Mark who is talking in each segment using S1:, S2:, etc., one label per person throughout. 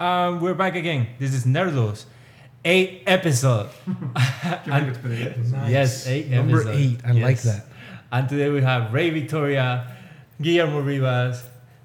S1: Um, we're back again. This is Nerdos. Eight episode.
S2: think it's been eight episodes.
S1: Yes, eight
S3: Number
S1: episode.
S3: eight. I like
S1: Yes.
S3: that.
S1: And today we have Ray Victoria, Guillermo Rivas,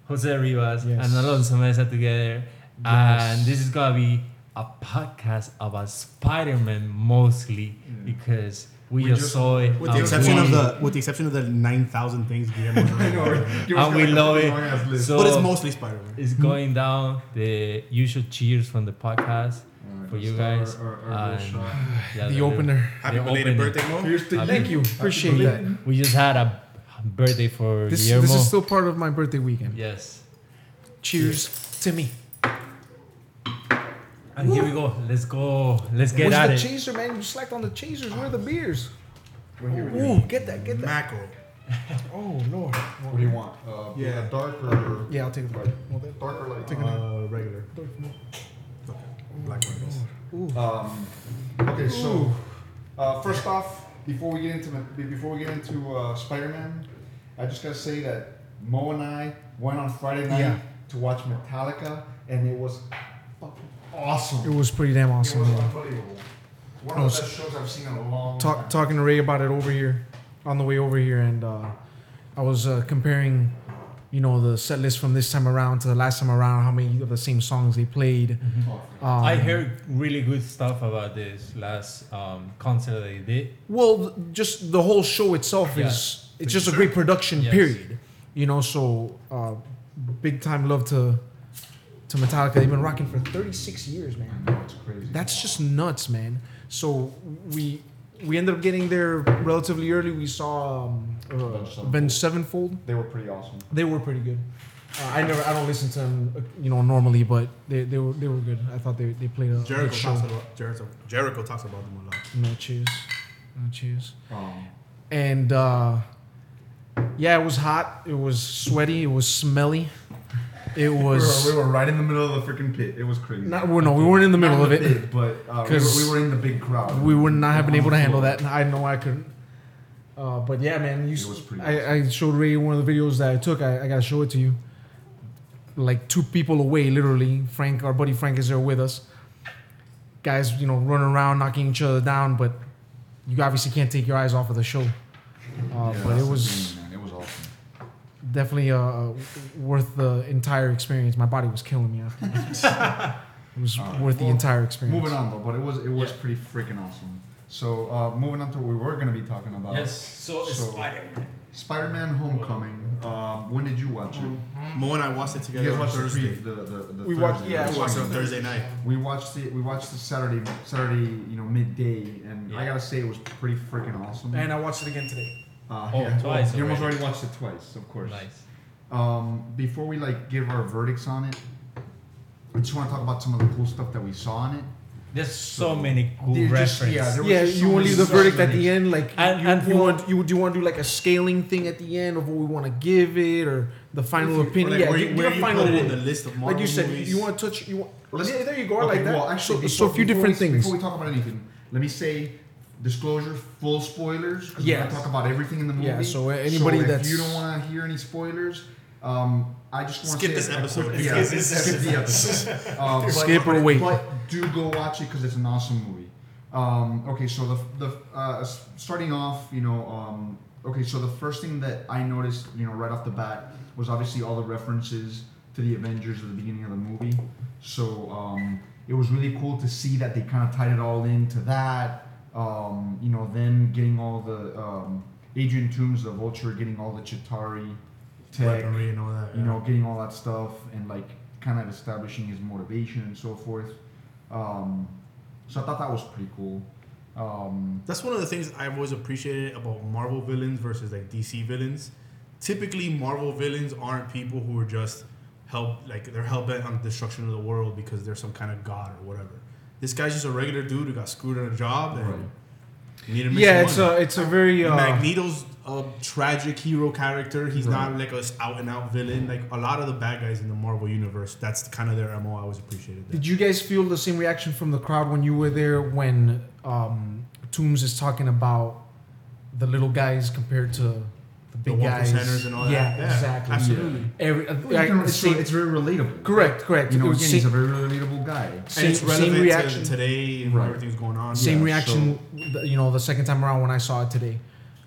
S1: Jose Rivas,
S3: Yes.
S1: and Alonso Mesa together. And
S3: Yes.
S1: this is gonna be a podcast about Spider-Man mostly
S2: Yeah.
S1: because we,
S2: We
S1: just,
S2: just-
S1: saw it.
S4: With
S1: and
S4: the exception
S1: we-
S4: of the with the exception of the nine thousand things Guillermo. did.
S2: I know. right? Give us
S1: And we
S2: like a
S1: love it.
S2: long-ass list.
S1: So-
S4: but it's mostly Spider-Man.
S1: is going down the usual cheers from the podcast.
S2: Alright,
S1: for
S2: let's
S1: you
S2: start
S1: guys,
S2: our- our- our little
S1: and-
S2: shot.
S1: Yeah,
S3: the
S1: the-
S3: opener.
S4: Happy
S1: the
S4: belated
S1: opening.
S4: birthday, Mo.
S2: Here's to
S1: Thank
S3: you.
S2: Happy
S3: Appreciate
S2: belated.
S1: We just had a birthday for
S3: This,
S1: Guillermo.
S3: this is still part of my birthday weekend.
S1: yes.
S3: Cheers to me.
S1: And here we go. Let's go. Let's get
S3: Where's
S1: at
S3: the
S1: it.
S3: chaser, man? You slacked on the chasers. Where are the beers?
S2: Well, Oh, here we go.
S3: Ooh, get that, get that.
S4: Mackerel.
S3: Oh lord.
S2: What do you want? Uh,
S4: Yeah.
S2: a darker,
S3: Yeah, I'll take it.
S2: Right.
S3: Well, that-
S2: darker light.
S3: Take
S4: Uh, regular. Black one. yes.
S3: Ooh.
S2: Um, okay, so uh, first off, before we get into before we get into uh, Spider-Man, I just gotta say that Mo and I went on Friday night
S3: Yeah.
S2: to watch Metallica, and it was fucking awesome.
S3: It was pretty damn awesome.
S2: It was
S3: man.
S2: unbelievable. One
S3: I
S2: of
S3: was-
S2: the best shows I've seen in a long
S3: Talk,
S2: time.
S3: talking to Ray about it over here, on the way over here, and uh, I was uh, comparing, you know, the set list from this time around to the last time around. How many of the same songs they played?
S2: Oh,
S3: Um,
S1: I heard really good stuff about this last um, concert they did.
S3: Well, just the whole show itself
S1: Yeah.
S3: is it's just a great production
S1: Yes.
S3: period. You know, so uh, big time love to to Metallica. They've been rocking for 36 years, man.
S2: I know, it's crazy.
S3: That's just nuts, man. So we we ended up getting there relatively early. We saw um, uh,
S2: Sevenfold.
S3: Ben Sevenfold.
S2: they were pretty awesome.
S3: They were pretty good. Uh, I never I don't listen to them, uh, you know, normally, but they, they were they were good. I thought they, they played a
S4: Jericho
S3: good show.
S4: talks about Jericho. Jericho talks about them a lot.
S3: No cheers, no cheers.
S2: Um,
S3: and uh, yeah, it was hot. It was sweaty. It was smelly. It
S2: we,
S3: was
S2: were, we were right in the middle of the freaking pit. It was crazy.
S3: not. Well, no, we weren't in the middle of it.
S2: pit, but uh, we, were,
S3: 'Cause
S2: we were in the big crowd.
S3: We would not have been
S2: On
S3: able to
S2: the
S3: handle
S2: floor.
S3: that. I know I couldn't. Uh, but yeah, man, you.
S2: It was pretty
S3: I, I showed Ray one of the videos that I took. I, I gotta show it to you. Like two people away, literally. Frank, our buddy Frank, is there with us. Guys, you know, running around, knocking each other down, but you obviously can't take your eyes off of the show. Uh,
S2: Yeah,
S3: but
S2: that's the
S3: it was.
S2: thing, man. It was awesome.
S3: definitely uh, worth the entire experience. My body was killing me after. it was
S2: Alright,
S3: worth the
S2: well,
S3: entire experience.
S2: Moving on though, but it was it was pretty freaking awesome. So uh, moving on to what we were gonna be talking about.
S1: Yes. So,
S2: So-
S1: Spider-Man.
S2: Spider-Man: Homecoming. Um, when did you watch it?
S4: Mo and I watched Mm-hmm.
S2: You
S4: it together
S2: guys
S4: on
S2: watched the,
S4: Thursday.
S2: pre- the, the, the
S3: We
S2: Thursday,
S3: watched- yeah,
S2: right?
S4: We watched it on Thursday night.
S2: We watched it. We watched it Saturday, Saturday, you know, midday, and I
S1: Yeah.
S2: gotta say it was pretty freaking awesome.
S3: And I watched it again today.
S2: uh,
S1: Oh, twice
S2: You
S1: already.
S2: almost already watched it twice, of course.
S1: Nice.
S2: Um, before we like give our verdicts on it, I just want to talk about some of the cool stuff that we saw in it.
S1: There's so many cool
S2: Dude, just-
S1: references.
S2: yeah, there was
S3: Yeah,
S2: just so
S3: you want
S2: many
S3: to leave the
S2: stuff
S3: verdict at
S2: that
S3: the end, like
S1: And-
S3: you,
S1: and
S3: you
S1: for-
S3: want you do you want to do like a scaling thing at the end of what we want to give it or the final
S4: Or like
S3: opinion? yeah, give-
S4: where, you-
S3: give
S4: where
S3: a
S4: you
S3: final
S4: put it in
S3: word.
S4: the list of Marvel
S3: Like you said,
S4: movies.
S3: you want to touch you want.
S2: Let's-
S3: yeah, there you go, I
S2: Okay,
S3: like that.
S2: Well, actually,
S3: so,
S2: before-
S3: so a few
S2: before
S3: different
S2: we,
S3: things.
S2: Before we talk about anything, let me say disclosure: full spoilers. 'cause We're
S3: Yes.
S2: gonna talk about everything in the movie.
S3: Yeah, so, uh, anybody
S2: if
S3: that's-
S2: you don't want to hear any spoilers. Um, I just want to
S4: Skip this episode.
S2: Quick, yeah,
S4: Skip this
S2: skip the episode. Um, but-
S3: Skip or
S2: but-
S3: wait.
S2: But do go watch it because it's an awesome movie. Um, okay, so the the uh, s- starting off, you know, um, okay, so the first thing that I noticed, you know, right off the bat was obviously all the references to the Avengers at the beginning of the movie. So um, it was really cool to see that they kind of tied it all into that. Um, you know, then getting all the um, Adrian Toomes, the Vulture, getting all the Chitari tech,
S4: weaponry and all that.
S2: you know, getting all that stuff and like kind of establishing his motivation and so forth. Um, so I thought that was pretty cool. Um,
S4: That's one of the things I've always appreciated about Marvel villains versus like DC villains. Typically, Marvel villains aren't people who are just help like they're hell bent on the destruction of the world because they're some kind of god or whatever. This guy's just a regular dude who got screwed on a job and
S2: Right.
S4: needed to make
S3: yeah,
S4: some
S3: it's
S4: money.
S3: a it's a very uh,
S4: Magneto's a tragic hero character. He's
S2: Right.
S4: not like a out and out villain. Like a lot of the bad guys in the Marvel universe, that's kind of their mo. I always appreciated that.
S3: Did you guys feel the same reaction from the crowd when you were there when um, Toombs is talking about the little guys compared to the
S4: the
S3: big
S4: Walker
S3: guys.
S4: centers and all that.
S3: Yeah, exactly.
S4: Absolutely.
S3: Every, uh,
S2: You know,
S3: I-
S2: it's,
S3: same,
S2: it's very relatable.
S3: correct, correct.
S2: You know,
S3: It
S2: again,
S3: was
S2: he's a
S3: same,
S2: very relatable guy.
S4: And
S3: same,
S4: it's relevant
S3: same
S4: to
S3: reaction.
S4: today and
S2: Right.
S4: everything's going on.
S3: same
S2: Yeah,
S3: reaction. th- You know, the second time around when I saw it today.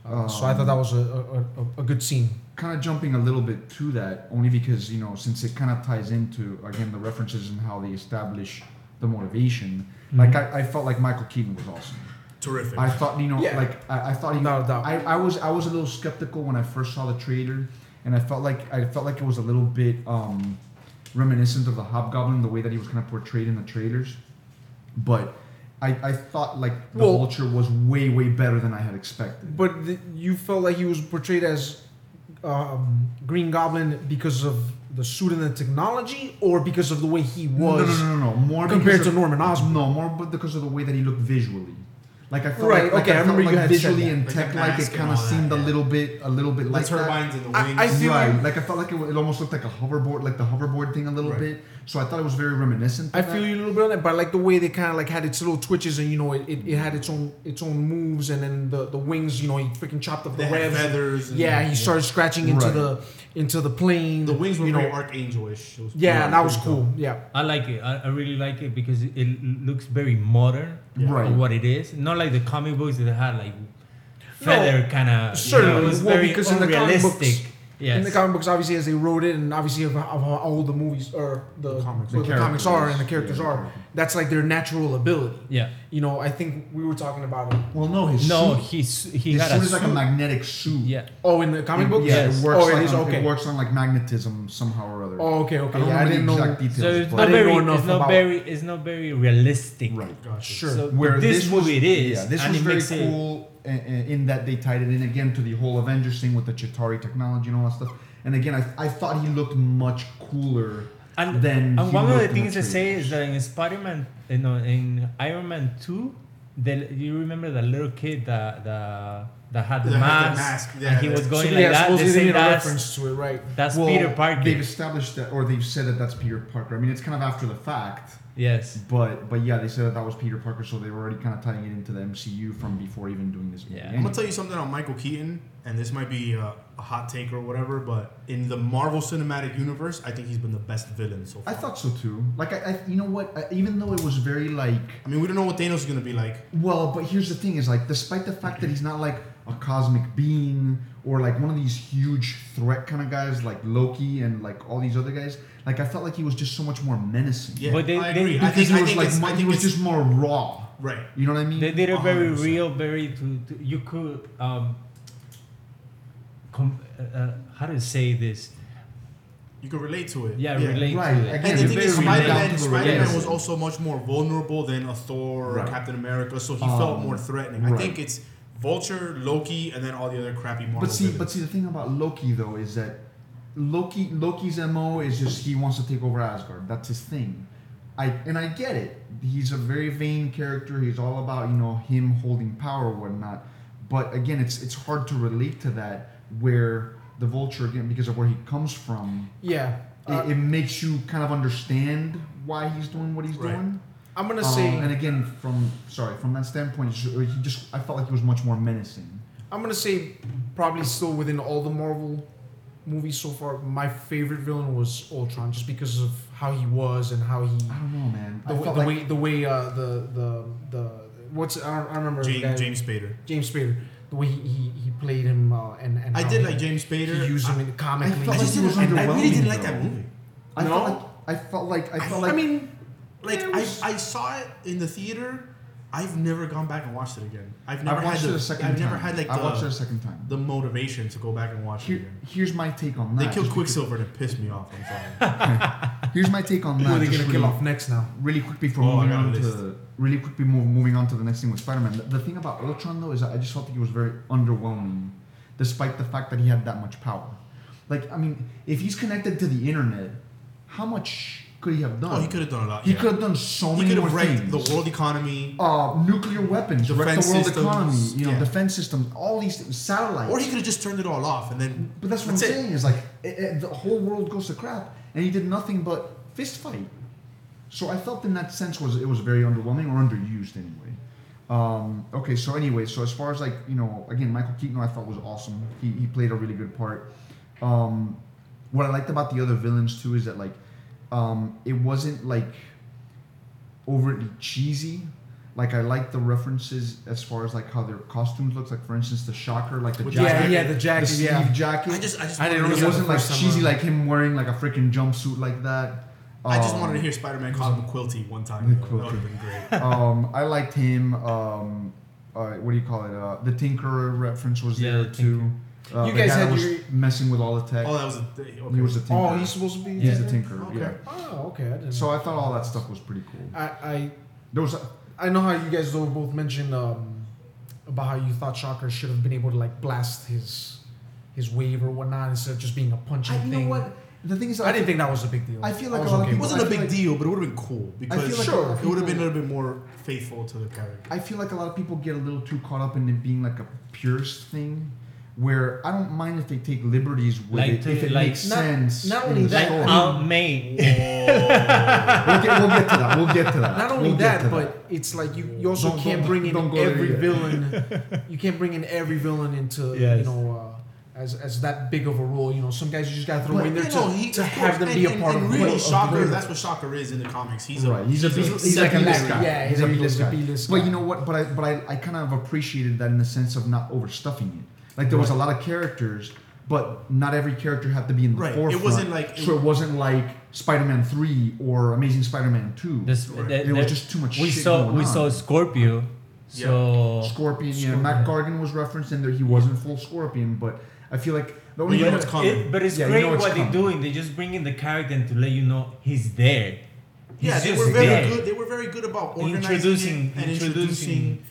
S2: Um,
S3: so I thought that was a, a, a, a good scene.
S2: kind of jumping a little bit to that only because you know since it kind of ties into again the references and how they establish the motivation like I, I felt like michael keaton was awesome
S4: Terrific.
S2: i thought you know
S3: Mm-hmm. Yeah.
S2: like I, I thought he,
S3: Mm-hmm. Without a doubt.
S2: I, I was i was a little skeptical when i first saw the trailer and i felt like i felt like it was a little bit um reminiscent of the hobgoblin the way that he was kind of portrayed in the trailers but I, I thought like the
S3: Well-
S2: vulture was way way better than I had expected.
S3: But th- you felt like he was portrayed as um, Green Goblin because of the suit and the technology, or because of the way he was.
S2: no, no, no, no, no. more
S3: compared
S2: because
S3: to Norman Osborn.
S2: No, more but because of the way that he looked visually. Like I felt
S3: Right,
S2: like, like
S3: okay, I
S2: felt
S3: remember
S2: like
S3: you had said
S2: visually
S3: that.
S2: and
S4: Like the
S2: tech like
S4: mask
S2: it
S4: and
S2: kind
S4: all
S2: of
S4: that,
S2: seemed a
S4: yeah.
S2: little bit a little bit
S4: the
S2: like that.
S4: turbines in the
S3: I-
S4: wings.
S3: I feel
S2: right,
S3: you.
S2: like I felt like it, wa- it almost looked like a hoverboard, like the hoverboard thing a little
S4: Right.
S2: bit. So I thought it was very reminiscent. to
S3: I
S2: that.
S3: feel you a little bit on that, but I like the way they kind of like had its little twitches and you know it, it, it had its own its own moves and then the, the wings you know he freaking chopped up
S4: they
S3: the
S4: had
S3: webs.
S4: feathers. And
S3: Yeah, he started scratching into
S2: Right.
S3: the into the plane.
S4: The wings were
S3: you
S4: very
S3: know.
S4: archangelish. It was
S3: Yeah,
S4: pretty-
S3: that was
S4: pretty
S3: cool. Yeah,
S1: I like it. I, I really like it because it l- looks very modern
S4: Yeah.
S2: Right.
S1: of what it is. Not like the comic books that had like
S3: No,
S1: feather kind of.
S3: certainly.
S1: it was
S3: Well,
S1: very
S3: because in the comic
S1: unrealistic.
S3: books-
S1: yes.
S3: in the comic books, obviously as they wrote it, and obviously of, of how old the movies or the,
S4: The comics.
S3: what
S2: The
S3: the comics are and the
S2: characters,
S3: characters
S2: yeah.
S3: are, that's like their natural ability.
S1: yeah.
S3: You know, I think we were talking about it.
S2: Well, no, his
S1: No,
S2: suit,
S1: he's he
S2: his
S1: got
S2: suit
S1: a
S2: is
S1: suit.
S2: like a magnetic suit.
S1: yeah.
S3: Oh, in the comic
S2: It-
S3: book.
S2: Yeah,
S1: Yes.
S2: it works.
S3: Oh, it
S2: like
S3: is?
S2: on,
S3: Okay.
S2: It works on like magnetism somehow or other.
S3: Oh, okay, okay.
S2: I don't
S3: yeah, I
S2: remember
S3: didn't
S2: the
S3: know.
S2: exact
S1: So
S2: details,
S1: it's
S2: but
S1: not
S3: didn't
S1: very.
S3: know enough
S1: It's not
S3: about-
S1: very. It's not very realistic.
S2: right.
S4: Gotcha.
S3: Sure.
S1: So
S2: Where
S1: where this,
S2: this was-
S1: movie it is.
S2: Yeah, this
S1: and
S2: was
S1: it
S2: very
S1: makes it-
S2: cool i- i- in that they tied it in again to the whole Avengers thing with the Chitari technology and all that stuff. And again, I, I thought he looked much cooler
S1: And-
S2: than.
S1: And
S2: he
S1: one of the
S2: looked in
S1: things they say is that in Spider-Man, you know, in Iron Man two, the, you remember the little kid that the that had the
S4: That had the
S1: mask,
S4: mask, yeah,
S1: and he was
S4: that-
S1: going
S3: So,
S1: like that. They
S3: supposedly
S1: say
S3: made a
S1: that's,
S3: reference to it, right?
S1: that's
S2: Well,
S1: Peter Parker.
S2: They've established that, or they've said that that's Peter Parker. I mean, it's kind of after the fact,
S1: Yes.
S2: but but yeah, they said that that was Peter Parker, so they were already kind of tying it into the MCU from before even doing this movie.
S1: Yeah.
S4: I'm
S2: anyway.
S4: gonna tell you something on Michael Keaton, and this might be a, a hot take or whatever, but in the Marvel Cinematic Universe, I think he's been the best villain so far.
S2: I thought so too. Like, I, I you know what? I, even though it was very like.
S4: I mean, we don't know what Thanos is gonna be like.
S2: Well, but here's the thing: is like, despite the fact that he's not like a cosmic being or like one of these huge threat kind of guys like Loki and like all these other guys, like I felt like he was just so much more menacing.
S4: Yeah,
S1: But they-
S4: I
S1: they-
S4: agree. I
S2: because
S4: think,
S2: he
S4: I
S2: was
S4: think
S2: like
S4: it's,
S2: mu-
S4: I
S2: he
S4: think
S2: was
S4: it's
S2: just more raw.
S4: right.
S2: You know what I mean? Um,
S1: They did a very
S4: 100%.
S1: real, very to, to you could um, com- uh, uh, how do you say this?
S4: You can relate to it.
S1: Yeah, relate
S2: right.
S1: to it.
S2: Again,
S4: And
S2: it's
S4: the thing
S2: very
S4: is,
S2: down
S4: Spider
S2: to
S4: Man
S2: the
S4: Spider Man
S2: reality.
S4: was also much more vulnerable than a Thor or
S2: Right.
S4: a Captain America, so he
S2: Um,
S4: felt more threatening. I
S2: right.
S4: think it's Vulture, Loki, and then all the other crappy Marvel.
S2: But see,
S4: villains.
S2: but see, the thing about Loki though is that Loki Loki's mo is just he wants to take over Asgard. That's his thing. I and I get it. He's a very vain character. He's all about you know him holding power or whatnot. But again, it's it's hard to relate to that where the Vulture again because of where he comes from.
S3: Yeah. Uh,
S2: It, it makes you kind of understand why he's doing what he's
S4: Right.
S2: doing.
S3: I'm gonna
S2: Um,
S3: say
S2: and again, from sorry, from that standpoint, it's- he just I felt like he was much more menacing.
S3: I'm gonna say probably still within all the Marvel movies so far, my favorite villain was Ultron, just because of how he was and how he
S2: I don't know, man.
S3: the,
S2: I
S3: way,
S2: felt
S3: the
S2: like-
S3: way the way uh, the the the what's I don't, I don't remember the guy-
S4: James, James Spader.
S3: James Spader the way he, he, he played him uh, and and
S4: I
S3: how
S4: did
S3: he-
S4: like James
S3: he
S4: Spader.
S3: used him
S4: I,
S3: in comically.
S2: I
S4: I
S2: felt
S4: just
S2: like he was
S4: didn't- I really didn't
S2: underwhelming,
S4: like that
S2: though.
S4: movie.
S2: I
S3: No?
S2: felt like I felt like I felt like
S4: I mean, like
S2: Yeah, it was-
S4: I, I saw it in the theater. I've never gone back and watched it again. I've never
S2: I watched
S4: had
S2: it
S4: the,
S2: a second
S4: I've
S2: time.
S4: never had like
S2: I watched it a
S4: the,
S2: second time.
S4: the motivation to go back and watch it
S2: Here,
S4: again.
S2: here's my take on that.
S4: They killed
S2: just because-
S4: Quicksilver to piss me off. I'm sorry.
S2: Here's my take on that.
S3: who are they
S2: just
S3: gonna
S2: really,
S3: kill off next now?
S2: really quick before
S4: Oh, I
S2: moving
S4: got a
S2: on
S4: list.
S2: to really quickly move, moving on to the next thing with Spider-Man. The, the thing about Ultron though is that I just felt like he was very underwhelming, despite the fact that he had that much power. Like I mean, if he's connected to the internet, how much could he have done?
S4: oh, he could have done a lot.
S2: He
S4: yeah.
S2: could have done so
S4: He
S2: many
S4: could
S2: more
S4: have wrecked
S2: things.
S4: the world economy,
S2: uh, nuclear weapons, wreck
S4: Defense
S2: the world
S4: systems,
S2: economy, you know,
S4: yeah.
S2: defense systems, all these things, satellites.
S4: or he could have just turned it all off and then.
S2: but that's what I'm
S4: it.
S2: saying is like it, it- the whole world goes to crap, and he did nothing but fist fight. So I felt in that sense was it was very underwhelming or underused anyway. Um, okay, so anyway, so as far as like you know, again, Michael Keaton I thought was awesome. He, he played a really good part. Um, what I liked about the other villains too is that like um, it wasn't like overtly cheesy. Like I like the references as far as like how their costumes looks. Like for instance, the Shocker, like the
S4: With
S2: jacket,
S3: yeah, yeah, the
S2: the
S3: jacket,
S2: sleeve
S3: yeah.
S2: jacket.
S4: I just, I just,
S3: I didn't
S4: wanted
S2: it
S3: really
S4: to hear-
S2: wasn't like
S3: first time
S2: cheesy,
S3: around.
S2: like him wearing like a freaking jumpsuit like that.
S4: I just
S2: Um,
S4: wanted to hear Spider-Man call him Quilty one time.
S2: The
S4: though. That would have
S2: Quilty.
S4: been great.
S2: um, I liked him. Um, uh, what do you call it? Uh, the Tinkerer reference was
S1: Yeah,
S2: there
S1: the
S2: too. Uh,
S3: You
S2: the
S3: guys
S2: guy
S3: had
S2: that was
S3: your-
S2: messing with all the tech.
S4: Oh, that was a th- okay.
S2: He was a Tinkerer.
S3: Oh, he's supposed to be.
S2: He's the
S3: yeah.
S2: Tinkerer.
S4: Okay.
S2: Yeah.
S3: Oh, okay. I didn't.
S2: So I thought all that stuff was pretty cool.
S3: I, I
S2: There was a,
S3: I know how you guys though both mentioned um, about how you thought Shocker should have been able to like blast his his wave or whatnot instead of just being a punching
S2: I, you
S3: thing.
S2: know what? The thing is,
S3: I didn't think that was a big deal.
S2: I feel like
S3: I
S2: a lot of
S4: It
S2: people-
S4: wasn't
S2: I
S4: a
S2: feel
S4: big
S2: like-
S4: deal, but it would have been cool because
S2: feel like
S3: Sure.
S4: it would have been a little bit more faithful to the character.
S2: I feel like a lot of people get a little too caught up in it being like a purist thing, where I don't mind if they take liberties with
S1: Like
S2: it
S1: to-
S2: if it
S1: like-
S2: makes
S3: Not-
S2: sense.
S3: not
S2: in
S3: only
S2: the
S3: that,
S1: Like
S2: story.
S1: Aunt May.
S4: Whoa.
S2: we'll, get, we'll get to that. We'll get to that.
S3: Not
S2: We'll
S3: only
S2: get
S3: that,
S2: to
S3: but it's like you, you also
S2: Don't-
S3: can't
S2: don't-
S3: bring in
S2: don't go there
S3: every
S2: yet.
S3: villain. you can't bring in every villain into you
S1: Yes.
S3: know uh, as as that big of a role. You know, some guys you just gotta throw
S4: But,
S3: in there
S4: you
S3: to,
S4: know, he-
S3: to
S4: of
S3: have
S4: course,
S3: them be a
S4: and-
S3: part
S4: and
S3: of
S4: really
S3: of
S4: Shocker.
S3: group.
S4: That's what Shocker is in the comics. He's
S2: Right,
S4: a
S2: he's a B- he's like a
S4: secondary
S2: B-list guy.
S3: Yeah,
S2: He's a
S3: he's a
S2: B-list
S3: B-list
S2: guy.
S3: B-list
S2: But
S3: guy.
S2: you know what? But I but I, I kind of appreciated that in the sense of not overstuffing it. Like there was a lot of characters, but not every character had to be in the
S4: Right, it
S2: forefront.
S4: wasn't like-
S2: so. It wasn't like Spider-Man three or Amazing Spider-Man two.
S1: This-
S4: Right.
S1: the-
S2: There was
S1: the-
S2: just too much
S1: We
S2: shit
S1: saw
S2: going
S1: we
S2: on.
S1: saw Scorpio.
S4: Yeah.
S1: So
S2: Scorpion. Yeah, Matt Gargan was referenced in there. He wasn't full Scorpion, but I feel like the only
S4: you know
S2: way-
S4: it's coming.
S1: It- but it's
S2: Yeah, you
S1: great
S2: know it's
S1: what they're
S2: coming.
S1: doing. They're just bringing the character in to let you know he's there. He's
S4: Yeah, they
S1: just
S4: were very
S1: there.
S4: good. They were very good about organizing
S1: Introducing-
S4: it and introducing.
S1: introducing-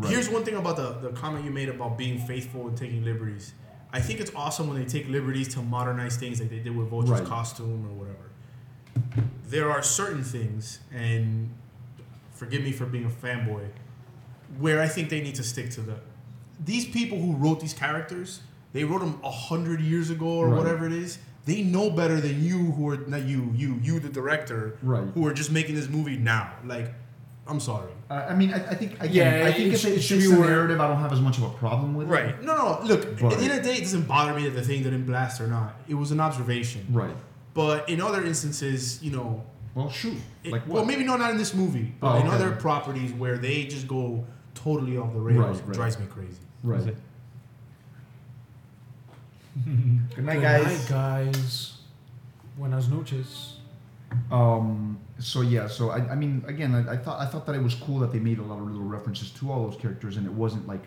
S2: Right.
S4: Here's one thing about the, the comment you made about being faithful and taking liberties. I think it's awesome when they take liberties to modernize things like they did with Vulture's
S2: Right.
S4: costume or whatever. There are certain things, and forgive me for being a fanboy, where I think they need to stick to the. These people who wrote these characters, they wrote them a hundred years ago or
S2: Right.
S4: whatever it is. They know better than you, who are not you, you, you, the director,
S2: Right.
S4: who are just making this movie now. Like, I'm sorry.
S2: Uh, I mean, I, I think again,
S3: Yeah,
S2: I think
S3: it
S2: if
S3: should-
S2: it,
S3: it
S2: it
S3: should
S2: fits
S3: be
S2: the
S3: where-
S2: narrative, I don't have as much of a problem with it.
S4: Right. No, no, look,
S2: But-
S4: at the end of the day, it doesn't bother me that the thing didn't blast or not. It was an observation.
S2: Right.
S4: But in other instances, you know,
S2: Well, shoot.
S4: it-
S2: like what?
S4: well, maybe no, not in this movie, but
S2: Oh,
S4: in
S2: okay.
S4: other properties where they just go totally off the rails,
S2: Right,
S4: it
S2: right.
S4: drives me crazy.
S2: right. Good night,
S3: Good
S2: guys.
S3: night, guys. Buenas noches.
S2: Um. So yeah. So I, I mean, again, I, I thought I thought that it was cool that they made a lot of little references to all those characters, and it wasn't like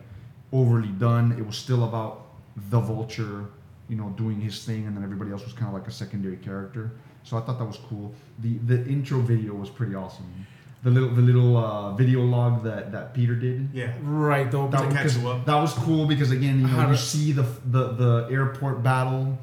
S2: overly done. It was still about the Vulture, you know, doing his thing, and then everybody else was kind of like a secondary character. So I thought that was cool. The the intro video was pretty awesome. The little the little uh, video log that that Peter did.
S4: Yeah.
S3: Right, though.
S2: That,
S4: To
S2: was-
S4: catch
S2: because-
S4: you up.
S2: that was cool because again, you,
S3: How
S2: know, you
S3: to-
S2: see the, the the airport battle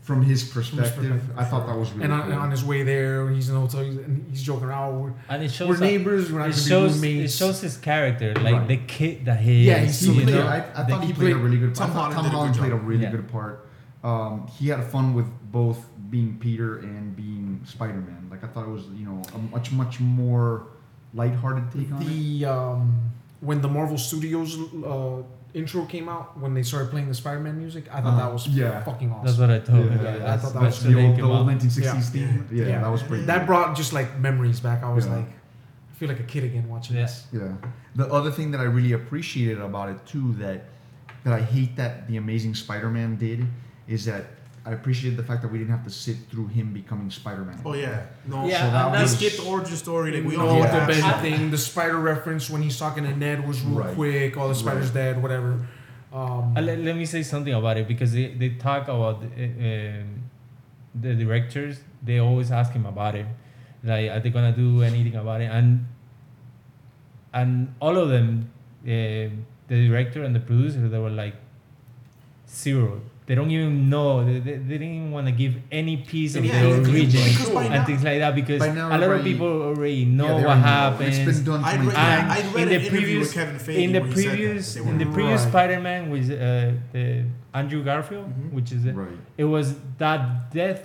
S2: from his perspective.
S3: perspective,
S2: I thought
S3: sure.
S2: that was really
S3: and on,
S2: cool.
S3: and on his way there, he's in the hotel, he's, and he's joking around. We're,
S1: And it shows
S3: we're
S1: that-
S3: neighbors. We're not
S1: It
S3: gonna
S1: shows,
S3: be
S1: it
S3: roommates.
S1: shows his character, like
S2: Right.
S1: the kid that he
S3: Yeah,
S1: is.
S3: he's
S2: he
S1: you
S3: super
S2: played,
S1: know?
S3: clear.
S2: I, I
S3: They-
S2: thought he,
S3: he
S2: played, a
S3: played-
S2: really good.
S4: Tom
S2: I thought
S4: Holland
S2: Tom
S4: did a good
S2: Holland played a
S4: job.
S2: really
S1: Yeah.
S2: good part. Um, he had fun with both being Peter and being Spider-Man. Like I thought it was, you know, a much much more lighthearted take on it.
S3: the um, when the Marvel Studios uh, intro came out, when they started playing the Spider-Man music, I thought
S2: Uh,
S3: that was
S2: yeah.
S3: fucking awesome.
S1: That's what I told
S2: Yeah,
S1: him.
S2: yeah,
S3: I thought that
S1: That's
S3: was
S1: what
S2: The
S1: they
S2: old, the
S1: came
S2: old
S1: up.
S2: 1960s
S3: Yeah.
S2: theme. Yeah,
S3: Yeah.
S2: that was pretty.
S3: that
S2: good.
S3: brought just like memories back. I was
S2: Yeah.
S3: like, I feel like a kid again watching
S1: Yeah.
S3: this.
S2: Yeah. The other thing that I really appreciated about it too that that I hate that the Amazing Spider-Man did is that I appreciated the fact that we didn't have to sit through him becoming Spider-Man.
S4: Oh, yeah. No,
S1: Yeah,
S4: so
S1: and
S4: that
S1: that's-
S4: was, they skipped the origin story. Like, we all
S3: know
S4: know
S3: what
S4: Oh, what
S3: the
S4: happened.
S3: Ben thing, the spider reference when he's talking to Ned was real
S2: Right.
S3: quick. All the spider's
S2: Right.
S3: dead, whatever. Um,
S1: Uh, let, let me say something about it because they, they talk about the, uh, um, the directors they always ask him about it like are they gonna do anything about it and and all of them uh, the director and the producer they were like zero they don't even know they, they, they didn't even want to give any piece of
S4: Yeah,
S1: the
S4: because-
S1: origin
S4: because by
S1: and
S4: now-
S1: things like that because
S2: By now
S1: a lot of
S2: already-
S1: people already
S2: Yeah,
S1: know
S2: they
S1: what
S2: already know.
S1: happens
S2: It's been done
S4: I
S2: twenty
S4: read,
S1: And
S4: I
S2: times.
S4: read
S1: in
S4: an
S1: the
S4: interview
S1: previous-
S4: with Kevin Feige
S1: in the
S4: where he said that
S1: previous
S4: they
S1: in the
S4: were-
S1: previous
S3: Right.
S1: Spider-Man with uh, the Andrew Garfield,
S4: Mhm.
S1: which is
S2: Right.
S1: it was that death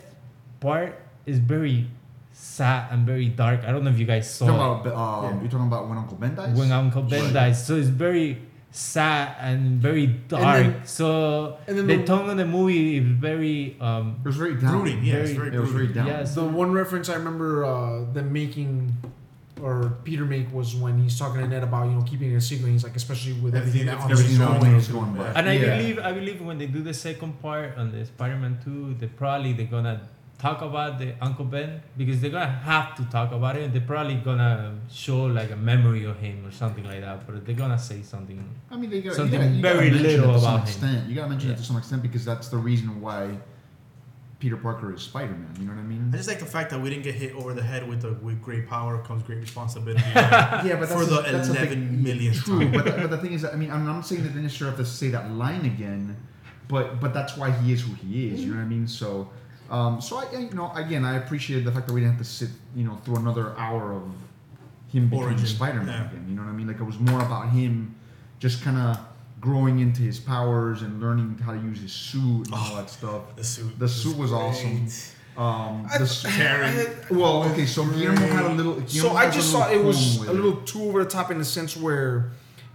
S1: part is very sad and very dark. I don't know if you guys saw
S2: You're
S1: it.
S2: talking about, um,
S4: Yeah.
S2: you're talking about when Uncle Ben dies.
S1: when Uncle Ben
S2: Right.
S1: dies. So it's very sad and very dark.
S3: then-
S1: so
S3: and then
S1: the,
S3: the-
S1: tone of the movie is very um
S2: it was very down.
S4: brooding. Yeah, it's
S1: Very-
S4: very
S2: It was very
S4: brooding.
S2: down.
S1: yeah.
S3: The
S1: So
S3: one reference I remember uh, them making, or Peter make, was when he's talking to Ned about you know keeping it a secret. He's like, especially with everything,
S4: Everything-
S3: that
S2: Everything
S4: Everything
S2: that
S4: going
S2: went
S4: on.
S2: is going by.
S1: and I
S2: Yeah.
S1: believe I believe when they do the second part on the Spider-Man Two, they probably they're gonna talk about the Uncle Ben because they're gonna have to talk about it. and They're probably gonna show like a memory of him or something like that. But they're gonna say something.
S2: I mean, they got,
S1: Something
S2: you gotta, you
S1: very
S2: gotta mention
S1: little
S2: it to
S1: about him.
S2: some extent. You gotta mention
S1: Yeah.
S2: it to some extent because that's the reason why Peter Parker is Spider Man. You know what I mean?
S4: I just like the fact that we didn't get hit over the head with the with great power comes great responsibility.
S2: yeah, but
S4: for
S2: that's
S4: the
S2: a, that's a big-
S4: 11 millionth
S2: True,
S4: time.
S2: but, but the thing is, I mean, I'm not saying that they necessarily have to say that line again, but but that's why he is who he is. You know what I mean? So, um, so I I- you know again, I appreciate the fact that we didn't have to sit you know through another hour of him becoming
S4: Origin,
S2: Spider-Man
S4: yeah.
S2: again. You know what I mean? Like it was more about him just kind of growing into his powers and learning how to use his suit and
S4: Oh.
S2: all that stuff.
S4: the suit.
S2: The suit was
S4: great.
S2: awesome. Um, the s-
S4: Karen.
S2: well, okay, so Guillermo had a little. Guillermo
S3: So I
S2: has a
S3: just
S2: little
S3: thought it was
S2: qualm with
S3: a little too over the top in the sense where,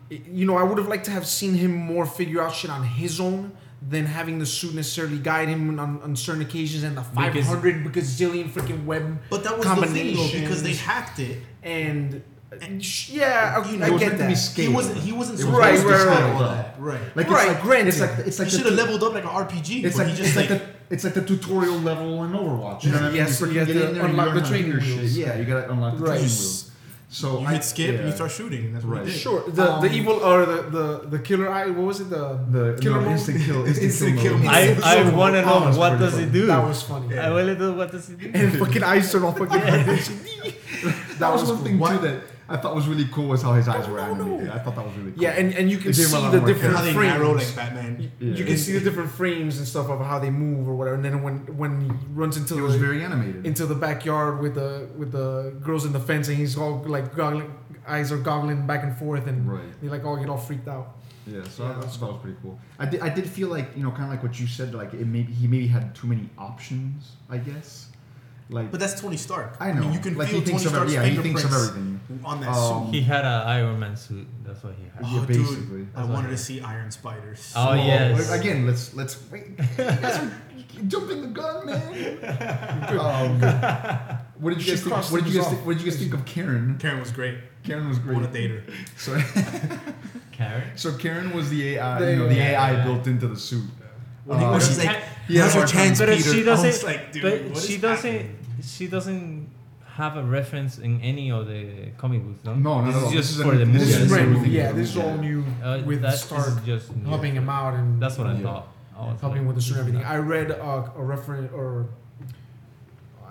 S3: y- you know, I would have liked to have seen him more figure out shit on his own than having the suit necessarily guide him on, on certain occasions and the
S1: Because-
S3: 500 because zillion freaking web
S4: But that was the thing though, because they
S3: Combinations.
S4: hacked it.
S3: and and sh- yeah, I,
S4: You know,
S3: I
S4: it was
S3: get
S2: meant to be
S3: that.
S2: sc-
S4: He
S2: Scale.
S4: wasn't. He wasn't
S2: It was
S4: supposed
S3: right,
S4: to
S3: right,
S4: have
S2: right.
S4: all that. Right.
S2: Like it's
S3: Right,
S2: like
S3: granted.
S2: it's like it's
S4: He
S2: like the-
S4: should have leveled up like an RPG.
S2: It's
S4: but
S2: like
S4: he just
S2: it's like, the it's like the tutorial level in Overwatch. You know what I mean?
S3: Yes,
S2: you
S3: you
S2: freaking
S3: have to
S2: get in there and
S3: unlock
S2: learn
S3: the
S2: how to do
S3: training
S2: your shit.
S3: wheels.
S2: Yeah, you gotta unlock the
S3: Right.
S2: training wheels. So
S4: you
S2: I,
S4: hit skip
S2: yeah.
S4: and you start shooting. and That's what
S2: Right.
S4: he did.
S3: Sure, the, the
S2: Um,
S3: evil or the, the, the killer eye. What was it? The
S2: The
S3: killer
S2: no,
S3: mode?
S2: instant kill, instant,
S3: Instant
S2: kill.
S3: kill
S2: mode.
S3: mode.
S1: I, I
S3: so
S1: want to
S2: cool.
S1: know what
S2: Honestly,
S1: does it
S2: like,
S1: do.
S3: that was funny.
S1: I want to know what does it do.
S3: And fucking eyes turn off again.
S2: that,
S3: That
S2: was
S3: was
S2: one
S3: cool.
S2: thing
S3: Why-
S2: too that I thought was really cool was how his eyes were
S3: No, no.
S2: animated. I thought that was really cool.
S3: Yeah, and, and you can
S2: It gave him a
S3: see
S2: lot
S3: the
S2: more
S4: And
S3: different
S4: How they
S3: frames.
S4: narrow like Batman.
S2: Yeah.
S3: You can see the different frames and stuff of how they move or whatever. And then when when he runs into
S2: it
S3: the
S2: was very animated.
S3: into the backyard with the with the girls in the fence and he's all like goggling, eyes are goggling back and forth and
S2: right.
S3: they like all get all freaked out.
S2: Yeah, so
S3: Yeah,
S2: I,
S3: that's
S2: that was pretty cool. I did, I did feel like you know, kind of like what you said, like it maybe he maybe had too many options. I guess, like
S4: But that's Tony Stark.
S2: I know,
S4: mean, you can
S2: like
S4: feel
S2: he
S4: Tony
S2: thinks of
S4: Stark's
S2: every, yeah, he thinks of
S4: fingerprints
S2: everything.
S4: on that
S2: Um,
S4: suit.
S1: He had an Iron Man suit. That's what he had.
S4: Oh,
S2: yeah,
S4: dude,
S2: basically.
S4: I
S1: That's
S4: wanted
S1: what-
S4: to see Iron Spiders.
S1: Oh, yes.
S2: Again, let's let's wait. You guys are jumping the gun, man. Um, what did
S3: She
S2: you guys think?
S3: crossed
S2: What did you
S3: things
S2: guys think?
S3: off.
S2: What did you guys think of Karen?
S4: Karen was great.
S2: Karen was
S4: Want to
S2: great.
S4: date her?
S2: So
S1: Karen.
S2: so Karen was the AI,
S3: There
S2: you know,
S3: you
S2: the
S3: go.
S2: AI built into the suit.
S4: When he-
S2: Uh,
S4: when she's
S1: she
S4: like,
S1: had-
S2: Yeah,
S4: "Now's your
S2: but
S4: chance,
S1: she
S4: Peter." I was
S1: doesn't-
S4: like, dude,
S1: But
S4: what
S1: she
S4: is
S1: doesn't.
S4: happening?
S1: She doesn't have a reference in any of the comic books. No.
S2: No, no,
S1: this
S2: no,
S1: is
S2: no.
S1: just
S2: This is
S1: for
S2: a-
S1: the
S2: this
S1: movie.
S2: is
S3: This is
S2: brand
S3: brand
S2: new.
S3: new.
S2: Yeah.
S3: Yeah, this is all new
S1: Uh,
S3: with
S1: that
S3: Stark
S1: is just yeah.
S3: helping him out and
S1: That's what I
S2: Yeah.
S1: thought. I was like,
S3: helping with the suit and
S1: this is
S3: everything. I read uh, a reference or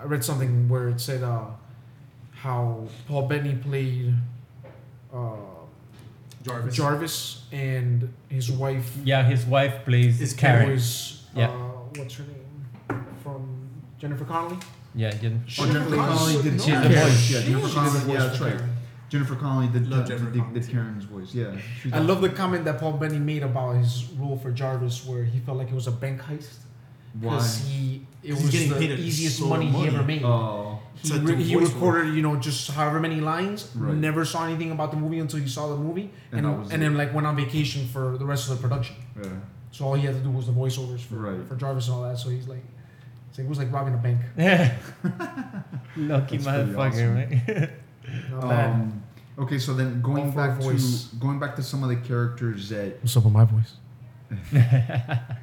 S3: I read something where it said uh, how Paul Bettany played uh,
S4: Jarvis.
S3: Jarvis and his wife
S1: not- Yeah, his wife plays
S4: Is
S1: Karen.
S3: was uh,
S1: Yeah.
S3: what's her name from Jennifer Connelly.
S1: Yeah, Jen-
S2: Oh, Jennifer
S3: Connelly.
S2: Connelly did
S1: She's
S2: Karen.
S1: the voice.
S2: Yeah,
S3: She
S2: Jennifer
S3: was- she did the
S2: Connelly.
S3: voice
S2: Yeah,
S3: for
S2: that's right.
S3: Karen.
S2: Jennifer Connelly did,
S4: Love
S2: did,
S4: Jennifer
S2: did,
S4: Connelly.
S2: did Karen's voice. Yeah, she
S3: I
S2: did.
S3: love the comment that Paul Bettany made about his role for Jarvis, where he felt like it was a bank heist
S2: Why?
S3: because he it
S4: He's
S3: was
S4: getting paid
S3: the
S4: a
S3: easiest
S4: slow
S3: money,
S4: money.
S3: he ever made.
S2: Oh,
S3: he
S4: So
S3: re-
S4: the
S3: he
S4: voice
S3: recorded you know just however many lines.
S2: Right.
S3: Never saw anything about the movie until he saw the movie,
S2: And
S3: and
S2: that was
S3: and,
S2: it.
S3: then like went on vacation for the rest of the production.
S2: yeah.
S3: So all he had to do was the voiceovers for
S2: Right.
S3: for Jarvis and all that. So he's like, it's like it was like robbing a bank.
S1: Lucky
S2: That's pretty
S1: motherfucker,
S2: awesome.
S1: right?
S3: Not bad.
S2: Um, okay, so then
S3: All
S2: going
S3: for
S2: back
S3: voice.
S2: to going back to some of the characters that
S3: What's up with my voice?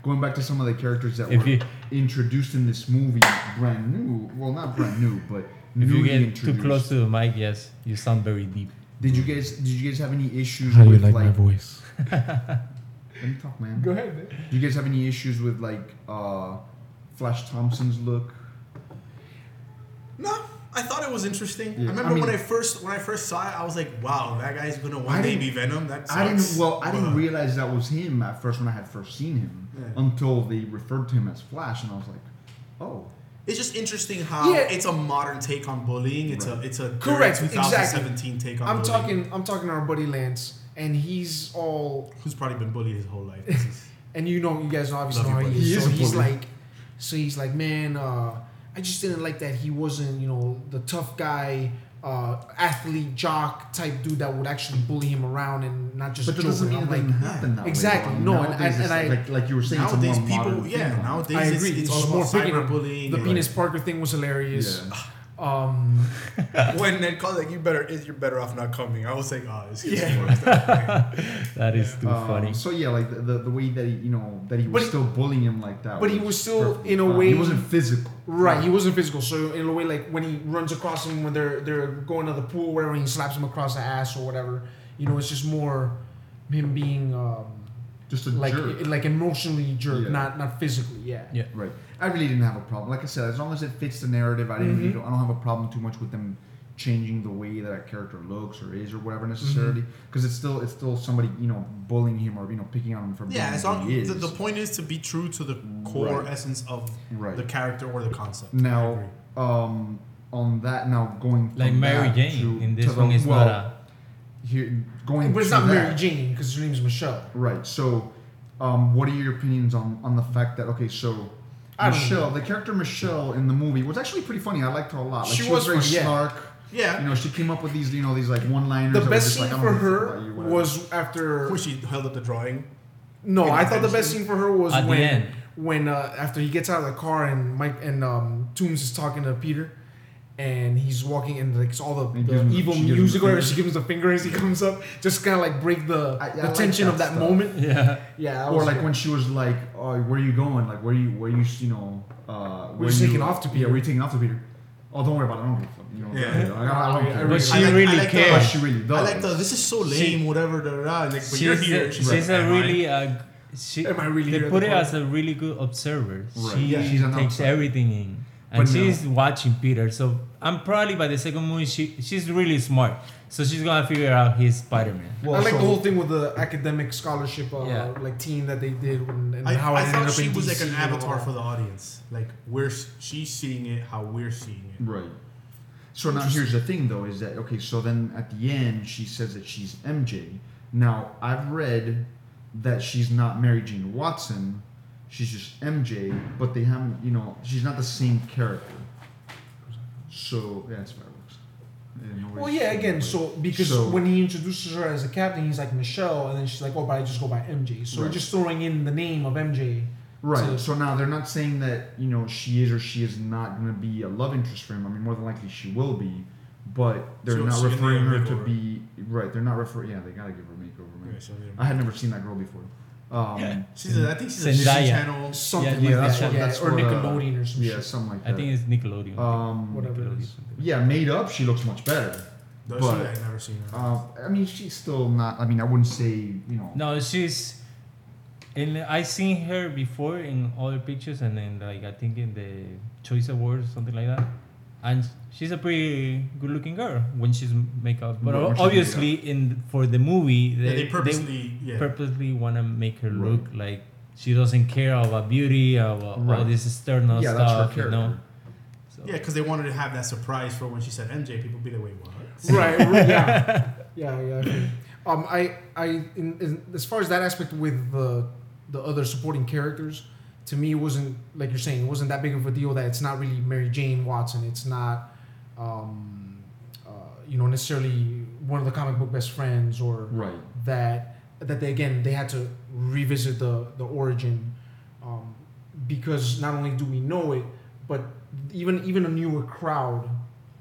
S2: going back to some of the characters that
S1: if
S2: were
S1: you
S2: introduced in this movie, brand new. Well, not brand new, but
S1: if
S2: newly
S1: you get too
S2: introduced.
S1: close to the mic, yes, you sound very deep.
S2: Did you guys did you guys have any issues with like,
S3: voice?
S2: let me talk, man.
S3: Go ahead, man.
S2: Do you guys have any issues with like uh, Flash Thompson's look?
S4: No, I thought it was interesting.
S2: Yeah,
S4: I remember
S2: I mean-
S4: when I first when I first saw it, I was like, "Wow, that guy's gonna one
S2: I
S4: day
S2: didn't-
S4: be Venom." That sucks.
S2: I didn't. Well, I didn't
S4: But-
S2: realize that was him at first when I had first seen him
S4: Yeah.
S2: until they referred to him as Flash, and I was like, oh.
S4: It's just interesting how
S3: Yeah.
S4: it's a modern take on bullying. It's a
S2: Right.
S4: it's a direct
S3: Correct,
S4: 2017 take on.
S3: I'm
S4: bullying.
S3: talking. I'm talking to our buddy Lance, and he's all.
S4: Who's probably been bullied his whole life. This is-
S3: And you know, you guys obviously
S4: Love
S3: know how
S4: your
S3: he
S4: buddy.
S3: is.
S2: He is
S3: so
S2: a
S3: he's
S2: bully.
S3: like, so he's like, man. Uh, I just didn't like that he wasn't, you know, the tough guy, uh, athlete, jock type dude that would actually bully him around and not just
S2: But that
S3: joke.
S2: doesn't
S3: with
S2: mean
S3: him.
S2: it
S3: I'm like,
S2: doesn't happen that way,
S3: Exactly.
S2: though.
S3: No, and-
S2: Nowadays,
S3: and-
S2: it's
S3: and I-
S2: like like you were saying,
S4: Nowadays,
S2: it's a more
S4: people,
S2: modern
S4: yeah.
S2: thing now.
S4: Nowadays,
S3: I agree.
S4: it's, it's
S3: It's
S4: all
S3: more
S4: about
S3: bigger.
S4: cyberbullying.
S3: the
S4: and-
S3: penis Parker thing was hilarious.
S2: Yeah.
S3: Um,
S4: when Ned calls like you better you're better off not coming. I was like, oh, this kid's
S3: Yeah.
S4: worse.
S1: That is too
S2: Um,
S1: funny.
S2: So yeah, like the, the, the way that he, you know that he was
S3: But he-
S2: still bullying him like that.
S3: but he was still,
S2: perfectly
S3: in a
S2: fine.
S3: way-
S2: he wasn't physical.
S3: Right, he wasn't physical. So in a way, like when he runs across him when they're they're going to the pool, or whatever, and he slaps him across the ass or whatever. You know, it's just more him being um,
S2: just a
S3: like
S2: jerk.
S3: like emotionally jerk,
S2: Yeah.
S3: not not physically. Yeah.
S1: Yeah.
S2: right. I really didn't have a problem. Like I said, as long as it fits the narrative, I didn't.
S3: Mhm.
S2: Really, I don't have a problem too much with them changing the way that a character looks or is or whatever necessarily,
S3: Mm-hmm.
S2: because it's still it's still somebody you know bullying him or you know picking on him for being
S4: yeah, it's
S2: who
S4: all,
S2: he
S4: the,
S2: is.
S4: the point is to be true to the core
S2: Right.
S4: essence of
S2: Right.
S4: the character or the concept. I
S2: Now,
S4: agree.
S2: um, on that now going
S1: Like
S2: from
S1: Mary
S2: that
S1: Jane
S2: to-
S1: in
S2: to
S1: this
S2: the-
S1: one is
S2: well,
S1: not a.
S2: here, going
S3: But it's
S2: to
S3: not Mary
S2: that-
S3: Jane because her name's Michelle.
S2: Right. So, um, what are your opinions on on the fact that okay, so
S3: I don't
S2: Michelle, the character Michelle in the movie was actually pretty funny. I liked her a lot. Like, she,
S3: She was
S2: was, very
S3: funny, yeah.
S2: snark.
S4: yeah,
S2: You know, she came up with these, you know, these like one-liners.
S3: The
S2: that were
S3: best
S2: just
S3: scene
S2: like, I
S3: for
S2: don't give a fuck about
S3: her
S2: you, whatever.
S3: was after.
S4: of course she held up the drawing.
S3: No,
S4: in
S3: I thought the
S4: detention.
S3: best scene for her was
S1: At the
S3: when
S1: end.
S3: when uh, after he gets out of the car and Mike and um, Toombs is talking to Peter, and he's walking and like all the,
S2: And
S3: the
S2: gives him-
S3: evil
S2: she gives him
S3: music
S2: the
S3: or whatever,
S2: finger.
S3: she gives him the finger as he comes up, just kind of like break the,
S2: I- I
S3: the
S2: like
S3: tension
S2: that
S3: of that
S2: stuff.
S3: moment.
S1: Yeah.
S3: Yeah, that
S2: Or
S3: was
S2: like
S3: good.
S2: when she was like, "Oh, where are you going? Like, where you, where you, you know, uh, where
S3: just
S2: you-
S3: taking off to
S2: Yeah,
S3: Peter.
S2: where you taking off to Peter? Oh, don't worry about it. I don't give a fuck. You know,
S4: Yeah.
S2: I, I, I don't care.
S1: But
S3: really-
S1: she
S4: I like- I
S1: really
S4: like the-
S2: But
S1: cares.
S2: she really
S4: I
S2: does.
S4: like the this is so lame,
S1: She-
S4: whatever. Da, da, da. And, Like, but
S1: she's
S4: you're here.
S1: a,
S4: she's
S1: she's
S4: like,
S1: a
S4: "Am I?"
S1: really uh, she,
S3: Am I really
S1: they
S3: here at
S1: put
S3: the
S1: it
S3: park?
S1: as a really good observer
S2: Right.
S1: she
S2: Yeah, she's an
S1: takes
S2: outsider.
S1: everything in and
S2: But no.
S1: she's watching peter so i'm probably by the second movie she, she's really smart so she's gonna figure out his spider-man
S2: Well,
S3: I like
S2: so-
S3: the whole thing with the academic scholarship uh,
S1: Yeah.
S3: like team that they did and, and
S4: I,
S3: how
S4: I
S3: it ended
S4: thought
S3: up
S4: she
S3: in
S4: was like
S3: DC
S4: an
S3: and all
S4: avatar
S3: that.
S4: for the audience. Like we're s- she's seeing it how we're seeing it.
S2: Right. So now here's the thing, though, is that okay? So then at the end, she says that she's MJ. Now I've read that she's not Mary Jane Watson. She's just MJ, but they haven't. You know, she's not the same character. So yeah, it's fireworks. Yeah, no worries.
S3: Well, yeah, again, so because
S2: So-
S3: when he introduces her as a captain, he's like Michelle, and then she's like, "Oh, but I just go by MJ." So we're
S2: Right.
S3: just throwing in the name of MJ.
S2: Right.
S3: So-
S2: So, now they're not saying that you know she is or she is not going to be a love interest for him. I mean, more than likely she will be, but they're
S4: So
S2: not
S4: she's gonna
S2: referring
S4: need a
S2: her to
S4: makeover.
S2: be right. They're not referring. Yeah, they gotta give her a makeover, man.
S4: Yeah, so
S2: I had never seen that girl before. Um,
S4: She's a, I think she's a
S1: Zendaya.
S4: Disney Channel.
S3: something
S1: Yeah,
S3: like
S1: that's
S3: that,
S1: what-
S3: yeah,
S2: that's
S3: or
S2: what, uh,
S3: Nickelodeon or some
S2: yeah,
S3: shit.
S2: something like
S1: i
S2: that.
S1: think it's nickelodeon
S2: um,
S3: Whatever it
S1: Nickelodeon.
S3: is.
S2: Yeah, made up. She looks much better. But-
S4: Does she? I've never seen her.
S2: Uh, I mean, she's still not. I mean, I wouldn't say you know.
S1: no she's and i seen her before in other pictures and then like i think in the choice awards or something like that and she's a pretty good looking girl when she's makeup but
S2: When she's made
S1: obviously in for the movie
S4: yeah,
S1: they,
S4: they purposely yeah.
S1: purposely want to make her
S2: Right.
S1: look like she doesn't care about beauty about all
S2: Right.
S1: this external
S2: yeah, that's her
S1: stuff,
S2: character.
S1: you know. So,
S4: yeah, because they wanted to have that surprise for when she said MJ. People be like, wait, what?
S3: right, right, yeah, yeah, yeah. okay. Um, I, I, in, in, as far as that aspect with the the other supporting characters, to me, it wasn't like you're saying, it wasn't that big of a deal that it's not really Mary Jane Watson. It's not, um, uh, you know, necessarily one of the comic book best friends or
S2: Right.
S3: that that they again they had to revisit the the origin um, because not only do we know it but even even a newer crowd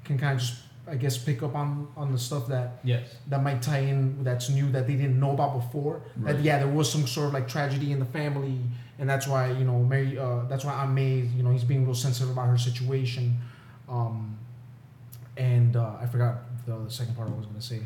S3: can kind of just I guess pick up on on the stuff that
S1: Yes.
S3: that might tie in that's new that they didn't know about before that
S2: Right.
S3: yeah there was some sort of like tragedy in the family and that's why you know Mary uh, that's why Aunt May you know he's being real sensitive about her situation um, and uh, I forgot the other second part I was gonna say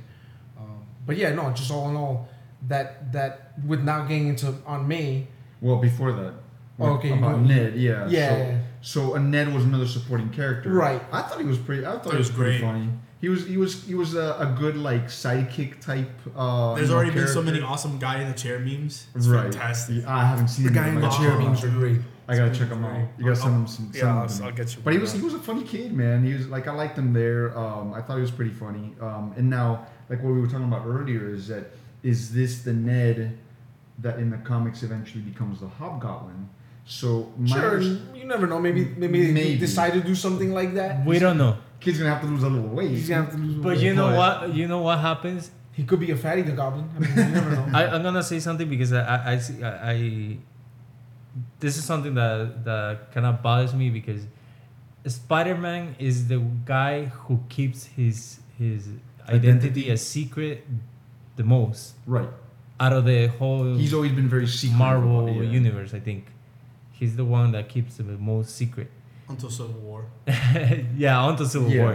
S3: um, but yeah no just all in all that that with now getting into on May
S2: Well, before that.
S3: Oh, okay, you
S2: About
S3: know-
S2: Ned, yeah. so-
S3: yeah
S2: So uh, Ned was another supporting character.
S3: Right.
S2: I thought he was pretty. I thought
S4: He
S2: he
S4: was
S2: was, pretty
S4: great.
S2: funny. He was he was he was a, a good like sidekick type. Uh,
S4: There's
S2: you know,
S4: already been so
S2: character.
S4: many awesome guy in the chair memes. It's
S2: right.
S4: fantastic.
S2: I haven't seen
S3: the
S2: him,
S3: guy in
S2: but
S3: the
S2: I gotta
S3: chair
S2: check him
S3: memes
S2: out.
S3: are great
S2: I gotta check him out. You gotta send him some. send him to me.
S4: get you.
S2: But he was he was a funny kid, man. He was like I liked him there. Um, I thought he was pretty funny. Um, and now like what we were talking about earlier is that is this the Ned that in the comics eventually becomes the Hobgoblin? So my
S3: Sure,
S2: underst-
S3: you never know. Maybe maybe, they
S2: Maybe.
S3: decide to do something like that.
S1: We don't know.
S2: kid's gonna have to lose a little weight.
S3: He's gonna have to lose.
S2: Mm.
S1: But
S3: weight.
S1: you know
S2: But-
S1: what? You know what happens?
S3: he could be a fatty the goblin. I mean, you never know.
S1: I, I'm gonna say something because I I, I, see, I I this is something that that kind of bothers me because Spider-Man is the guy who keeps his his identity,
S2: Identity.
S1: a secret the most
S2: right.
S1: out of the whole
S2: He's always been very secret.
S1: Marvel
S2: about it, yeah.
S1: universe. I think he's the one that keeps the most secret.
S4: until Civil War.
S1: yeah, onto Civil
S2: Yeah.
S1: War.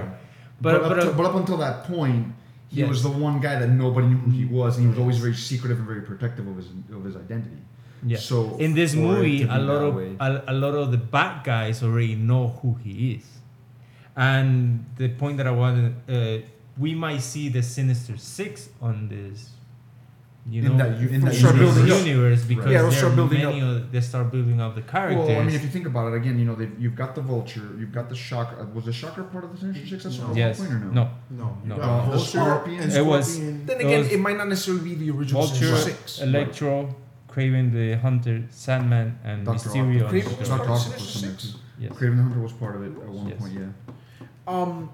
S2: But,
S1: But
S2: up
S1: but,
S2: to- but up until that point, he
S1: Yes. Mm-hmm.
S2: was the one guy that nobody knew who he was, and he was always very secretive and very protective of his of his identity.
S1: yeah.
S2: So
S1: in this
S2: for it
S1: movie
S2: to be
S1: a lot
S2: that
S1: of uh,
S2: way-
S1: a, a lot of the bad guys already know who he is and the point that i wanted uh, we might see the sinister six on this you know
S2: in that, u- in that
S3: start
S2: universe.
S3: building up.
S1: universe because
S2: Yeah,
S3: we'll
S1: there
S3: start
S1: are
S3: building
S1: many of, they start building up the characters
S2: Well, I mean, if you think about it, again, you know, they've- you've got the vulture, you've got the shocker. Was the shocker part of the Sinister Six? That's
S4: No.
S2: not
S1: yes
S2: point or no?
S1: no
S4: No, you
S1: No.
S4: got
S2: Uh, the
S4: Vulture
S2: Scorpion.
S4: and
S1: It was-
S4: Scorpion.
S3: then again,
S1: Those-
S3: it might not necessarily be the original
S1: Vulture,
S3: Sinister Six.
S1: electro craven the hunter sandman and
S2: Doctor
S1: mysterio
S2: Octopus.
S1: and
S3: Craven was
S1: Doctor-
S3: part
S2: Doctor
S3: of
S2: Octopus
S3: Sinister
S2: in there,
S3: Six?
S1: yes.
S2: Craven the Hunter was part of it at one
S1: Yes.
S2: point. Yeah.
S3: Um,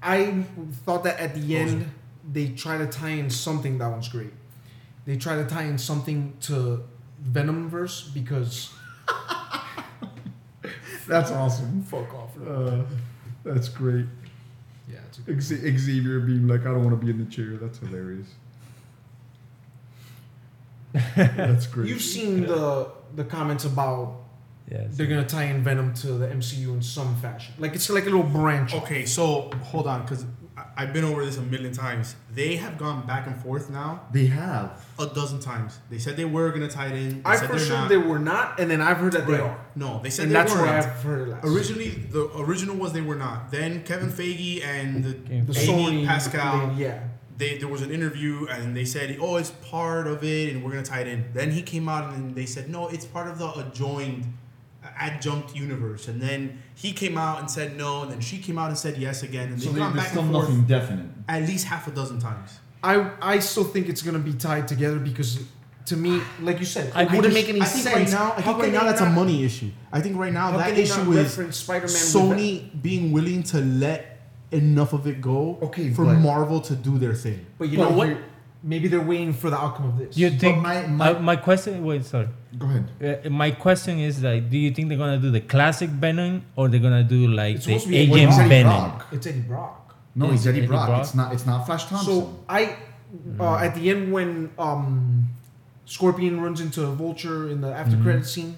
S3: I thought that at the end they try to tie in something. That one's great. They try to tie in something to Venomverse because
S2: That's awesome.
S3: fuck off.
S2: Uh, that's great.
S3: Yeah, it's a good.
S2: Ex- Xavier being like, I don't want to be in the chair. That's hilarious. That's great.
S3: You've seen the the comments about
S1: yes
S3: they're gonna tie in Venom to the MCU in some fashion. Like it's like a little branch.
S4: Okay, so hold on, because I've been over this a million times. They have gone back and forth now
S2: They have.
S4: a dozen times. They said they were gonna tie it in. They
S3: I
S4: said
S3: for
S4: they're
S3: sure
S4: not.
S3: they were not, and then I've heard that they
S4: Right.
S3: are.
S4: No, they said
S3: And
S4: they
S3: that's
S4: weren't.
S3: where I've heard it last.
S4: Originally, the original was they were not. Then Kevin Feige and the,
S1: Kevin
S3: the
S1: The
S4: Amy
S3: Sony
S4: Pascal,
S3: they- yeah.
S4: they there was an interview and they said, "Oh, it's part of it, and we're gonna tie it in." Then he came out and they said, "No, it's part of the adjoined, adjunct universe." And then he came out and said no, and then she came out and said yes again, and
S2: So
S4: they've
S2: they,
S4: gone
S2: there's
S4: back
S2: still
S4: and forth
S2: nothing definite.
S4: at least half a dozen times.
S3: I I still think it's gonna be tied together because to me, like you said,
S1: I
S3: it wouldn't
S1: just-
S3: make any
S4: I
S3: sense.
S4: think right now, I
S3: How
S4: think
S3: can
S4: right now
S3: they
S4: that's a
S3: not-
S4: money issue. I think right now
S3: How
S4: that
S3: can they
S4: issue
S3: not
S4: is
S3: reference Spider-Man with
S4: Sony being willing to let enough of it go
S2: Okay,
S4: for
S2: but-
S4: Marvel to do their thing.
S3: But you
S2: But
S3: know what?
S2: here-
S3: Maybe they're waiting for the outcome of this.
S1: you think my,
S2: my-
S1: my,
S2: my-
S1: Uh, my question wait sorry
S2: Go ahead.
S1: Uh, my question is like, do you think they're gonna do the classic Venom or they're gonna do like
S3: It's
S1: the
S3: supposed to be a
S1: Agent
S2: Eddie
S1: Venom?
S2: Brock.
S3: It's Eddie Brock.
S2: No, he's
S1: Is
S2: Eddie
S1: Eddie
S2: Brock.
S1: Brock?
S2: It's not. It's not Flash Thompson.
S3: So I,
S4: Mm-hmm.
S3: uh, at the end when um, Scorpion runs into a vulture in the after
S4: Mm-hmm.
S3: credit scene,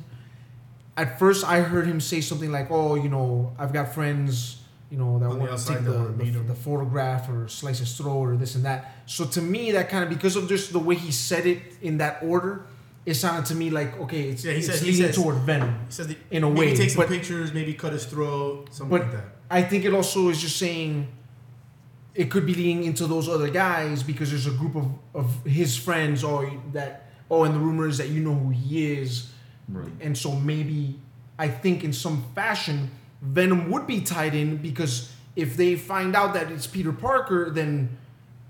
S3: at first I heard him say something like, "Oh, you know, I've got friends, you know, that
S4: On the
S3: want to
S4: outside
S3: take
S4: that
S3: the,
S4: wanna meet
S3: the,
S4: him."
S3: the photograph or slice his throat or this and that." So to me, that kind of because of just the way he said it in that order, it sounded to me like, okay, it's,
S4: Yeah, he
S3: it's
S4: said- he
S3: leading
S4: says-
S3: toward Venom.
S4: He says that
S3: In a
S4: maybe
S3: way,
S4: take some
S3: but-
S4: pictures, maybe cut his throat, something
S3: But
S4: like that.
S3: I think it also is just saying it could be leading into those other guys because there's a group of, of his friends or that oh and the rumor is that you know who he is
S2: right.
S3: and so maybe I think in some fashion Venom would be tied in because if they find out that it's Peter Parker then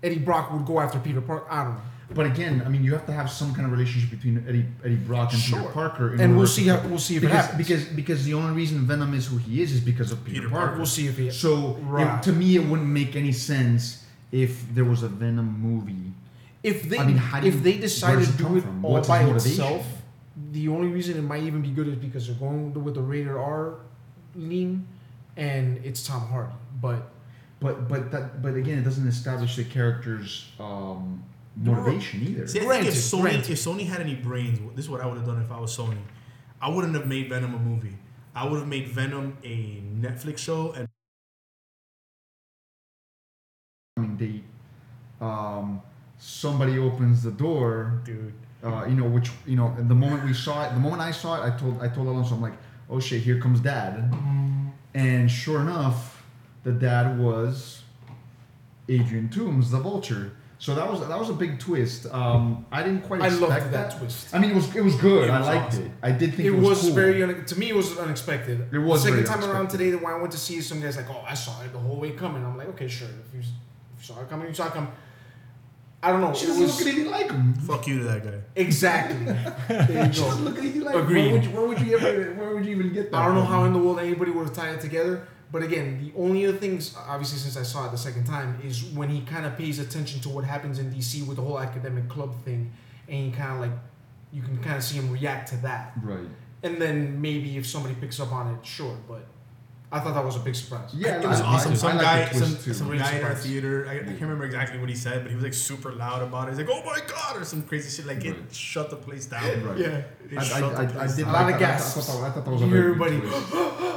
S3: Eddie Brock would go after Peter Parker I don't know
S2: But again, I mean, you have to have some kind of relationship between Eddie, Eddie Brock and
S3: Sure.
S2: Peter Parker. in
S3: and we'll
S2: order
S3: see
S2: to-
S3: how we'll see if it
S2: because,
S3: happens
S2: because because the only reason Venom is who he is is because of Peter,
S4: Peter
S2: Parker.
S4: Parker.
S3: we'll see if he
S2: So it-
S3: Right.
S2: to me, it wouldn't make any sense if there was a Venom movie.
S3: If they
S2: I mean, how do
S3: if
S2: you-
S3: they decide
S2: where
S3: to
S2: does it
S3: do
S2: come
S3: it
S2: from?
S3: all
S2: What's
S3: by
S2: his motivation?
S3: itself, the only reason it might even be good is because they're going with the rated R lean, and it's Tom Hardy. But
S2: But but that but again, it doesn't establish the character's um,
S3: No.
S2: motivation either.
S4: See, I
S3: Granted,
S4: think if Sony,
S3: granted.
S4: if Sony had any brains, this is what I would have done if I was Sony. I wouldn't have made Venom a movie. I would have made Venom a Netflix show, and
S2: I mean, they um, somebody opens the door.
S4: dude,
S2: uh, you know, which you know, and the moment we saw it, the moment I saw it, I told I told Alonso, I'm like, oh shit, here comes dad,
S3: Mm-hmm.
S2: and sure enough, the dad was Adrian Toomes, the Vulture. So that was that was a big twist. Um, I didn't quite
S3: I
S2: expect
S3: loved that,
S2: that.
S3: twist.
S2: I mean, it was it was good.
S4: It
S2: I
S4: was
S2: liked
S4: awesome.
S2: it. I did think
S3: It,
S2: it,
S3: was,
S2: cool.
S3: very un- to me. It was unexpected.
S2: It was
S3: the second
S2: very
S3: time around
S2: unexpected.
S3: today that when I went to see it, some guys like, oh, I saw it the whole way coming. I'm like, okay, sure. If you, if you saw it coming, you saw it coming. I don't know.
S2: She
S3: it
S2: doesn't
S3: was
S2: look anything like him.
S4: Fuck you to that guy.
S3: exactly. There you
S2: She
S3: go.
S2: doesn't look anything like him. Where
S3: Agreed.
S2: would, you, where would you ever? Where would you even get that?
S3: I don't know
S2: from?
S3: how in the world anybody would have tied it together. But again, the only other things, obviously, since I saw it the second time, is when he kind of pays attention to what happens in DC with the whole academic club thing, and he kind of like, you can kind of see him react to that.
S2: Right.
S3: And then maybe if somebody picks up on it, sure. But I thought that was a big surprise.
S2: Yeah,
S4: it was
S2: I-
S4: awesome.
S2: I
S4: Some
S2: like
S4: guy,
S2: the twist
S4: some,
S2: too.
S4: some
S3: Really
S4: guy in our
S3: surprised.
S4: theater. I, I can't remember exactly what he said, but he was like super loud about it. He's like, "Oh my god!" or some crazy shit. Like
S2: Right.
S4: it shut the place down.
S2: Right.
S3: Yeah.
S4: It
S2: I, I,
S4: shut the
S2: I, I did
S4: place
S2: like
S3: A
S4: down.
S3: lot
S2: that.
S3: of
S2: I- I thought
S3: gasps.
S2: that- I thought that was a
S3: You
S2: very
S3: hear
S2: good
S3: everybody-
S2: twist.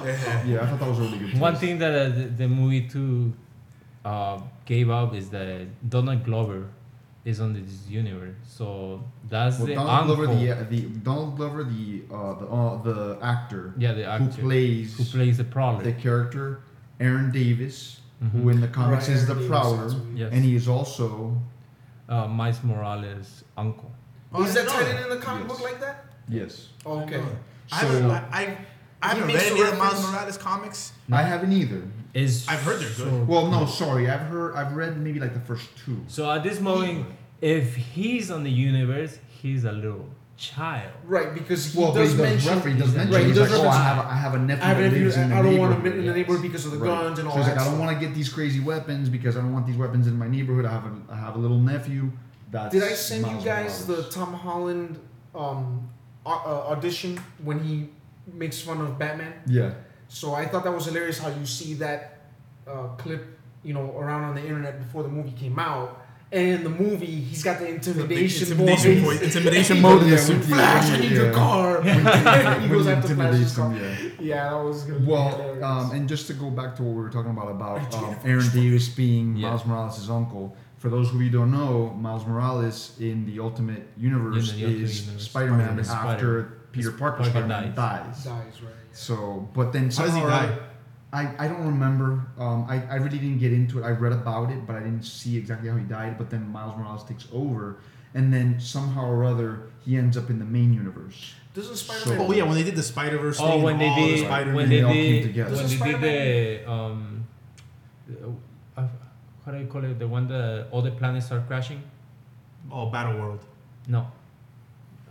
S4: Yeah.
S2: Yeah, I thought that was a really good.
S1: One
S2: twist.
S1: thing that uh, the, the movie too uh, gave up is that Donald Glover is on this universe, so that's
S2: Well,
S1: the
S2: Donald
S1: uncle.
S2: Glover, the, the Donald Glover, the uh, the uh, the actor,
S1: yeah, the actor
S2: who plays
S1: who plays the prowler.
S2: the character Aaron Davis, who
S1: Mhm.
S2: in the comics is the Prowler,
S1: yes,
S2: and he is also
S1: uh, Miles Morales' uncle.
S4: Oh, I
S3: Is that
S4: know
S3: tied in in the comic
S2: Yes.
S3: book like that?
S2: yes.
S3: Okay.
S4: I haven't,
S2: So-
S4: I, I, I
S3: He
S4: haven't read
S3: makes
S4: any
S3: the
S4: of the Miles
S3: reference-
S4: Morales comics.
S2: I haven't either.
S1: Is
S4: I've heard they're good.
S1: so
S2: Well, no, sorry. I've heard. I've read maybe like the first two.
S1: So at this moment, if he's on the universe, he's a little child.
S3: Right, because he
S2: Well, but
S3: does
S2: he does
S3: mention.
S2: refer. He does mention.
S3: Right, he
S2: he's
S3: does
S2: like, oh, I
S3: reference-
S2: have. A, I have a nephew
S3: I,
S2: that
S3: have
S2: lives in the
S3: I don't want to
S2: neighborhood.
S3: admit in the neighborhood because of the
S2: Right.
S3: guns and all
S2: So he's
S3: that.
S2: like, I don't
S3: stuff.
S2: want to get these crazy weapons because I don't want these weapons in my neighborhood. I have a, I have a little nephew. That's
S3: Did I send you
S2: Miles
S3: guys the
S2: Morales.
S3: Tom Holland um, au- uh, audition when he makes fun of Batman?
S2: Yeah.
S3: So I thought that was hilarious how you see that uh, clip, you know, around on the internet before the movie came out. And in the movie, he's got the
S4: The big
S3: intimidation,
S4: intimidation,
S3: voice.
S4: point- intimidation mode
S2: Yeah,
S4: in the
S2: with
S4: suit.
S2: the-
S3: Flash, I need your
S2: Yeah.
S3: car. he
S2: When
S3: goes
S2: he
S3: after Flash's
S2: intimidates
S3: car.
S2: him, yeah.
S3: Yeah, that was good.
S2: Well, um, and just to go back to what we were talking about about
S3: Identity
S2: um, Aaron Davis being
S1: Yeah.
S2: Miles Morales' uncle. For those who you don't know, Miles Morales in the Ultimate Universe
S1: In the Ultimate
S2: is
S1: Universe.
S2: Spider-Man
S1: Spider-Man.
S2: after Peter
S1: Sp-
S2: Parker,
S1: Parker
S2: Spider-Man dies.
S3: dies right. Yeah.
S2: So, but then
S4: How does he
S2: somehow or
S4: die?
S2: other- I, I don't remember. Um, I, I really didn't get into it. I read about it, but I didn't see exactly how he died. But then Miles Morales takes over, and then somehow or other he ends up in the main universe.
S3: Doesn't Spider-Man?
S2: So-
S4: Oh yeah, when they did the Spider Verse.
S1: Oh, when they did, when they
S2: all came
S1: did,
S2: together.
S1: when
S3: This
S1: they
S3: is
S1: did the um, uh, how do you call it? The one that all the planets are crashing?
S4: Oh, Battle World.
S1: No.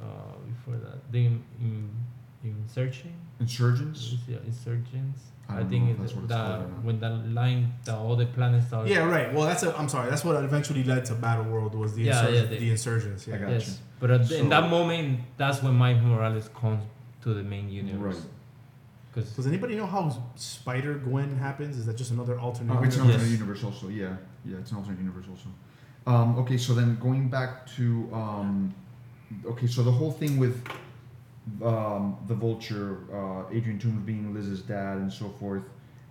S1: Uh, before that, the in, in, insurgents.
S2: Insurgents.
S1: Yeah, insurgents.
S2: I
S1: I,
S2: don't know
S1: think
S2: if that's
S1: it-
S2: what it's
S1: that
S2: called or not.
S1: when the line, the all the planets are.
S4: Yeah, right. Well, that's a. I'm sorry. That's what eventually led to Battle World was the
S1: Yeah,
S4: insurg-
S1: yeah, they-
S4: the insurgents. Yeah.
S2: I got
S1: Yes,
S2: you.
S1: but at the- in
S2: So-
S1: that moment, that's when Miles Morales comes to the main
S2: Right.
S1: universe. Because
S4: Does anybody know how Spider Gwen happens? Is that just another alternate?
S2: Oh, it's an
S4: universe?
S2: alternate
S1: Yes.
S2: universe also. Yeah, yeah, it's an alternate universe also. Um, okay, so then going back to um, okay, so the whole thing with um, the Vulture, uh, Adrian Toomes being Liz's dad and so forth,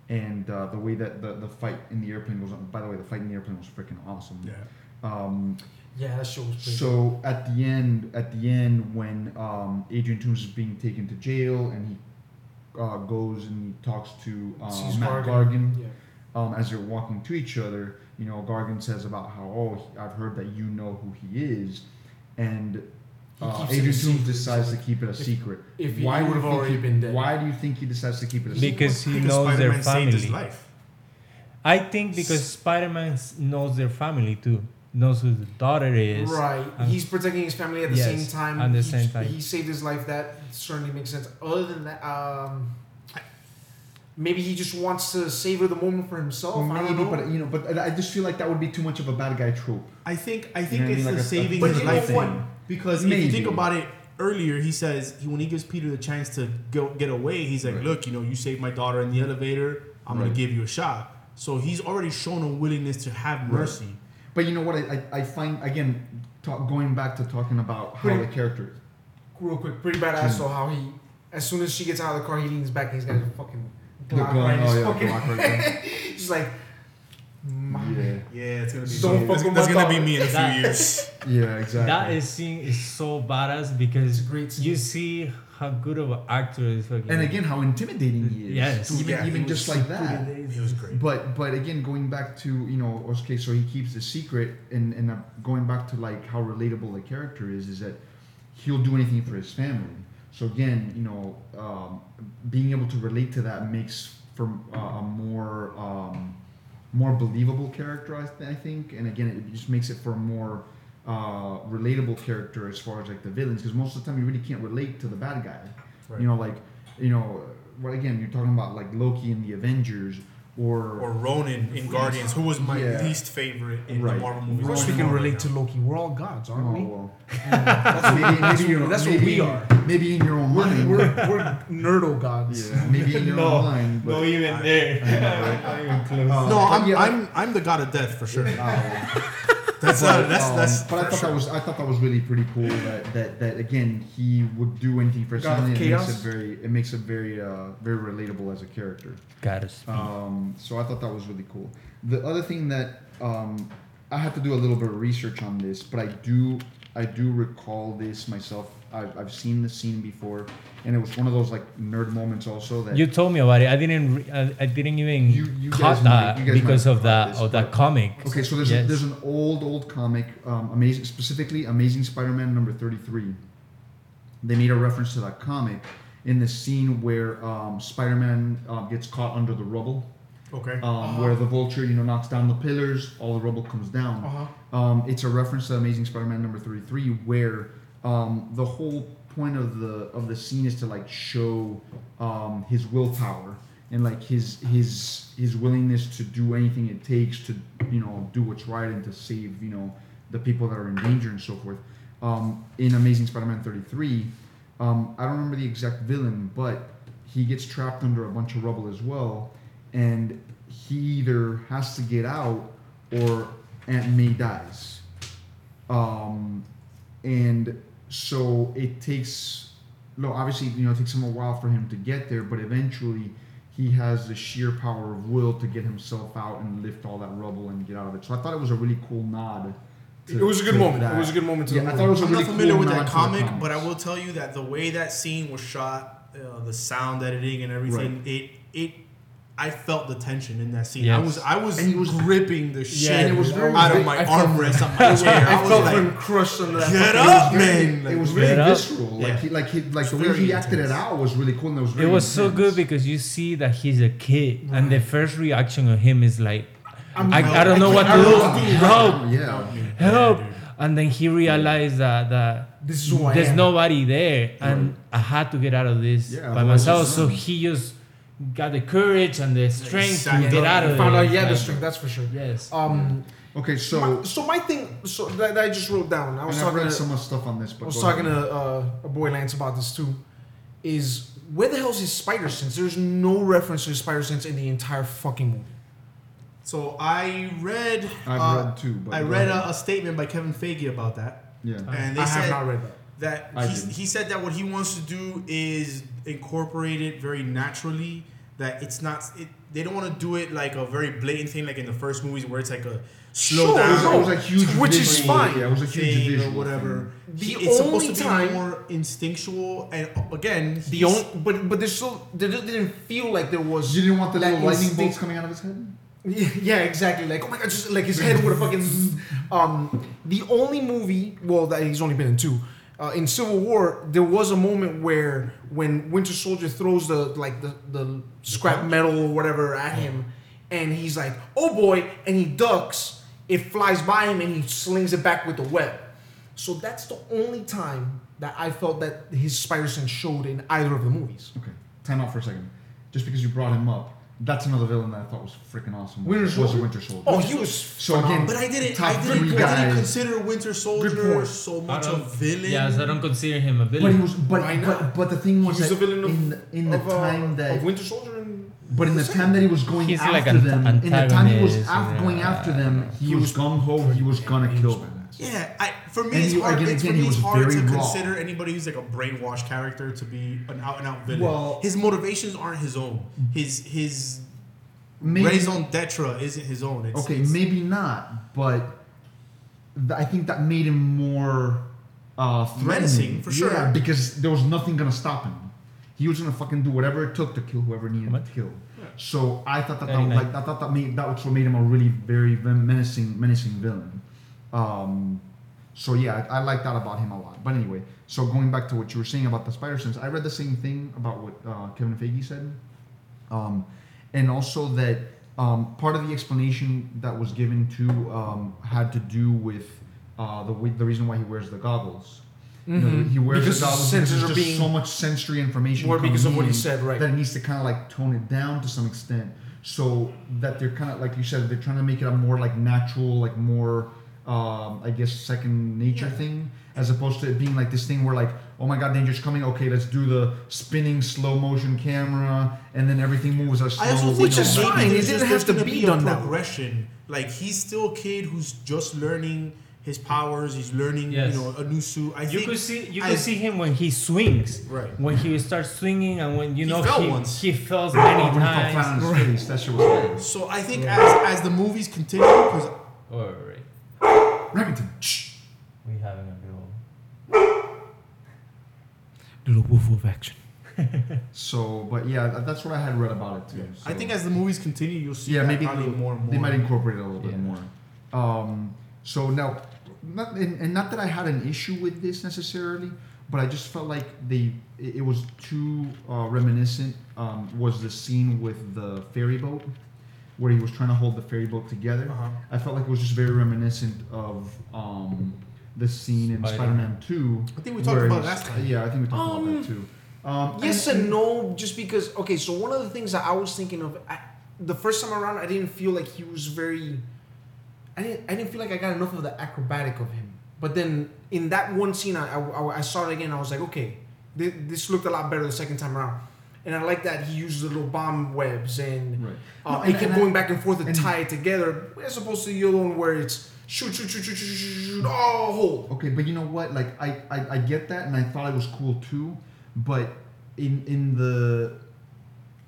S2: and uh, the way that the, the fight in the airplane was. By the way, the fight in the airplane was freaking awesome.
S4: Yeah.
S2: Um,
S3: Yeah, that show was pretty.
S2: so at the end, at the end, when um, Adrian Toomes is being taken to jail and he uh, goes and he talks to uh,
S3: Sees
S2: Matt
S3: Gargan.
S2: Gargan
S3: Yeah.
S2: um, as they're walking to each other, you know, Gargan says about how, oh, I've heard that you know who he is. And
S3: He
S2: uh,
S3: keeps it a
S2: Adrian Toomes
S3: secret.
S2: decides to keep it a secret.
S3: if
S2: do
S3: he would
S2: you
S3: have
S2: think
S3: already
S2: he-
S3: been dead.
S2: Why do you think he decides to keep it a secret?
S1: because he
S4: Because
S1: knows their
S4: Spider-Man saved his
S1: family.
S4: life.
S1: I think because Spider-Man knows their family too, knows who the daughter is.
S3: Right.
S1: And-
S3: He's protecting his family at the
S1: Yes,
S3: same time.
S1: at the
S3: he,
S1: same time.
S3: He saved his life. That certainly makes sense. Other than that, um, maybe he just wants to savor the moment for himself.
S2: Well,
S3: I
S2: maybe,
S3: don't know.
S2: but you know, but I I just feel like that would be too much of a bad guy trope.
S4: I think I
S2: You know
S4: think
S2: what I
S4: it's
S2: mean? Like
S4: the
S2: a-
S4: saving
S2: but
S4: his
S2: you know
S4: life
S2: what?
S4: thing. Because if
S2: Maybe.
S4: you think about it earlier, he says he, when he gives Peter the chance to go get away, he's like,
S2: Right. Mm-hmm.
S4: "Look, you know, you saved my daughter in the elevator. I'm
S2: Right.
S4: gonna give you a shot." So he's already shown a willingness to have mercy.
S2: But you know what? I, I, I find again, talk, going back to talking about how
S3: Pretty-
S2: the character.
S3: Real quick, pretty
S2: Hmm.
S3: badass. So how he, as soon as she gets out of the car, he leans back and he's got a fucking
S2: The
S3: Glock
S2: gun,
S3: right in his
S2: oh yeah,
S3: fucking-
S2: Glock right
S3: He's like,
S2: there.
S3: my.
S2: yeah,
S4: Yeah, it's gonna be
S3: Don't
S4: me.
S3: fuck
S4: That's,
S3: with
S4: that's
S3: my
S4: gonna
S3: daughter.
S4: be me in a few
S1: That-
S4: years.
S2: yeah, exactly.
S1: That is scene is so badass
S3: It's a
S1: because
S3: great scene.
S1: you see how good of an actor is. Fucking
S2: and again, how intimidating he is.
S1: Yes.
S2: to even,
S4: Yeah, he
S2: even
S4: was
S2: just like that.
S4: It was great.
S2: But but again, going back to you know, okay, so he keeps the secret, and and uh, going back to like how relatable the character is, is that he'll do anything for his family. So again, you know, um, being able to relate to that makes for uh, a more um, more believable character, I, th- I think. And again, it just makes it for a more uh, relatable character as far as like the villains, because most of the time you really can't relate to the bad guy.
S4: Right.
S2: You know, like you know, well, again, you're talking about like Loki in the Avengers, or,
S4: or Ronan in Guardians, who was my
S2: Yeah.
S4: least favorite in
S2: Right.
S4: the Marvel movies.
S3: Of course,
S4: Ronan
S3: we can
S4: Marvel
S3: relate
S4: now.
S3: to Loki. We're all gods,
S2: Oh,
S3: aren't we?
S2: well. maybe,
S3: that's
S2: maybe
S3: what-
S2: you're-
S3: that's what
S2: maybe-
S3: we are.
S2: Maybe in your own
S3: We're,
S2: mind.
S3: we're, we're nerdo gods.
S2: yeah, maybe in your
S1: No,
S2: own mind. But,
S1: no, even there. not even close.
S2: Uh,
S4: No,
S2: but
S4: I'm,
S2: yeah,
S4: I'm I'm the god of death for sure.
S2: uh,
S4: That's
S2: But,
S4: not, that's
S2: um,
S4: that's.
S2: But I
S4: for
S2: thought
S4: sure.
S2: that was I thought that was really pretty cool that that, that again he would do anything for
S3: God of
S2: something. It makes
S3: chaos.
S2: it very it makes it very uh, very relatable as a character.
S1: Got us.
S2: Um, so I thought that was really cool. The other thing that um, I had to do a little bit of research on this, but I do I do recall this myself. I've, I've seen the scene before, and it was one of those like nerd moments also that
S1: You told me about it. I didn't. Re- I, I didn't even
S2: You- you
S1: caught
S2: guys might-
S1: that
S2: you guys
S1: because
S2: might
S1: of
S2: caught
S1: that
S2: this,
S1: of that
S2: but-
S1: comic.
S2: Okay, so there's
S1: Yes.
S2: there's an old old comic, um, amazing specifically Amazing Spider-Man number thirty-three. They made a reference to that comic in the scene where um, Spider-Man um, gets caught under the rubble,
S4: okay.
S2: um,
S1: Uh-huh.
S2: where the Vulture you know knocks down the pillars, all the rubble comes down.
S3: Uh-huh.
S2: Um, it's a reference to Amazing Spider-Man number thirty-three, where um, the whole point of the of the scene is to like show um, his willpower and like his his his willingness to do anything it takes to you know do what's right and to save you know the people that are in danger and so forth. Um, in Amazing Spider-Man thirty-three, um, I don't remember the exact villain, but he gets trapped under a bunch of rubble as well, and he either has to get out or Aunt May dies. Um, and so it takes, no, obviously, you know, it takes him a while for him to get there, but eventually he has the sheer power of will to get himself out and lift all that rubble and get out of it. So I thought it was a really cool nod. to-
S3: It was a good
S2: to
S3: moment.
S2: that.
S3: It was a good moment to
S2: Yeah,
S3: the
S2: I
S3: movie.
S2: thought it was a
S4: I'm
S2: really
S4: not familiar
S2: cool
S4: with
S2: nod
S4: that
S2: to the
S4: comic, but I
S2: comics.
S4: will tell you that the way that scene was shot, uh, the sound editing and everything, it it I felt the tension in that scene. I
S1: Yes.
S4: was I was,
S2: And he was-
S4: gripping the shit
S3: and it was very-
S4: out of my
S3: I felt-
S4: armrest on my chair. I,
S3: I
S4: was
S3: felt
S4: like,
S3: him crushed under that.
S4: get
S3: fucking-
S4: up,
S2: It was very-
S4: man.
S2: It was
S4: Like,
S2: really
S1: Straight up.
S2: visceral.
S4: Yeah.
S2: Like he, like he, like
S4: It's
S2: the way
S4: very
S2: he acted it
S4: intense.
S2: out was really cool. And it was
S1: It
S2: very
S1: was so
S2: intense.
S1: good because you see that he's a kid, and the first reaction of him is like, I, I don't know what
S4: I
S1: to
S4: don't
S1: do.
S4: know what to do.
S1: Help!
S2: Yeah.
S1: Help!
S4: dude.
S1: And then he realized that that
S3: This is who I
S1: there's
S3: am.
S1: nobody there, and I had to get out of this
S2: Yeah,
S1: by
S2: otherwise
S1: myself.
S2: it's
S1: So
S2: done.
S1: he just got the courage and the strength
S4: sacked
S1: to get
S4: up.
S1: out
S3: I
S1: of
S3: found
S1: it.
S3: out he had the
S1: Like,
S3: strength, that's for sure.
S1: Yes.
S3: Um,
S2: Okay, so
S3: my, so my thing, so that, that I just wrote down. I was
S2: and I've
S3: talking
S2: read
S3: to,
S2: so much stuff on this, but
S3: I was
S2: go
S3: talking
S2: ahead.
S3: to uh, a boy Lance about this too. Is where the hell's his spider sense? There's no reference to his spider sense in the entire fucking movie.
S4: So I read
S2: I've
S4: uh,
S2: read two, but
S4: I
S2: go
S4: read uh,
S2: ahead.
S4: a, a statement by Kevin Feige about that,
S2: yeah.
S4: and they
S3: Uh, I
S4: said
S3: have not read that.
S4: that
S2: I
S4: he,
S2: didn't.
S4: he said that what he wants to do is incorporate it very naturally that it's not it, they don't want to do it like a very blatant thing like in the first movies where it's like a slow
S3: Sure,
S2: It was, it
S4: down
S2: was a huge,
S3: Which is
S2: visual-
S3: fine.
S2: Yeah, it was a huge
S4: thing or
S2: visual
S4: whatever
S2: thing.
S3: The
S4: He- it's supposed
S3: only
S4: to be
S3: time-
S4: more instinctual and uh, again
S3: The
S4: he's-
S3: only, but but there's still there just didn't feel like there was.
S2: You didn't want the
S3: That
S2: little lightning bolts
S3: instinct-
S2: coming out of his head.
S3: Yeah, yeah, exactly. Like, oh my god, just like his head would have fucking. Um, the only movie, well, that he's only been in two. Uh, in Civil War, there was a moment where when Winter Soldier throws the like the, the scrap metal or whatever at him, and he's like, "Oh boy!" and he ducks. It flies by him, and he slings it back with the web. So that's the only time that I felt that his spider sense showed in either of the movies.
S2: Okay, time out for a second. Just because you brought him up, that's another villain that I thought was freaking awesome.
S3: Winter
S2: was
S3: Soldier.
S2: Winter Soldier.
S3: Oh, he was.
S2: so again,
S4: but I didn't
S2: top
S4: I didn't,
S2: three
S4: I
S2: guys.
S4: didn't consider Winter Soldier
S2: point.
S4: so
S1: I
S4: much a
S1: don't-
S4: villain
S1: Yes, I don't consider him a
S2: But
S1: villain.
S2: he was, but,
S3: Why
S2: but
S3: not?
S2: but the thing was,
S3: He was
S2: that
S3: a villain of-
S2: um in the, in the
S3: of, uh,
S2: time that
S3: of Winter Soldier and
S2: But in the time that he was going
S1: He's
S2: after
S1: like an
S2: them, in the time he was
S1: antagonist,
S2: af- going
S1: yeah.
S2: after them, he, was gung ho. He was gonna kill them.
S4: yeah I, for me
S2: And
S4: it's
S2: you-
S4: hard,
S2: again-
S4: it's, for
S2: again, he
S4: me, it's
S2: was
S4: hard to
S2: very raw.
S4: consider anybody who's like a brainwashed character to be an out and out villain
S2: Well- Mm.
S4: his motivations aren't his own his his
S2: Maybe
S4: raison d'etre isn't his own. It's,
S2: okay,
S4: it's-
S2: maybe not, but th- I think that made him more uh, threatening.
S4: Menacing, for sure.
S2: Yeah, because there was nothing gonna stop him. He was gonna fucking do whatever it took to kill whoever needed
S1: What?
S2: to kill. So I thought that, that
S1: Very
S2: like I thought that made that was what made him a really very ven- menacing menacing villain. Um, so yeah, I, I like that about him a lot. But anyway, so going back to what you were saying about the spider sense, I read the same thing about what uh, Kevin Feige said, um, and also that Um, part of the explanation that was given to um, had to do with uh, the wi- the reason why he wears the goggles. You know,
S3: Mhm.
S2: he wears
S3: Because
S2: the
S3: his
S2: goggles because
S3: senses
S2: there's
S3: are
S2: just
S3: being-
S2: so much sensory information.
S3: More because
S2: coming
S3: of what he
S2: in
S3: said, right.
S2: That it needs to kind of like tone it down to some extent, so that they're kind of like you said, they're trying to make it a more like natural, like more, um, I guess, second nature thing, as opposed to it being like this thing where like, oh my god, danger's coming. Okay, let's do the spinning slow motion camera, and then everything moves at a slow.
S4: I also think
S3: Which
S4: that
S3: is
S4: maybe
S3: fine. It
S4: there's
S3: didn't
S4: just-
S3: have
S4: there's
S3: to
S4: gonna
S3: be
S4: a
S3: done that way.
S4: progression. Like he's still a kid who's just learning his powers. He's learning,
S1: Yes.
S4: you know, a new suit. I
S1: You
S4: think
S1: could see you
S4: I-
S1: could see him when he swings,
S4: Right.
S1: When he starts swinging and when you
S4: He
S1: know
S4: fell
S1: he
S4: once.
S1: he falls
S2: Oh,
S1: many
S2: when he fell flat
S1: times.
S2: on his face, that shit was bad.
S4: So I think as as the movies continue, because
S1: All right,
S2: Remington. shh.
S1: we having a good one.
S3: Little woof woof action.
S2: So, but yeah, tha- that's what I had read about it too.
S4: I
S2: so-
S4: think as the movies continue, you'll see
S2: yeah,
S4: that
S2: maybe
S4: probably
S2: they-
S4: more and more.
S2: they might incorporate it a little bit
S1: Yeah.
S2: more. Um, so now, not, and, and not that I had an issue with this necessarily, but I just felt like they it, it was too uh, reminiscent. Um, was the scene with the ferry boat where he was trying to hold the ferry boat together?
S4: Uh-huh.
S2: I felt like it was just very reminiscent of um, the scene in
S1: Spider-
S2: Spider-Man Two.
S4: I think we talked
S2: where
S4: about it
S2: he's-
S4: last time.
S2: Yeah, I think we talked about
S3: Um,
S2: that too. Um,
S3: Yes and no, just because. Okay, so one of the things that I was thinking of, I, the first time around, I didn't feel like he was very. I didn't. I didn't feel like I got enough of the acrobatic of him. But then in that one scene, I, I, I saw it again. I was like, okay, this, this looked a lot better the second time around. And I like that he used the little bomb webs and
S2: Right.
S3: uh,
S2: No,
S3: he
S2: and-
S3: kept
S2: and I-
S3: going back and forth to
S2: and-
S3: tie it together, as opposed to the other one where it's shoot, shoot, shoot, shoot, shoot, shoot, shoot, shoot, oh, hold.
S2: Okay, but you know what? Like I, I, I get that, and I thought it was cool too, but in in the,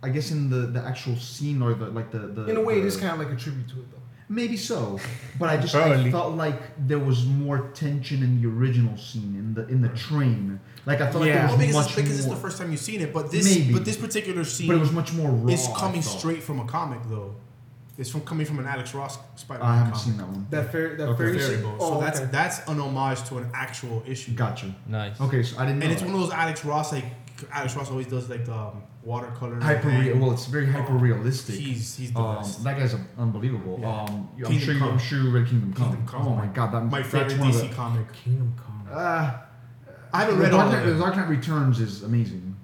S2: I guess in the the actual scene or the like the the
S3: In a way, it
S2: the-
S3: is kind of like a tribute to it, though.
S2: maybe so, but I just I
S1: Probably.
S2: felt like there was more tension in the original scene in the in the train. Like I felt
S3: Yeah.
S4: Well,
S2: like there was
S4: because,
S2: much
S4: it's, because it's
S2: more,
S4: the first time you've seen it, but this
S2: Maybe.
S4: but this particular scene
S2: but it was much more raw.
S4: is coming
S2: I felt.
S4: straight from a comic though. It's from coming from an Alex Ross Spider-Man
S2: Ah, I haven't
S4: comic.
S2: seen that one.
S3: That fair, that
S2: Okay.
S3: fairy
S4: Fairy
S3: scene-
S4: Boat.
S3: Oh,
S4: so that's
S3: okay.
S4: that's an homage to an actual issue.
S2: Gotcha.
S1: Nice.
S2: Okay, so I didn't.
S4: and
S2: know
S4: it's
S2: that.
S4: one of those Alex Ross like Alex Ross always does like um, watercolor.
S2: hyper real.
S4: and-
S2: Well, it's very hyper realistic.
S4: He's he's the
S2: Um,
S4: best.
S2: that guy's unbelievable.
S4: Yeah.
S2: Um, I'm
S4: Kingdom
S2: sure you,
S4: Come.
S2: I'm sure you read Kingdom Come.
S4: Kingdom Come.
S2: Oh my god, that
S4: My
S2: that's
S4: favorite
S2: one of
S4: DC comic.
S3: Kingdom Come.
S2: The, uh,
S4: I haven't
S2: the,
S4: read all
S2: Dark
S4: of
S2: Knight, the
S4: it.
S2: Dark Knight Returns is amazing.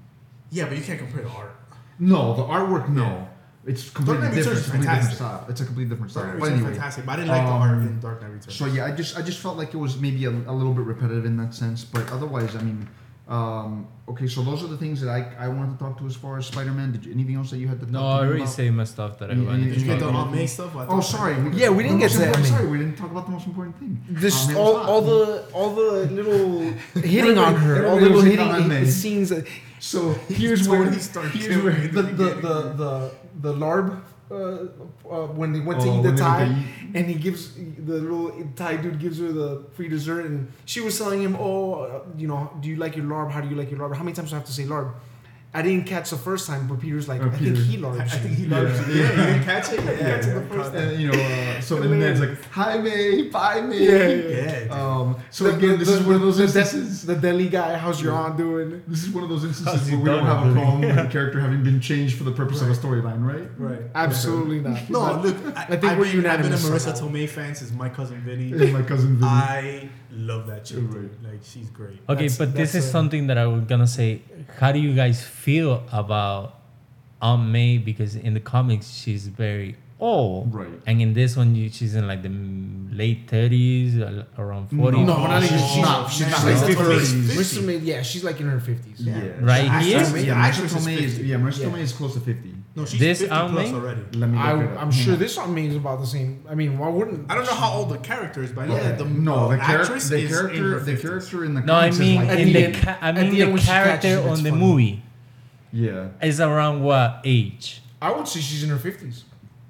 S4: Yeah, but you can't compare the art.
S2: No, the artwork, no,
S4: Yeah.
S2: it's completely
S4: Knight
S2: different.
S4: Returns
S2: It's a
S4: is
S2: completely different
S4: fantastic.
S2: style. It's a completely different
S4: Dark
S2: style.
S4: Knight
S2: But
S4: Returns is
S2: anyway,
S4: fantastic, but I didn't like the art
S2: um,
S4: in Dark Knight Returns.
S2: so yeah, I just I just felt like it was maybe a, a little bit repetitive in that sense. But otherwise, I mean, um, okay. So those are the things that I, I wanted to talk to as far as Spider Man. Did you, anything else that you had to? Talk
S1: No,
S2: to
S1: I
S2: me
S1: already
S2: about?
S1: say my stuff that I
S2: You-
S1: wanted
S2: you-
S4: Did
S1: to
S4: you get the
S1: talk about.
S4: Aunt May stuff? I
S2: Oh,
S4: thought-
S2: sorry.
S3: Yeah,
S2: the
S3: we didn't get
S2: most
S3: to that,
S2: important-
S3: I mean.
S2: Sorry, we didn't talk about the most important thing.
S3: This
S2: Um, it was
S3: all,
S2: hot.
S3: all the all the little hitting on her, all
S2: Everybody
S3: the little
S2: was hitting
S3: hitting
S2: on me.
S3: scenes. that-
S2: So here's
S4: That's
S2: where
S4: when he starts
S2: here's
S4: doing
S2: where
S4: it.
S3: The the the the, the larb uh, uh, when they went to
S2: Oh,
S3: eat
S2: when
S3: the
S2: they
S3: Thai,
S2: went to
S3: and he gives the little Thai dude gives her the free dessert, and she was telling him, "Oh, uh, you know, do you like your larb? How do you like your larb? How many times do I have to say larb?" I didn't catch the first time, but Peter's like,
S2: Oh,
S3: "I
S2: Peter.
S3: think he
S4: I
S3: larb."
S4: I think he
S2: Yeah.
S4: loved it. Yeah, you didn't catch it. Yeah,
S3: Yeah, it's the
S4: I
S3: first
S4: caught that.
S2: and, you know, uh, so then
S3: Hilarious.
S2: Ned's like, "Hi, May, bye, May."
S3: Yeah, yeah.
S4: Yeah,
S2: Um, so
S3: The-
S2: again,
S3: the-
S2: this is
S3: the-
S2: one of those
S3: the de-
S2: instances.
S3: the deli guy, how's your
S2: Yeah.
S3: aunt doing?
S2: This is one of those
S1: How's
S2: instances
S1: he
S2: where we don't
S1: done
S2: have a
S1: already?
S2: problem with the character having been changed for the purpose of a storyline, right?
S4: right.
S3: Absolutely not.
S4: No, look, I,
S3: I think
S4: I've
S3: we're
S4: been,
S3: unanimous
S4: I've
S3: on
S4: been a Marissa
S3: that one.
S4: Tomei fan since my cousin Vinny.
S2: And my cousin Vinny.
S4: I love that chick.
S2: Right.
S4: dude. Like she's great.
S1: Okay,
S3: That's-
S1: but this
S3: that's
S1: is
S3: a-
S1: something that I was gonna say. How do you guys feel about Aunt May? Because in the comics, she's very
S4: Oh.
S1: old,
S2: Right.
S1: and in this one, you, she's in like the m- late thirties, around forty.
S2: No, we're not even-
S4: she's not. She's
S2: not.
S4: She's
S2: She's
S4: fifties.
S2: 50s.
S3: Marissa Tomei, yeah, she's like in her fifties.
S1: Right
S4: Actress-
S1: here?
S4: the
S2: Yeah, Marissa
S4: actress is
S2: Tomei is
S4: 50.
S2: yeah, Marissa
S3: Yeah.
S2: Tomei is close to fifty.
S4: No, she's
S1: This
S4: 50
S1: Aunt
S4: plus
S1: May?
S4: already.
S2: Let me. Look
S3: I,
S2: it up.
S3: I'm sure this on me is about the same. I mean, why wouldn't?
S4: I don't know how old the character is, but I know
S2: Yeah,
S4: that the
S2: no, the, charac-
S4: actress
S2: the
S4: is in
S2: character,
S4: her
S2: the
S4: 50s.
S2: character in the
S1: No, I
S2: comics is
S1: mean
S2: like
S1: in the,
S2: 80.
S1: ca- I
S3: at
S1: mean
S3: the
S1: the,
S3: end when she
S1: character
S3: catches it, it's
S1: on the
S3: funny.
S1: movie
S2: yeah.
S1: is around what age?
S3: I would say she's in her fifties.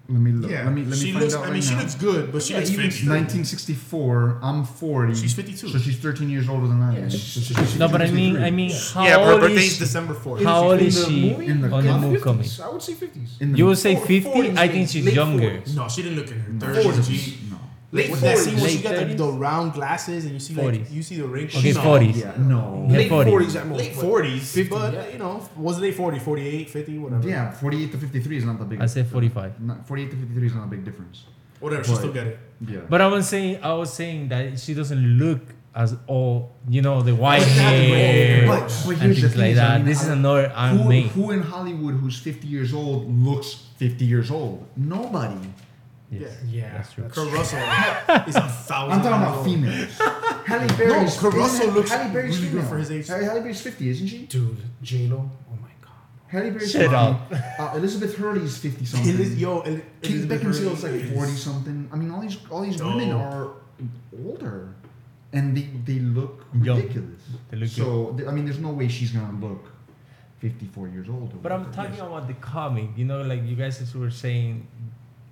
S2: Let me look.
S4: Yeah,
S2: Let me let me
S4: she
S2: find
S4: looks.
S2: out
S4: I
S2: right
S4: mean, she
S2: now.
S4: looks good, but she
S3: Yeah,
S4: looks
S3: even
S4: 50.
S2: 1964. I'm 40.
S4: She's 52.
S2: So she's 13 years older than I am.
S3: Yeah,
S2: So
S3: she's-
S2: she's 52,
S1: No, but I mean,
S2: 53.
S1: I mean, how
S4: yeah, but her
S1: old
S4: birthday
S1: is
S4: is
S1: she?
S4: December 4th.
S1: How old is
S3: the
S1: she
S3: movie?
S2: in the
S1: on the
S2: comic?
S1: movie
S3: 50s.
S1: comic?
S3: I would say fifties.
S2: in the
S1: You would say
S3: Four- 40s,
S1: fifty? I think she's
S3: late
S1: younger.
S3: 40s.
S4: No, she didn't look in her
S2: no,
S4: 30s.
S2: she's-
S4: She,
S2: no.
S4: Late
S2: What-
S4: that scene when
S1: Late
S4: she got the,
S1: 30s?
S4: the round glasses and you see like
S1: 40s.
S4: you see the ring.
S1: Okay,
S4: No.
S1: 40s.
S2: Yeah, no.
S1: Yeah,
S4: Late
S1: 40s.
S4: 40s at most.
S2: Late
S4: 40s,
S2: 50,
S4: but
S2: yeah.
S4: you know, was it late 40, 48, 50, whatever.
S2: Yeah, 48 to 53 is not the big.
S1: I said 45.
S2: Not, 48 to 53 is not a big difference.
S4: whatever. She
S2: But-
S4: still got it.
S2: Yeah.
S1: But I was saying, I was saying that she doesn't look as old. You know, the white
S4: But that
S1: hair
S4: way.
S1: and
S2: but,
S4: But-
S2: but here's the
S1: things
S2: thing
S1: like
S2: is, I
S1: that.
S2: mean,
S1: This
S2: I
S1: is
S2: don't-
S1: another I'm
S2: who,
S1: me.
S2: who in Hollywood who's 50 years old looks 50 years old? Nobody.
S1: Yes.
S3: Yeah,
S1: That's true.
S4: Kurt Russell is a thousand.
S2: I'm talking about
S4: miles
S2: females. Halle
S4: old.
S2: Berry.
S4: No, Kurt Russell looks
S2: Halle Berry's
S4: really good
S2: female.
S4: for his age.
S2: Halle Halle Berry's 50, isn't she?
S3: dude, J Lo. Oh my god.
S2: Halle Berry's
S1: Shut
S2: 50.
S1: up.
S2: Uh, Elizabeth Hurley's 50 something.
S4: Eliz- Yo, El-
S2: Kate
S4: Elizabeth
S2: Beckinsale's
S4: Hurley
S2: like
S4: is-
S2: 40 something. I mean, all these all these women
S4: Dope.
S2: are older, and they they look
S1: Young.
S2: ridiculous.
S1: They look
S2: so th- I mean, there's no way she's gonna look 54 years old. or
S1: But I'm
S2: whatever.
S1: talking about the comic, you know, like you guys were saying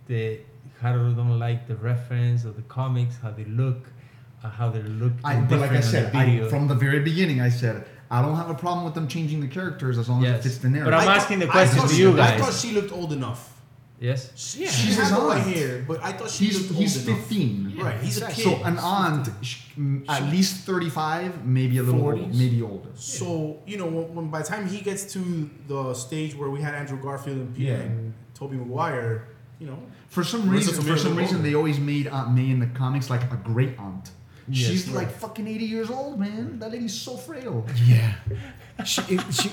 S1: that Haru don't like the reference of the comics, how they look, uh, how they look.
S2: I,
S1: in
S2: but like I
S1: different
S2: said,
S1: on the
S2: I,
S1: video.
S2: from the very beginning, I said I don't have a problem with them changing the characters as long as
S1: Yes.
S2: it fits the narrative.
S1: But I'm
S4: I-
S1: asking the
S4: I
S1: question
S4: thought
S1: to
S4: she-
S1: you
S4: I
S1: guys.
S4: thought she looked old enough.
S1: yes.
S4: She,
S3: Yeah.
S4: she
S2: She's
S4: has
S2: his
S4: the white
S2: aunt.
S4: hair, but I thought she
S2: he's
S4: looked
S2: he's
S4: old enough.
S2: 15.
S4: Right, he's a
S3: exactly.
S4: kid.
S2: So an aunt, sh- m- at least 35, maybe a little,
S3: 40s.
S2: old, maybe older.
S4: So you know, when, when by the time he gets to the stage where we had Andrew Garfield and Peter
S2: Yeah.
S4: and Toby Maguire, you know,
S2: For some
S4: Marissa
S2: reason,
S4: Tomei
S2: for some
S4: looked
S2: reason,
S4: older.
S2: they always made Aunt May in the comics like a great aunt.
S1: Yes,
S2: She's
S1: right.
S2: like fucking 80 years old, man. That lady's so frail.
S3: Yeah. She, it, she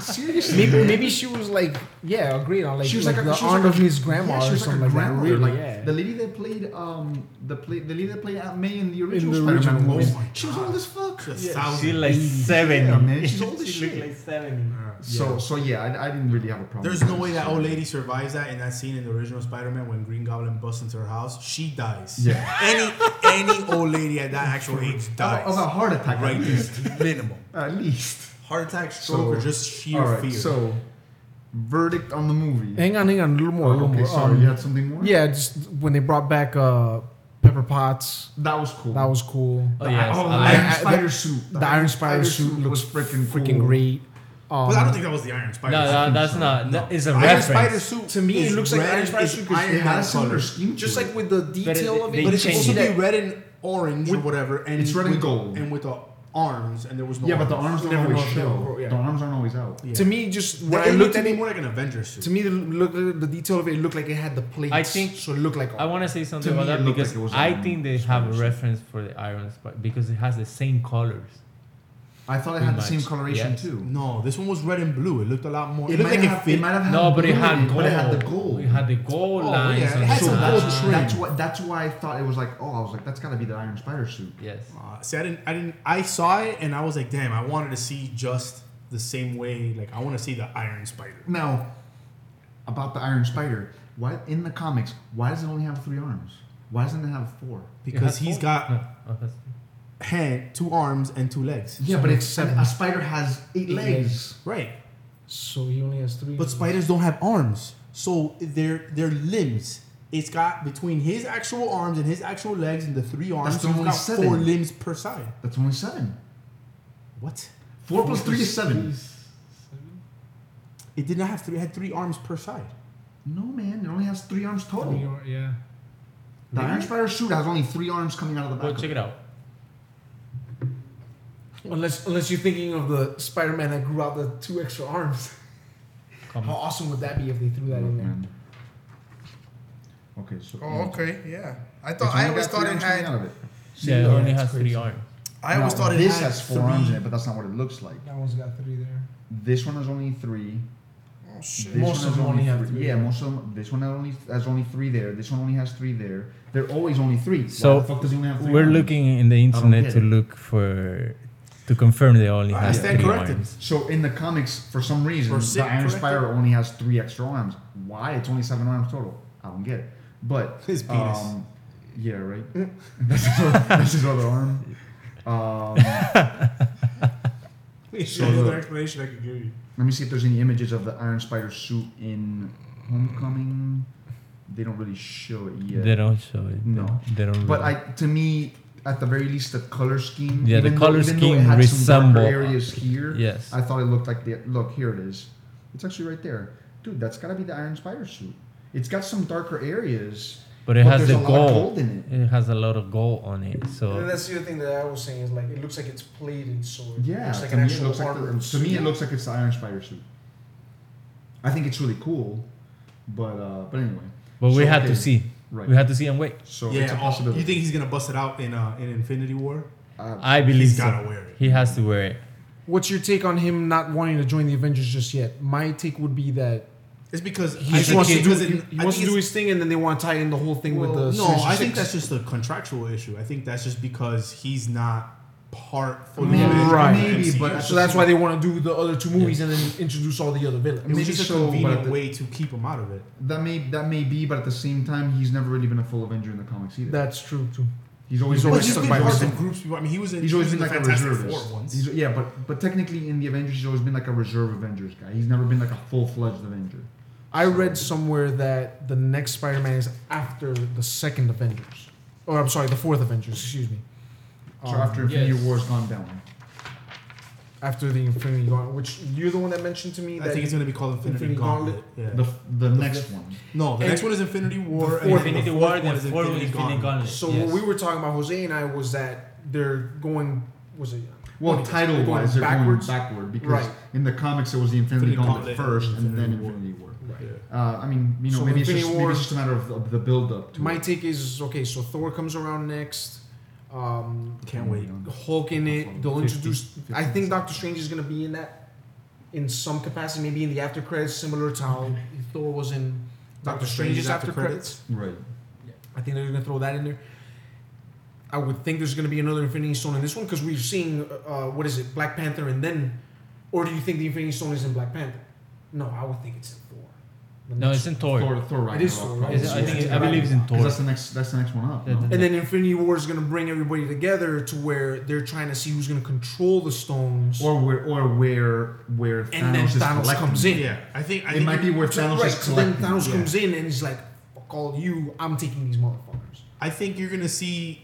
S2: Seriously.
S3: maybe, maybe she was like yeah, agreed on like
S2: she was
S3: like,
S2: like, a,
S3: the
S2: she was
S3: aunt
S2: like
S3: of
S2: a-
S3: his grandma
S2: yeah, she
S3: or
S2: was
S3: something
S2: like,
S3: like,
S2: a
S3: that.
S2: grandmother.
S3: Really,
S2: like
S3: yeah.
S2: the lady that played um the play the lady that played Aunt May in the original
S3: the
S2: Spider-Man
S3: original
S2: movie.
S3: movie.
S4: Oh my
S2: she was
S4: God.
S2: old as fuck.
S4: she's a
S1: Yeah,
S4: thousand.
S1: She like seventy.
S2: Yeah, man, she's old as
S1: she looked
S2: shit. Uh,
S1: like seventy.
S2: So so yeah, I, I didn't really have a problem.
S4: There's
S2: with
S4: no
S2: that.
S4: way that old lady survives that in that scene in the original Spider-Man when Green Goblin busts into her house. She dies.
S2: Yeah.
S4: Any any old lady at that actual age dies.
S2: Of a heart attack, right?
S4: right.
S2: At least.
S4: Minimum.
S2: At least.
S4: Heart attack, stroke,
S2: So-
S4: or just sheer
S2: All right.
S4: fear.
S2: So, verdict on the movie.
S3: Hang on, hang on, a little more, a little
S2: okay,
S3: more.
S2: sorry,
S3: Um,
S2: you had something more.
S3: yeah, just when they brought back uh, Pepper Potts,
S2: That was cool.
S3: that was cool.
S1: Oh yes.
S2: Oh, the
S1: I-
S2: Iron
S3: I-
S2: Spider
S3: the-
S2: suit.
S3: The Iron Spider suit looks
S2: freaking
S3: freaking
S2: cool.
S3: great. Um,
S4: but I don't think that was the Iron Spider.
S1: no,
S4: suit.
S1: that, that's
S2: so.
S1: not. that is a
S4: Iron
S1: reference.
S4: Spider suit
S3: To me, it
S4: is
S3: looks like
S4: red,
S3: Iron Spider
S4: is
S3: suit 'cause
S4: Iron
S2: It
S4: Man
S2: has similar
S4: color.
S2: scheme. to
S3: just
S2: it.
S3: like with the
S1: it-
S3: detail of
S1: they
S3: it,
S4: But
S3: but it's
S4: it's
S1: changed
S4: supposed
S3: also
S4: to be
S3: that
S4: red and orange or
S2: With-
S4: whatever, and
S2: it's red and
S4: with-
S2: gold.
S4: and with the arms, and there was no.
S2: yeah, but the arms don't
S3: Never
S2: always
S3: know if they'll
S2: show.
S3: grow, yeah.
S2: The arms aren't always out.
S4: Yeah.
S3: to me just when
S4: When
S3: I looked at
S4: it
S3: it.
S4: more like an Avengers suit.
S3: To me, the look the detail of it, it looked like it had the plates.
S1: I think-
S3: so. It looked like
S1: I want to say something
S2: To
S1: about
S2: me, it
S1: that
S2: looked
S1: because
S2: like it was
S1: I
S2: on
S1: think they have a
S2: Spider-Man.
S1: reference for the Iron Spider because it has the same colors.
S2: I thought it had the
S1: Pretty
S2: same
S1: much,
S2: coloration
S1: yes.
S2: too.
S4: no, this one was red and blue. It looked a lot more.
S2: might
S4: It, looked like
S2: have,
S4: it fit.
S2: might have had
S1: No, but it
S2: blue in
S1: had gold.
S2: Ah, But it had the gold.
S1: It had the gold
S4: Oh,
S1: lines.
S4: yeah, it
S1: on
S4: had
S1: the
S4: some gold
S1: side.
S4: trim.
S2: That's what. That's why I thought it was like. Oh, I was like, that's got to be the Iron Spider suit.
S1: Yes.
S4: Uh, see, I didn't. I didn't. I saw it and I was like, damn. I wanted to see just the same way. Like I want to see the Iron Spider.
S2: Now, about the Iron Spider, why in the comics? Why does it only have three arms? Why doesn't it have four?
S4: Because
S1: he's
S4: he's got
S1: Oh, that's-
S4: hand, two arms, and two legs.
S2: Yeah,
S3: So
S2: but it's
S3: seven.
S2: a spider has eight,
S3: Eight
S2: legs.
S3: legs.
S4: Right.
S3: so he only has three.
S4: But spiders don't have arms, so their their limbs. It's got between his actual arms and his actual legs and the three arms.
S2: the
S4: He's
S2: only
S4: got
S2: seven.
S4: four limbs per side.
S2: That's only seven.
S4: What?
S2: Four, plus three is seven.
S4: It did not have three. It had three arms per side.
S2: No, man, it only has three arms total.
S3: yeah.
S2: The Iron Spider suit has only three arms coming out of the back.
S1: Well,
S2: of
S1: check
S2: it.
S1: it out.
S3: Unless unless you're thinking of the Spider-Man that grew out the two extra arms.
S1: Come
S2: Oh,
S3: How
S1: on.
S3: awesome would that be if they threw that in there?
S2: Man. Okay, so.
S5: Oh, okay, yeah. I
S2: It's
S5: thought
S2: only
S5: I always
S2: got
S5: thought
S2: three
S5: it
S2: arms coming
S5: had.
S2: out of it.
S1: Yeah, it only
S3: that's
S1: has three
S3: crazy.
S1: arms.
S5: I always
S2: Now,
S5: thought it
S2: this
S5: had
S2: has four arms in
S4: three.
S2: it, but that's not what it looks like.
S3: That one's got three there.
S2: This one has only three.
S5: Oh shit!
S2: This
S3: Most
S2: one
S3: of
S2: has
S3: them only have
S2: three.
S3: three.
S2: Yeah, most of them. This one only has only three there. This one only has three there. They're always only three.
S1: So,
S2: Why the fuck does he only have three
S1: We're
S2: arms?
S1: looking in the
S2: don't
S1: internet
S2: get
S1: to
S2: it. Ah,
S1: look for to confirm they only
S4: I
S1: has
S4: stand
S1: three
S4: corrected.
S1: arms.
S2: So in the comics, for some reason,
S4: Or
S2: the
S4: sit
S2: Iron
S4: corrected.
S2: Spider only has three extra arms. Why? It's only seven arms total. I don't get it. But
S4: His penis.
S2: Um, yeah, right. that's, his other, that's his other arm. Um,
S4: There's
S2: So
S4: no
S2: the-
S4: other explanation I could give you.
S2: let me see if there's any images of the Iron Spider suit in Homecoming. They don't really show it yet.
S1: They don't show it.
S2: No.
S1: They don't.
S2: But I,
S1: really-
S2: to me, at the very least, the color scheme.
S1: Yeah, the
S2: even
S1: color
S2: though, even though it
S1: scheme
S2: had some
S1: resemble-
S2: darker areas here.
S1: yes.
S2: I thought it looked like the look. Here it is. It's actually right there, dude. That's gotta be the Iron Spider suit. It's got some darker areas.
S1: but it
S2: But
S1: has
S2: there's
S1: the
S2: a lot of
S1: gold.
S2: gold in
S1: It has a lot of gold on it. So
S6: And that's the other thing that I was saying is like it looks like it's plated sword.
S2: it. Yeah,
S6: It's like
S2: to,
S6: an
S2: me it
S6: actual
S2: looks like
S6: armor.
S2: the, to me it looks like it's the Iron Spider suit. I think it's really cool, but uh, but anyway,
S1: But we
S2: So,
S1: had
S2: okay.
S1: to see.
S2: right?
S1: We had to see and wait.
S2: so
S4: yeah,
S2: it's a
S4: oh,
S2: possibility.
S4: you think he's gonna bust it out in uh, in Infinity War?
S2: Uh,
S1: I believe
S4: He's
S1: so.
S4: gotta wear it.
S1: He has to wear it.
S3: What's your take on him not wanting to join the Avengers just yet? My take would be that
S4: It's because
S3: he
S4: I
S3: just
S4: think
S3: wants
S4: it
S3: to do
S4: doesn't-
S3: he, he
S4: I
S3: wants to
S4: think
S3: do his thing, and then they want to tie in the whole thing
S6: Well,
S3: with the
S4: No,
S3: Sinister
S4: I think
S3: Six.
S4: that's just a contractual issue. I think that's just because he's not part fully
S2: Maybe,
S4: of the
S3: Right.
S2: maybe,
S4: MCU.
S2: but-
S3: so that's why they want to do the other two movies and then introduce all the other villains.
S4: it was
S2: maybe
S4: just a
S2: so, but
S4: convenient
S2: the-
S4: way to keep him out of it.
S2: that may that may be, but at the same time, he's never really been a full Avenger in the comics either.
S3: That's true too.
S2: he's always
S3: he's
S2: been
S3: always
S4: But
S2: like
S4: he's
S3: stuck
S4: been
S3: by
S4: part
S3: himself.
S4: of groups. before. I mean, he was in,
S2: He's always
S4: he
S2: been
S4: was
S2: like a
S4: in the Fantastic
S2: reservist.
S4: Four once.
S2: He's, yeah, but but technically in the Avengers, he's always been like a reserve Avengers guy. He's never been like a full fledged Avenger.
S3: I read somewhere that the next Spider-Man is after the second Avengers, or I'm sorry, the fourth Avengers. Excuse me.
S2: So
S3: Um,
S2: after Infinity
S1: yes.
S2: War's gone down,
S3: after the Infinity Gauntlet, which you're the one that mentioned to me
S4: I
S3: that
S4: think it's gonna be called Infinity,
S3: Infinity
S4: Gauntlet. Yeah.
S2: the f- the next one.
S4: no, the
S3: and-
S4: next one is Infinity War. and
S3: fourth-
S4: then the
S1: Infinity
S4: fourth
S1: War,
S4: one
S1: then
S4: is
S1: four Infinity Gauntlet.
S3: So
S1: yes.
S3: what we were talking about, Jose and I, was that they're going. Was it?
S2: Well,
S3: They're
S2: title
S3: going
S2: wise, they're
S3: backwards.
S2: going backward because
S3: Right.
S2: in the comics it was the Infinity,
S4: Infinity
S2: Gauntlet,
S4: Gauntlet
S2: first,
S4: and
S2: and then
S4: Infinity War.
S2: Infinity War.
S4: Yeah.
S2: Uh, I mean, you know,
S3: So
S2: maybe, it's
S3: Infinity
S2: just, maybe
S3: War-
S2: it's just a matter of, of the build up. To
S3: My
S2: it.
S3: take is okay. So Thor comes around next. Um,
S4: Can't wait.
S3: Hulk in it. They'll
S1: 50,
S3: introduce. I think Doctor Strange is gonna be in that, in some capacity, maybe in the after credits, similar to how Thor was in Doctor Strange's after credits.
S2: Right.
S3: I think they're gonna throw that in there. I would think there's gonna be another Infinity Stone in this one because we've seen uh, what is it, Black Panther, and then, or do you think the Infinity Stone is in Black Panther? No, I would think it's in Thor. The
S1: No,
S3: next
S1: it's in
S2: Thor,
S1: Thor.
S2: Thor, Ragnarok.
S3: It is Thor, right?
S1: Is it- I
S3: Yeah.
S1: think it- I believe it's in
S2: Because
S1: Thor.
S2: that's the next. That's the next one up.
S1: Yeah,
S2: no?
S1: the-
S3: And then Infinity War is going to bring everybody together to where they're trying to see who's going to control the stones.
S2: Or where, or where, where Thanos
S3: and then
S2: is
S3: Thanos
S2: collecting.
S3: comes in.
S4: Yeah, I think I
S2: It
S4: think
S2: might be where Thanos
S3: right,
S2: is
S3: so then
S2: collecting.
S3: Thanos
S4: yeah.
S3: comes in and he's like, fuck all you, I'm taking these motherfuckers.
S4: I think you're gonna see.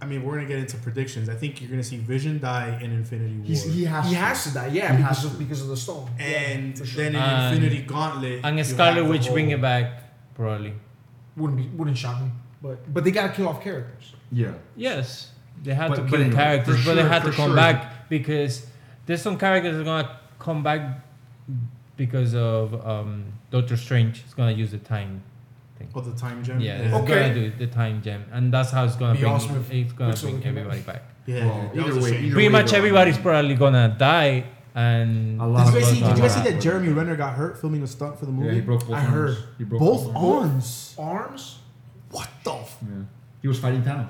S4: I mean, we're gonna get into predictions. I think you're gonna see Vision die in Infinity War,
S2: He's, he has.
S3: He
S2: to.
S3: has to die, yeah,
S2: He
S3: because
S2: has
S3: of,
S2: to.
S3: because of the stone. Yeah,
S4: and
S3: for sure.
S4: then in
S1: And-
S4: Infinity Gauntlet,
S1: And
S4: you
S1: Scarlet
S4: have the
S1: Witch bring
S4: whole-
S1: it back, probably.
S3: wouldn't be wouldn't shock me, but but they gotta kill off characters.
S2: Yeah.
S1: Yes, they had
S2: But-
S1: to
S2: but
S1: kill
S2: anyway,
S1: characters,
S2: for
S1: but they
S2: sure-
S1: had to
S2: for
S1: come
S2: sure.
S1: back because there's some characters that are gonna come back because of um, Doctor Strange. It's gonna use the time.
S4: Oh, the time gem.
S1: Yeah, it's
S4: yeah.
S3: Okay.
S1: gonna do the time gem, and that's how it's gonna
S3: Be
S1: bring
S3: awesome if
S1: it's gonna
S3: Quicksilver
S1: bring
S3: came back.
S1: everybody back.
S4: Yeah,
S2: Well,
S4: that was
S2: either
S4: a
S2: way-
S4: shame.
S2: either
S1: Pretty
S2: way,
S1: much
S2: though,
S1: everybody's
S2: I mean-
S1: probably gonna die, and
S2: A
S4: Did
S2: lot
S4: you guys see? Did you guys see
S1: Gonna
S4: that
S1: happen.
S4: Jeremy Renner got hurt filming a stunt for the
S2: Yeah,
S4: movie?
S2: he broke both
S3: I
S2: arms.
S3: heard.
S2: He broke
S4: both
S2: arms.
S4: arms.
S3: Arms?
S4: What the? F-
S2: Yeah. He was fighting Thanos.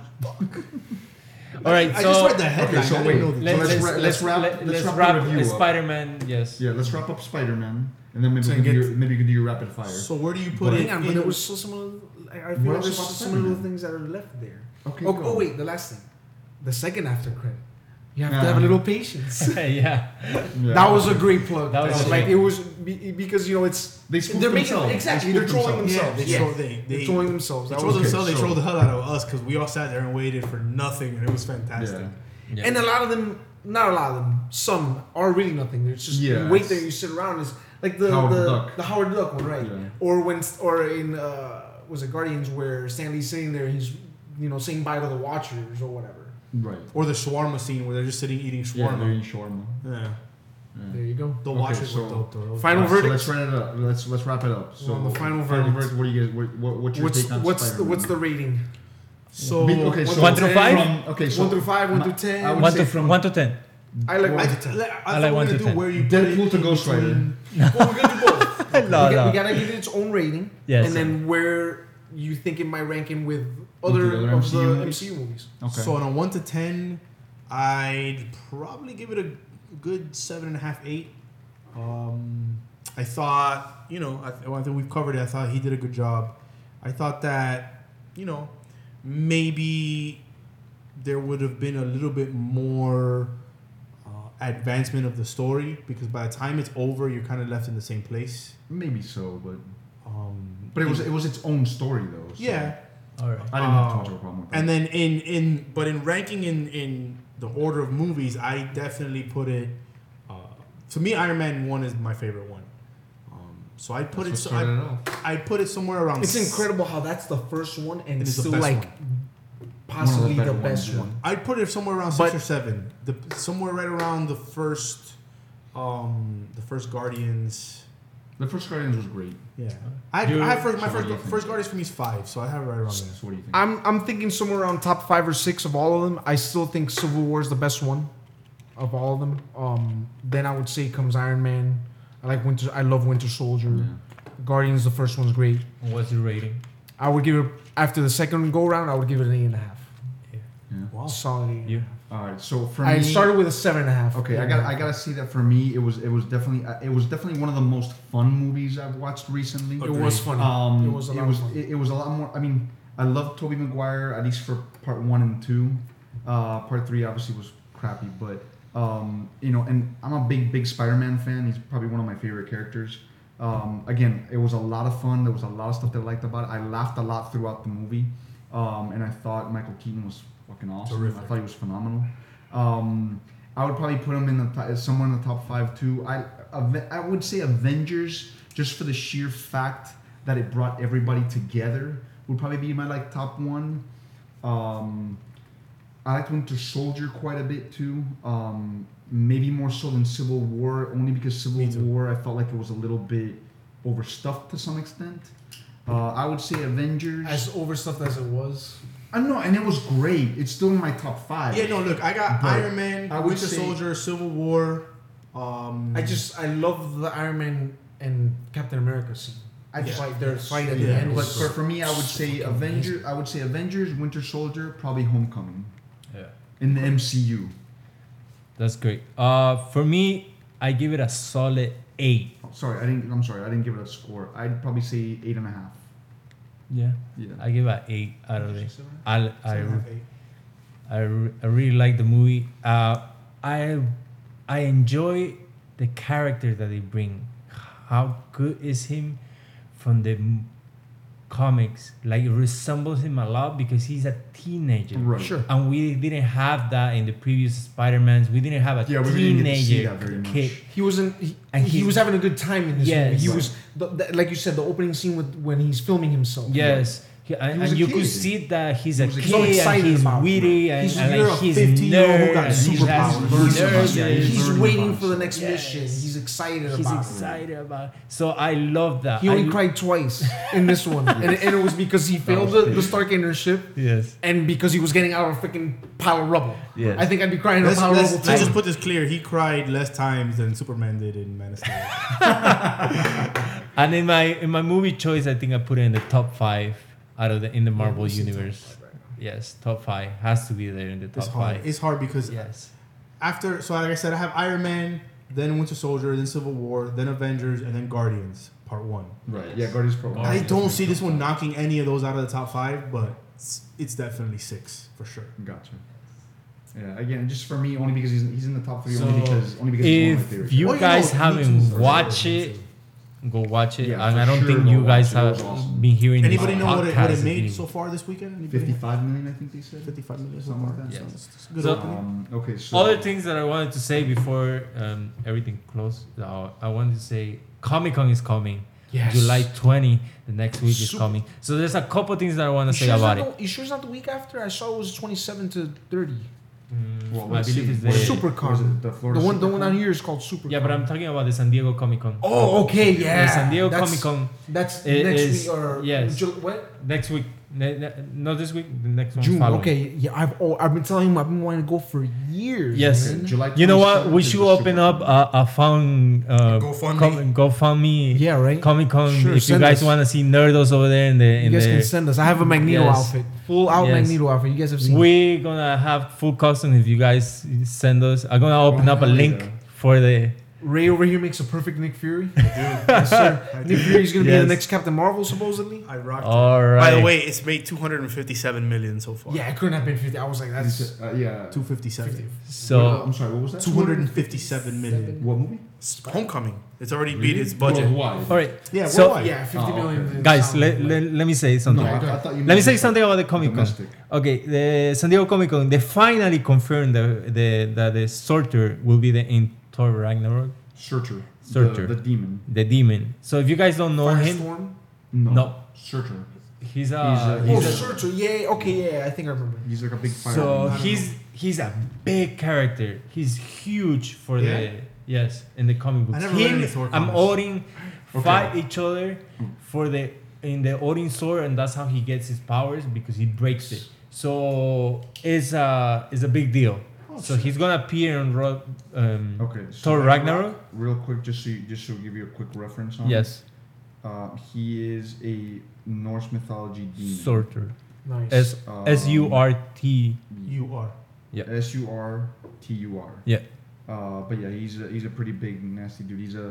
S1: All right,
S4: I
S1: so
S4: just read the headline.
S2: so
S4: I
S2: wait.
S4: didn't know that.
S2: Let-
S1: let's, let's,
S2: let's ra-
S1: let's
S2: let's wrap-
S1: let-
S2: let's
S1: let's
S2: wrap the
S1: wrap,
S2: review up.
S1: Spider-Man. Yes.
S2: Yeah. Let's wrap up Spider Man, and then maybe
S4: So
S2: we can do
S4: get-
S2: your, maybe you can do your rapid fire.
S4: So where do you put
S2: But-
S4: it?
S3: Hang on, but
S4: in-
S3: there was still some of the- I I feel
S2: What
S3: like there's
S2: about
S3: still some of the
S2: Spider-Man?
S3: things that are left there.
S2: okay.
S3: Oh,
S2: go.
S3: oh wait, the last thing. The second after credit. You have
S2: Yeah.
S3: to have a little patience.
S1: yeah.
S2: Yeah.
S3: That was a great plug.
S1: That was
S3: That's
S1: a
S3: like
S1: great
S3: it was be, because you know it's
S2: They spooked
S3: they're making
S2: themselves.
S3: exactly
S2: They
S3: they're
S2: spooked
S3: trolling
S2: themselves.
S4: yeah,
S3: themselves.
S4: they
S3: Yeah,
S4: troll- they
S3: they're
S4: they
S3: trolling themselves.
S4: They
S3: That
S4: trolled
S2: okay,
S3: was-
S4: themselves. They
S2: so-
S4: trolled the hell out of us because we all sat there and waited for nothing, and it was fantastic.
S2: Yeah.
S1: yeah.
S2: uh,
S3: And a lot of them, not a lot of them, some are really nothing. It's just
S2: Yeah,
S3: you wait
S2: it's-
S3: there, you sit around. It's like the
S2: Howard
S3: the,
S2: the Duck.
S3: the Howard the Duck one, right?
S2: Yeah.
S3: Or when or in uh, was it Guardians where Stanley's sitting there, he's you know saying bye to the Watchers or whatever.
S2: Right.
S4: Or the shawarma scene where they're just sitting eating
S2: Yeah. They're
S4: shawarma.
S2: in shawarma.
S4: Yeah,
S2: Yeah.
S3: There you go.
S4: the
S2: Okay,
S4: watchers
S2: Hmm. so-
S4: were dope though. That was
S3: Final
S2: Alright, So
S3: verdict?
S2: let's wrap it up. Let's let's wrap it up. So
S3: on the final verdict.
S2: What do you guys? What, what what's your
S3: What's
S2: take on
S3: what's the,
S2: Spider-Man?
S3: what's the rating?
S4: So
S2: Be- okay, so
S1: One through five?
S2: From, okay, so
S3: one through five, one
S2: my-
S3: through ten.
S2: I would
S1: one
S2: say
S1: to
S2: from-
S1: one to ten.
S3: I like
S4: I,
S3: one to
S4: I,
S3: ten.
S1: I
S4: I
S1: like
S4: like
S1: one
S4: one
S1: to
S4: to do
S1: ten.
S4: where you put it
S2: Deadpool to
S4: in
S2: Ghost
S4: between-
S2: Rider.
S3: Well, we're gonna do both.
S1: no,
S3: we,
S1: no.
S3: got, to give it its own rating,
S1: Yes.
S3: and then where you think it might rank in with
S2: With
S3: other,
S2: the other
S3: of
S2: MCU
S3: the
S2: movies?
S3: MCU movies.
S2: Okay.
S4: So on a one to ten, I'd probably give it a good seven and a half, eight. Um, I thought, you know, I, well, I think we've covered it. I thought he did a good job. I thought that, you know, maybe there would have been a little bit more uh, advancement of the story because by the time it's over, you're kind of left in the same place.
S2: maybe so, but
S4: Um,
S2: but it was it was its own story though. So
S4: yeah.
S1: All right.
S2: I didn't have too
S4: Uh,
S2: much of a problem with that.
S4: And then in in but in ranking in in the order of movies, I definitely put it. Uh, to me, Iron Man one is my favorite one. Um, So I
S2: That's
S4: put
S2: what
S4: it. So I,
S2: started it off.
S4: I put it somewhere around.
S3: It's
S4: s-
S3: incredible how that's the first one and
S4: It is the
S3: still
S4: best
S3: like possibly
S2: better
S3: the
S2: ones,
S3: best
S2: yeah.
S3: one.
S4: I'd put it somewhere around
S3: But-
S4: six or seven. The somewhere right around the first, um, the first Guardians.
S2: The first Guardians was great.
S4: Yeah, I,
S1: Dude,
S4: I have first, my
S2: so what
S4: first
S2: do you think?
S4: first Guardians for me is five, so I have it right around there.
S2: So what do you think?
S3: I'm I'm thinking somewhere around top five or six of all of them. I still think Civil War is the best one of all of them. Um, then I would say comes Iron Man. I like Winter. I love Winter Soldier. Guardians, the first one's great.
S1: What's your rating?
S3: I would give it after the second go round. I would give it an eight and a half.
S2: Yeah.
S4: Wow.
S3: Solid eight. and a
S1: You?
S3: half.
S2: All right. So for
S3: I
S2: me,
S3: started with a seven and a half.
S2: Okay, I got I gotta say that for me, it was it was definitely uh, it was definitely one of the most fun movies I've watched recently.
S3: It was funny.
S2: Um,
S3: it was a lot
S2: it was,
S3: of fun.
S2: it, it was a lot more. I mean, I love Toby Maguire at least for part one and two. Uh, part three obviously was crappy, but um, you know, and I'm a big big Spider-Man fan. He's probably one of my favorite characters. Um, again, it was a lot of fun. There was a lot of stuff that I liked about it. I laughed a lot throughout the movie, um, and I thought Michael Keaton was fucking awesome. I
S4: Terrific.
S2: thought he was phenomenal. Um, I would probably put him in the top, somewhere in the top five too. I Ave- I would say Avengers just for the sheer fact that it brought everybody together would probably be my like top one. Um, I liked Winter Soldier quite a bit too. Um, maybe more so than Civil War, only because Civil
S4: Me too.
S2: War I felt like it was a little bit overstuffed to some extent. Uh, I would say Avengers.
S6: As overstuffed as it was,
S2: I know, and it was great. It's still in my top five.
S4: Yeah, no, look, I got
S2: But
S4: Iron Man,
S2: I would
S4: Winter
S2: say-
S4: Soldier, Civil War. Um,
S3: I just I love the Iron Man and Captain America scene.
S2: I
S4: Yeah.
S3: Fight their fight at the
S4: Yeah.
S3: end.
S2: But
S3: was
S2: for, for me, I would say
S3: Fucking
S2: Avengers. I would say Avengers, Winter Soldier, probably Homecoming
S1: Yeah.
S2: in the MCU.
S1: That's great. Uh, for me, I give it a solid eight.
S2: Sorry, I didn't. I'm sorry, I didn't give it a score. I'd probably say eight and a half.
S1: Yeah.
S2: Yeah.
S1: I give it an eight out of it. I, I,
S4: seven, eight.
S1: I, re- I really like the movie. Uh, I I enjoy the character that they bring. How good is him from the m- comics? Like it resembles him a lot because he's a teenager.
S2: Right.
S3: Sure.
S1: And we didn't have that in the previous Spider-Mans. We didn't have a
S2: Yeah, we didn't get to see
S1: teenager
S2: that very much.
S1: kid.
S3: He wasn't. He,
S1: And
S3: he
S1: he-
S3: was having a good time in this
S1: Yes.
S3: movie. He
S1: Right.
S3: was, the, the, like you said, the opening scene with when he's filming himself.
S1: Yes. He,
S2: He
S1: and
S2: was
S1: and
S2: a
S1: you
S2: kid.
S1: could see that he's
S2: He
S1: a
S2: was a
S1: kid
S2: kid. So
S3: excited
S1: and he's
S3: about it.
S1: witty and,
S4: He's-
S1: and
S4: you're
S1: like
S4: a
S1: he's
S4: 15-year-old who
S1: nerd
S4: got
S1: and he has
S4: superpowers.
S2: Learns about
S1: nerds.
S2: Yeah, he's
S3: he's,
S2: learning
S3: waiting
S2: about
S3: for the
S2: himself.
S3: next mission.
S1: Yes.
S3: He's excited
S1: He's
S3: about
S1: excited about. It. So I love
S3: it.
S1: that.
S3: He only
S1: I-
S3: cried twice in this one, and, and it was because he failed
S2: was
S3: the, the
S2: big.
S3: Starkender ship,
S1: Yes.
S3: and because he was getting out of a freaking pile of rubble.
S1: Yes.
S3: I think I'd be crying in a
S4: Let's,
S3: pile
S4: let's,
S3: of
S4: let's
S3: rubble
S4: just
S3: too.
S4: put this clear. He cried less times than Superman did in Man of Steel.
S1: And in my in my movie choice, I think I put it in the top five out of the in the Marvel universe. Yes, top five has to be there in the
S4: It's
S1: top
S4: hard.
S1: five.
S4: It's hard because
S1: Yes.
S4: after, so like I said, I have Iron Man, then Winter Soldier, then Civil War, then Avengers, and then Guardians Part One.
S2: Right. Yeah, Guardians Pro.
S1: Oh,
S4: I don't see this one knocking any of those out of the top five, but it's, it's definitely six for sure.
S2: Gotcha. Yeah. Again, just for me, only because he's, he's in the top three.
S4: So,
S2: only because only because he's one of my
S1: If
S2: favorites.
S1: you
S4: Well,
S1: guys
S4: know, me too,
S1: haven't
S4: for sure,
S1: watched
S4: me
S1: it,
S4: too.
S1: go watch it.
S2: Yeah,
S1: and
S2: for
S1: I don't
S2: sure,
S1: think
S2: go
S1: you guys
S2: watch it. It was
S1: have
S2: awesome.
S1: been hearing
S4: Anybody
S1: this
S4: know what it, what
S1: podcast
S4: it
S1: if
S4: made
S1: you-
S4: so far this weekend? Anybody?
S2: fifty-five million, I think they said.
S4: 55 million,
S2: Something like
S4: something
S2: that.
S4: like that.
S1: Yes.
S4: So it's a Good
S1: So-
S4: opening.
S2: Um, okay. So
S1: Other things that I wanted to say before um, everything closed, uh, I wanted to say Comic Con is coming.
S3: Yes.
S1: July 20, the next week is
S3: Super-
S1: coming. So there's a couple things that I want
S3: You
S1: to say
S3: sure it's
S1: about
S3: not
S1: it.
S3: the- you sure it's not the week after? I saw it was 27 to 30.
S2: Well,
S1: Mm, I
S2: let's
S1: believe
S2: see.
S1: it's
S2: What is
S1: the-
S2: it?
S3: Supercar.
S2: What is it? The Florida.
S3: the one, the one
S2: Supercar?
S3: down here is called Super.
S1: Yeah, but I'm talking about the San Diego Comic Con.
S3: Oh, okay, yeah.
S1: The San Diego
S3: That's-
S1: Comic Con
S3: That's
S1: It
S3: next
S1: is-
S3: week or
S1: yes.
S3: Ju- what?
S1: next week. Ne- ne- not this week. The next one.
S3: June.
S1: following.
S3: Okay, yeah, I've oh, I've been telling him I've been wanting to go for years.
S1: Yes.
S3: man.
S2: July
S1: You know what?
S2: 27th
S1: We
S2: is
S1: should
S2: the
S1: open up
S2: Supercar.
S1: a, a found uh,
S5: GoFundMe.
S1: GoFundMe
S3: Yeah, right.
S1: Comic Con.
S3: Sure,
S1: if you
S3: send
S1: guys
S3: us.
S1: want to see nerdos over there in the
S3: you
S1: in
S3: guys
S1: the
S3: can send us. I have a Magneto
S1: Yes.
S3: outfit, full out
S1: Yes.
S3: Magneto outfit. You guys have seen. it.
S1: We're gonna have full custom if you guys send us. I'm gonna open up a
S2: hell
S1: link
S2: yeah.
S1: for the
S3: Ray over here makes a perfect Nick Fury.
S4: I
S3: Yes, sir. Nick Fury's gonna be
S1: Yes.
S3: the next Captain Marvel, supposedly.
S4: do. I rocked.
S1: all right.
S5: By the way, it's made 257 million so far.
S3: Yeah, it couldn't have been fifty. I was like, that's
S2: Uh, yeah.
S4: 257.
S2: What-
S1: so
S2: I'm sorry. What was that?
S4: 257 million.
S2: What movie?
S5: It's Homecoming. It's already beat
S2: Really?
S5: its budget.
S2: Worldwide.
S1: all right,
S4: Yeah,
S1: So-
S4: worldwide.
S3: yeah, fifty
S2: Oh,
S3: million.
S2: okay.
S3: didn't
S1: guys.
S3: sound
S1: Let,
S3: like-
S1: let, let me say
S2: No,
S1: something.
S2: I, I thought you.
S1: let me
S2: meant
S1: say something about the Comic Con.
S2: Domestic.
S1: Okay, the San Diego Comic Con. They finally confirmed the, the that the sorter will be the in Thor Ragnarok.
S2: Searcher.
S1: Searcher.
S2: The, the demon.
S1: the demon. So if you guys don't know him,
S3: Firestorm.
S2: No.
S1: no,
S2: Searcher.
S1: he's a
S2: He's a-
S6: Oh,
S1: he's a-
S6: Searcher. Yeah. Okay. Yeah. I think I remember.
S2: He's like a big fire.
S1: so
S2: demon.
S1: he's he's a big character. He's huge for the
S4: Yeah?
S1: yes in the comic books.
S4: never read
S1: Him,
S4: any Thor
S1: I'm
S4: comics.
S1: Odin fight each other for the in the Odin sword, and that's how he gets his powers because he breaks it. So it's a it's a big deal.
S4: Oh,
S1: so he's gonna appear on Ro- um,
S2: Okay. So
S1: Thor Ragnarok.
S2: Real quick, just so you, just to give you a quick reference
S4: Oh.
S2: on.
S1: Yes,
S2: Uh, he is a Norse mythology demon.
S1: sorter.
S6: Nice.
S1: S
S2: Um,
S1: S U R T.
S4: You are.
S2: S U R T U R.
S1: Yeah.
S2: Uh, but yeah, he's a, he's a pretty big nasty dude. He's a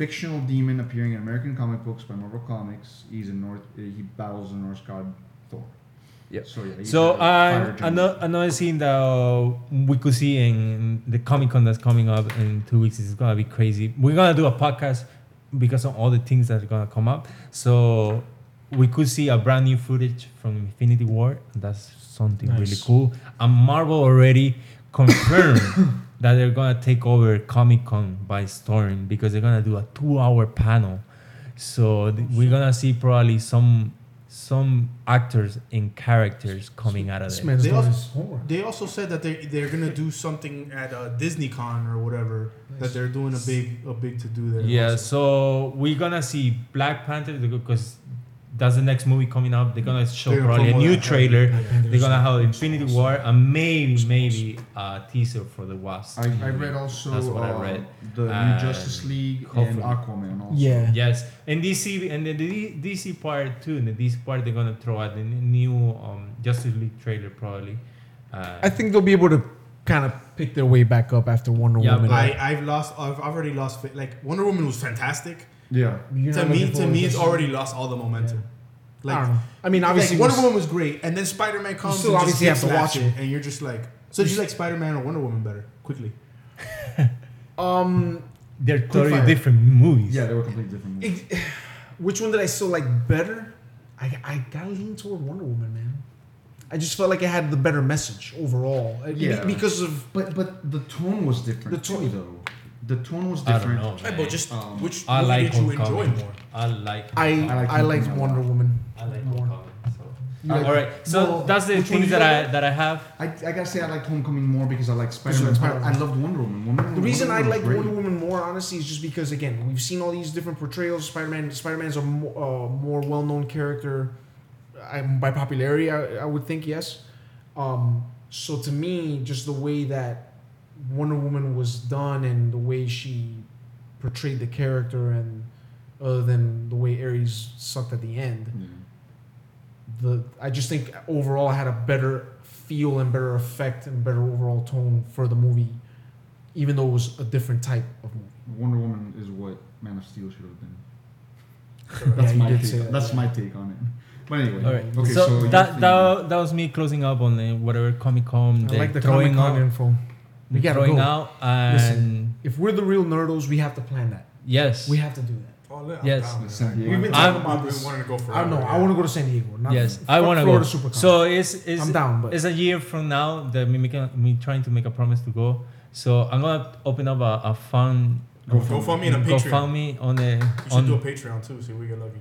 S2: fictional demon appearing in American comic books by Marvel Comics. He's a North. uh, He battles the Norse god Thor.
S1: Yep.
S2: So yeah. he's
S1: So
S2: a fire
S1: uh,
S2: giant.
S1: another another scene that uh, we could see in the Comic Con that's coming up in two weeks is gonna be crazy. We're gonna do a podcast because of all the things that are gonna come up. So we could see a brand new footage from Infinity War, and that's something really
S6: Nice.
S1: cool. And Marvel already confirmed that they're gonna take over Comic Con by storm because they're gonna do a two-hour panel. So th- we're gonna see probably some some actors and characters coming out of
S3: This
S1: there.
S3: man's
S4: They
S3: doing
S4: also-
S3: his homework.
S4: They also said that they they're gonna do something at uh, DisneyCon or whatever
S6: Nice.
S4: that they're doing a big a big to do there.
S1: Yeah,
S4: also.
S1: so we're gonna see Black Panther because that's the next movie coming up. They're gonna show
S4: They're gonna
S1: probably a
S4: promote
S1: new
S4: that.
S1: trailer.
S4: Yeah.
S1: They're gonna have Infinity War and maybe maybe a teaser for the Wasp.
S2: I, I read also
S1: Mm-hmm. That's what I
S2: uh,
S1: read.
S2: the
S1: And
S2: new Justice League
S1: hopefully-
S2: and Aquaman. Also.
S6: Yeah.
S1: Yes, and DC and the D- DC part too. In the DC part, they're gonna throw out the n- new um, Justice League trailer probably. Uh,
S3: I think they'll be able to kind of pick their way back up after Wonder
S1: Yeah,
S3: Woman.
S4: I I've lost I've I've already lost fa- like Wonder Woman was fantastic.
S2: Yeah.
S6: You're
S4: to
S6: not
S4: me
S6: looking
S4: to
S6: forward
S4: me
S6: to
S4: it's
S6: this?
S4: already lost all the momentum.
S3: I
S4: Like
S3: don't know. I mean, obviously,
S4: like, Wonder
S3: we'll-
S4: Woman was great, and then Spider Man comes.
S3: still
S4: and
S3: obviously
S4: just
S3: have to
S4: slaps
S3: watch
S4: it, and you're just like, so do you like Spider Man or Wonder Woman better? Quickly,
S6: Um,
S1: they're totally
S2: Quickfire.
S1: different movies.
S2: Yeah, they were completely different. Movies.
S6: it- which one did I still like better? I I gotta lean toward Wonder Woman, man. I just felt like it had the better message overall. Uh, be-
S2: Yeah.
S6: because of
S2: But but the tone was different.
S6: The tone-
S2: too, though. The tone was
S1: I
S2: different.
S1: don't know.
S5: Right,
S1: man.
S5: but just
S2: Um,
S5: which
S1: I
S5: movie
S1: like
S4: did you
S1: Homecoming.
S4: enjoy more?
S1: I like.
S6: I
S1: Homecoming.
S2: like
S6: I liked
S2: Wonder
S6: Wonder Woman.
S1: I like
S6: more.
S1: Homecoming. So.
S6: You
S2: I-
S6: like-
S1: All right, so
S6: Well,
S1: that's the
S6: which one
S1: things
S6: do you
S1: that I
S6: like?
S1: that I have.
S2: I, I gotta say I liked Homecoming more because I liked
S6: Because you
S2: Spider-Man.
S6: liked
S2: Spider- I
S6: Spider-Man.
S2: loved Wonder Woman. Wonder Woman
S6: The reason I
S2: Wonder
S6: like
S2: Woman was
S6: Wonder
S2: great.
S6: Woman more, honestly, is just because again we've seen all these different portrayals. Spider Man, Spider Man's a mo- uh, more well known character, I, by popularity, I, I would think yes. Um, so to me, just the way that Wonder Woman was done and the way she portrayed the character, and other than the way Ares sucked at the end, the I just think overall had a better feel and better effect and better overall tone for the movie, even though it was a different type of movie.
S2: Yeah. Wonder Woman is what Man of Steel should have been.
S6: Yeah,
S2: That's
S6: you
S2: my
S6: did
S2: take.
S6: say that,
S2: That's
S6: yeah.
S2: my take on it. But anyway,
S1: All right.
S2: Mm-hmm. okay.
S1: so,
S2: So, your
S1: that,
S2: thing.
S1: that that was me closing up on the whatever Comic Con.
S3: I like the
S1: throwing
S3: Comic Con
S1: out,
S3: info. We gotta
S1: throwing
S3: go.
S1: out, and
S3: Listen.
S6: If we're the real nerdos, we have to plan that.
S1: yes,
S6: We have to do that.
S4: Oh, yeah,
S1: Yes.
S4: I'm down with
S2: San
S4: that.
S2: Diego.
S4: We've been
S1: I'm-
S4: talking about this. wanted to go for.
S6: I don't know. I want to go to San Diego. Not
S1: yes,
S6: fuck
S1: I want to go.
S6: Florida SuperCon.
S1: So it's it's
S6: I'm down, but
S1: it's a year from now that me making me trying to make a promise to go. So I'm gonna open up a, a fund.
S2: Go
S4: Go
S2: for
S4: fund me in a Patreon.
S1: GoFundMe on the
S4: We should do a
S1: on.
S4: Patreon too. See if we get lucky.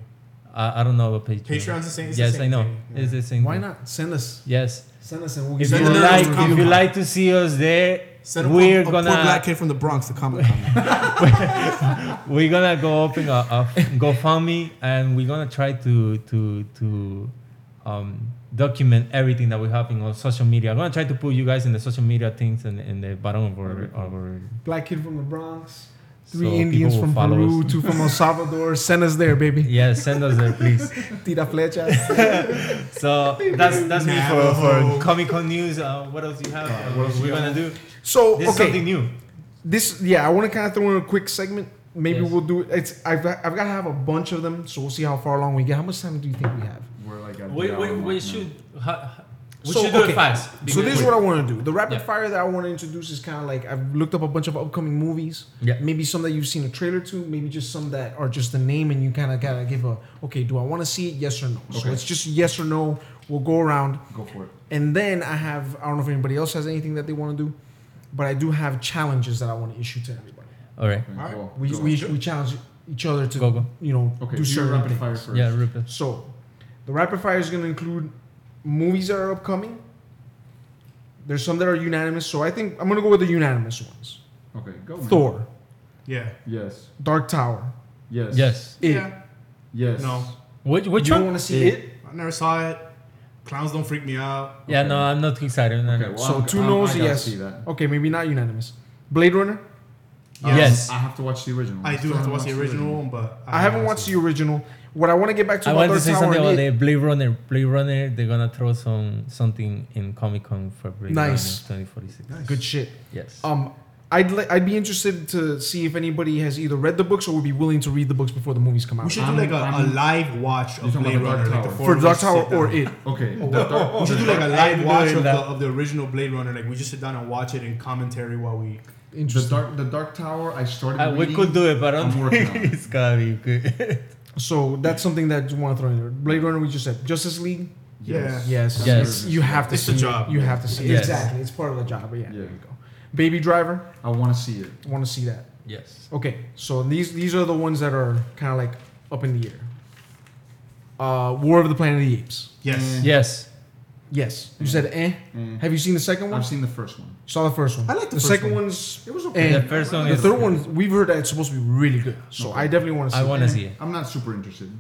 S1: I, I don't know about Patreon.
S4: Patreon's the same. It's
S1: yes,
S4: the same
S1: I know.
S4: Thing. Yeah.
S1: It's the same.
S3: Why
S1: thing.
S3: not send us?
S1: Yes.
S6: send us and we'll
S1: If
S6: give
S4: Send
S1: you
S4: us
S6: you.
S4: another
S1: like, if
S4: Comic
S1: you
S4: Con.
S1: like to see us there,
S4: Send a
S1: we're
S4: poor- a
S1: gonna
S4: poor black kid from the Bronx to Comic Con.
S1: we're gonna go open a, a GoFundMe and we're gonna try to to to um, document everything that we're having on social media. I'm gonna try to put you guys in the social media things and in, the bottom of our, of our
S6: Black kid from the Bronx.
S1: so
S3: Three
S1: people
S3: Indians
S1: will
S3: from
S1: follow
S3: Peru,
S1: us.
S3: two from El Salvador. Send us there, baby.
S1: Yeah, send us there, please.
S3: Tira flechas.
S1: So that's that's me for, for
S4: Navajo.
S1: Comic Con news. Uh, what else you have?
S2: Uh, what else
S1: we're
S2: we
S1: gonna do?
S3: So
S1: This is
S3: Oh, okay,
S1: something new.
S3: this yeah, I want to kind of throw in a quick segment. Maybe
S1: Yes.
S3: we'll do it. It's I've I've got to have a bunch of them, so we'll see how far along we get. How much time do you think we have?
S2: We're like at
S1: We,
S2: the
S1: we,
S2: hour
S1: we
S2: mark now.
S1: should ha, ha- we
S3: So,
S1: should do
S3: okay.
S1: it fast.
S3: So this is what I want to do. The rapid
S1: Yeah.
S3: fire that I want to introduce is kind of like I've looked up a bunch of upcoming movies.
S1: Yeah.
S3: Maybe some that you've seen a trailer to. Maybe just some that are just the name, and you kind of gotta give a okay. Do I want to see it? Yes or no. So
S2: Okay.
S3: it's just yes or no. We'll go around,
S2: go for it.
S3: and then I have I don't know if anybody else has anything that they want to do, but I do have challenges that I want to issue to everybody.
S1: All right.
S2: Okay,
S4: Alright.
S2: cool.
S3: We,
S2: Cool.
S3: we, we challenge each other to
S1: Go go.
S3: you know
S2: okay.
S3: do
S2: Do
S3: certain
S2: rapid
S3: things.
S2: fire first.
S1: Yeah, Rupert.
S3: So, the rapid fire is going to include movies that are upcoming. There's some that are unanimous, so I think I'm going to go with the unanimous ones.
S2: Okay. Go. Oh, man.
S3: Thor,
S4: Yeah.
S2: Yes.
S3: Dark Tower.
S2: Yes.
S1: Yes.
S3: It.
S4: Yeah.
S2: Yes.
S4: No.
S1: Which which
S3: you
S1: one?
S3: don't want to see it?
S4: I never saw it. Clowns don't freak me out.
S1: Yeah,
S2: Okay.
S1: no, I'm not excited. No, no.
S2: Okay. Well,
S3: So
S2: I'm-
S3: two
S2: I'm-
S3: no's,
S2: I gotta
S3: yes.
S2: See that.
S3: Okay, maybe not unanimous. Blade Runner.
S1: Yes.
S2: I have to watch the original.
S4: I
S2: still
S4: do have to
S2: haven't
S4: watch the
S2: watched
S4: original one, but
S3: I haven't watched the original. What I want to get back to
S1: I want
S3: about
S1: to
S3: Dark
S1: say
S3: Tower.
S1: something
S3: and
S1: about
S3: it-
S1: the Blade Runner. Blade Runner, they're gonna throw some something in Comic Con for Blade
S3: Nice.
S1: Runner 2046.
S3: Good shit.
S1: Yes.
S3: Um, I'd li- I'd be interested to see if anybody has either read the books or would be willing to read the books before the movies come
S4: We
S3: out.
S4: should
S2: I'm-
S4: do like a, a
S2: I'm-
S4: live watch
S2: You're
S4: of
S2: talking
S4: Blade
S2: about the
S4: Runner,
S2: Dark
S4: like the
S2: Tower.
S3: For
S4: four of
S3: Dark
S4: us sit
S3: Tower or
S4: down.
S3: it.
S2: Okay. The
S4: Oh. We
S2: dark,
S4: should do like a
S1: I've
S4: live
S1: been
S4: watch
S1: doing
S4: of the,
S1: that.
S4: of the original Blade Runner. Like we just sit down and watch it in commentary while we.
S2: the
S3: Interesting.
S2: dark, the dark tower. I started.
S1: Uh, we
S2: reading.
S1: could do it, but I don't
S2: I'm working
S1: think
S2: on it.
S1: it's gonna be good.
S3: So that's something that you want to throw in there. Blade Runner, we just said. Justice League.
S2: Yes.
S3: Yes.
S1: Yes.
S3: It's- You have to
S4: It's
S3: see
S4: the job.
S3: It. You have to see it.
S1: Yes.
S3: Exactly. It's part of the job. But yeah, there
S2: Yeah.
S3: you go. Baby Driver.
S2: I want to see it.
S3: I want to see that.
S1: yes.
S3: Okay. So these these are the ones that are kind of like up in the air. Uh, War of the Planet of the Apes.
S1: Mm.
S4: Yes.
S1: Yes.
S3: Yes. You said eh.
S2: Eh.
S3: Have you seen the second one?
S2: I've seen the first one.
S3: Saw the first one.
S4: I like the
S3: the
S4: first
S3: second
S4: one.
S3: one's.
S2: It was
S3: okay.
S1: The first one
S3: The
S1: is.
S3: third one, we've heard that it's supposed to be really good. So I definitely want to see.
S1: I
S3: it.
S1: want to see it.
S2: I'm not super interested.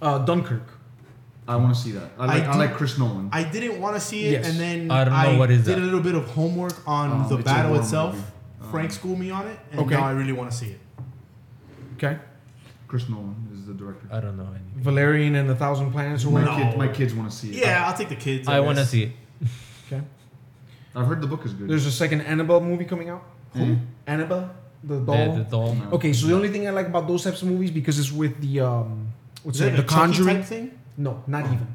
S3: uh, Dunkirk.
S2: I want to see that. I
S4: I
S2: like, I
S4: do-
S2: like Chris Nolan.
S4: I didn't want to see it,
S3: Yes.
S4: and then
S1: I don't know what is
S4: did
S1: that.
S4: a little bit of homework on
S2: Um,
S4: the
S2: it's a
S4: battle
S2: war
S4: itself.
S2: movie. Um,
S4: Frank schooled me on it, and
S3: Okay.
S4: now I really want to see it.
S3: Okay.
S2: Chris Nolan is the director.
S1: I don't know. Any.
S3: Valerian and the Thousand Planets. Or
S2: my,
S3: whatever.
S4: No.
S2: kid, my kids want to see it.
S4: Yeah, I'll take the kids.
S1: I want to
S4: guess.
S1: see it.
S3: Okay.
S2: I've heard the book is good.
S3: There's a second Annabelle movie coming out.
S4: Hmm?
S2: Eh.
S3: Annabelle, the doll.
S1: The, the doll.
S2: No.
S3: Okay, so the only thing I like about those types of movies because it's with the um, what's
S4: Is
S3: it?
S4: it
S3: The
S4: a Chucky
S3: Conjuring.
S4: type Oh. thing?
S3: No, not even.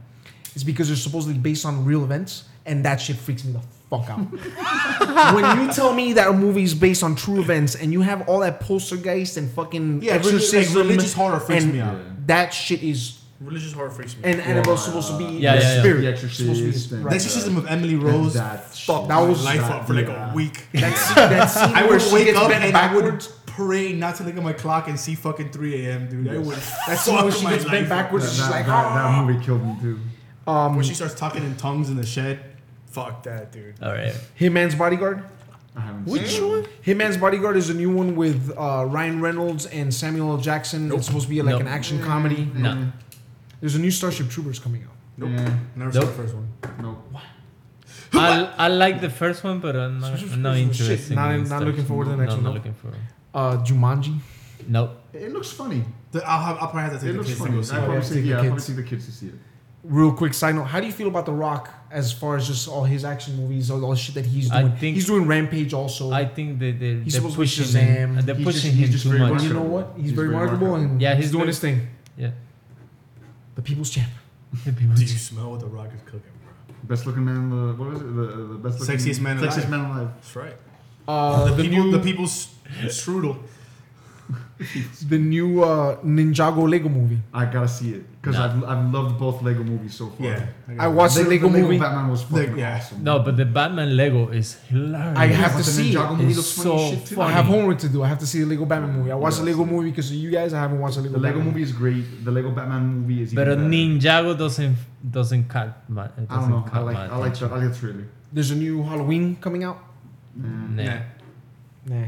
S3: It's because they're supposedly based on real events, and that shit freaks me the fuck out. when you tell me that a movie is based on true events, and you have all that poltergeist and fucking
S4: Yeah, religious, like,
S3: exorcism,
S4: religious horror freaks
S3: and
S4: me out.
S2: Yeah.
S3: that shit is.
S7: Religious horror freaks me.
S3: And
S7: out.
S3: Annabelle's supposed to be
S1: Yeah,
S3: the
S1: yeah, yeah.
S3: spirit.
S2: The
S3: It's supposed to be the
S2: Exorcist and
S3: spirit.
S4: The exorcism of Emily
S2: And
S4: Rose
S2: that
S4: fucked
S2: shit.
S4: my
S3: That was-
S4: life up for like
S2: yeah.
S4: a week.
S3: That scene, that scene
S4: I
S3: where
S4: would
S3: she
S4: wake
S3: gets
S4: up
S3: bent
S4: and
S3: backwards.
S4: I would pray not to look at my clock and see fucking 3 a.m., dude. I would.
S3: That
S4: That's
S3: scene
S4: fuck
S3: where she
S4: my
S3: gets bent
S4: life up.
S3: backwards.
S2: That,
S3: she's
S2: that,
S3: like,
S2: that,
S3: "Ah."
S2: that movie killed me too.
S3: Um,
S4: When she starts talking in tongues in the shed, fuck that, dude.
S1: All right.
S3: Hitman's Bodyguard.
S2: I haven't
S3: Which
S2: seen
S3: one? Hitman's Bodyguard is a new one with uh, Ryan Reynolds and Samuel L. Jackson. It's supposed to be like
S1: Nope.
S3: an action comedy.
S1: No.
S3: There's a new Starship Troopers coming out.
S2: Nope. Yeah.
S4: Never saw
S1: Nope.
S4: the first one.
S2: Nope.
S1: I, I like the first one, but I'm not, I'm not
S3: Shit,
S1: interested.
S3: not-
S1: in
S3: not
S1: stuff.
S3: looking forward to the next
S1: no,
S3: one,
S1: Not
S3: no?
S1: looking forward.
S3: Uh, Jumanji.
S1: Nope.
S2: It looks funny.
S4: The- I'll, have, I'll probably have to
S2: It
S4: take the
S2: looks
S4: kids to
S2: funny.
S4: go
S2: I'd
S4: see
S2: probably
S3: Yeah,
S4: it.
S2: take,
S3: take the
S2: yeah, I'd probably
S3: kids.
S2: take the kids to see it.
S3: Real quick side note: How do you feel about The Rock as far as just all his action movies, all, all the shit that he's
S1: I
S3: doing?
S1: think-
S3: he's doing Rampage also.
S1: I think they, they,
S3: He's
S1: they're
S3: supposed to be
S1: pushing him.
S3: Shazam.
S1: They're
S2: He's
S1: pushing
S2: just- he's
S1: him
S2: just
S1: too
S2: very
S3: but
S1: much.
S3: you know what? He's,
S2: He's
S3: very,
S2: very
S3: marketable,
S2: marketable.
S3: and
S1: Yeah,
S3: he's,
S1: he's
S3: doing
S1: very-
S3: his thing.
S1: Yeah.
S3: The People's Champ.
S4: Do you smell what the rock is cooking, bro?
S2: Best looking man in the what was it? The, the best looking
S4: Sexiest man alive.
S2: Sexiest man alive.
S7: That's right.
S3: Uh, the,
S4: the, people,
S3: new,
S4: the people's strudel.
S3: the new uh, Ninjago Lego movie.
S2: I gotta see it because
S1: Nah.
S2: I've I've loved both Lego movies so far.
S4: Yeah.
S3: I watched the Lego, movie.
S2: Batman was
S4: The-
S2: fucking
S4: yeah.
S2: awesome.
S1: No, but the Batman Lego is hilarious.
S3: I have
S2: But
S3: to
S2: the
S3: see
S2: Ninjago
S3: it.
S2: movie
S1: It's
S2: looks funny as
S1: so
S2: shit too.
S1: funny.
S3: I have homework to do. I have to see the Lego Batman movie. I watched
S2: Yeah,
S3: the Lego
S2: see.
S3: movie because of you guys. I haven't watched the Lego.
S2: The Lego
S3: Batman.
S2: movie is great. The Lego Batman movie is even
S1: But
S2: better.
S1: Ninjago doesn't doesn't cut my. Doesn't
S2: I don't know.
S1: Cut
S2: I like
S1: my
S2: I like
S1: attention.
S2: that. I like thriller.
S3: There's a new Halloween coming out.
S1: Nah.
S4: Nah.
S3: Nah.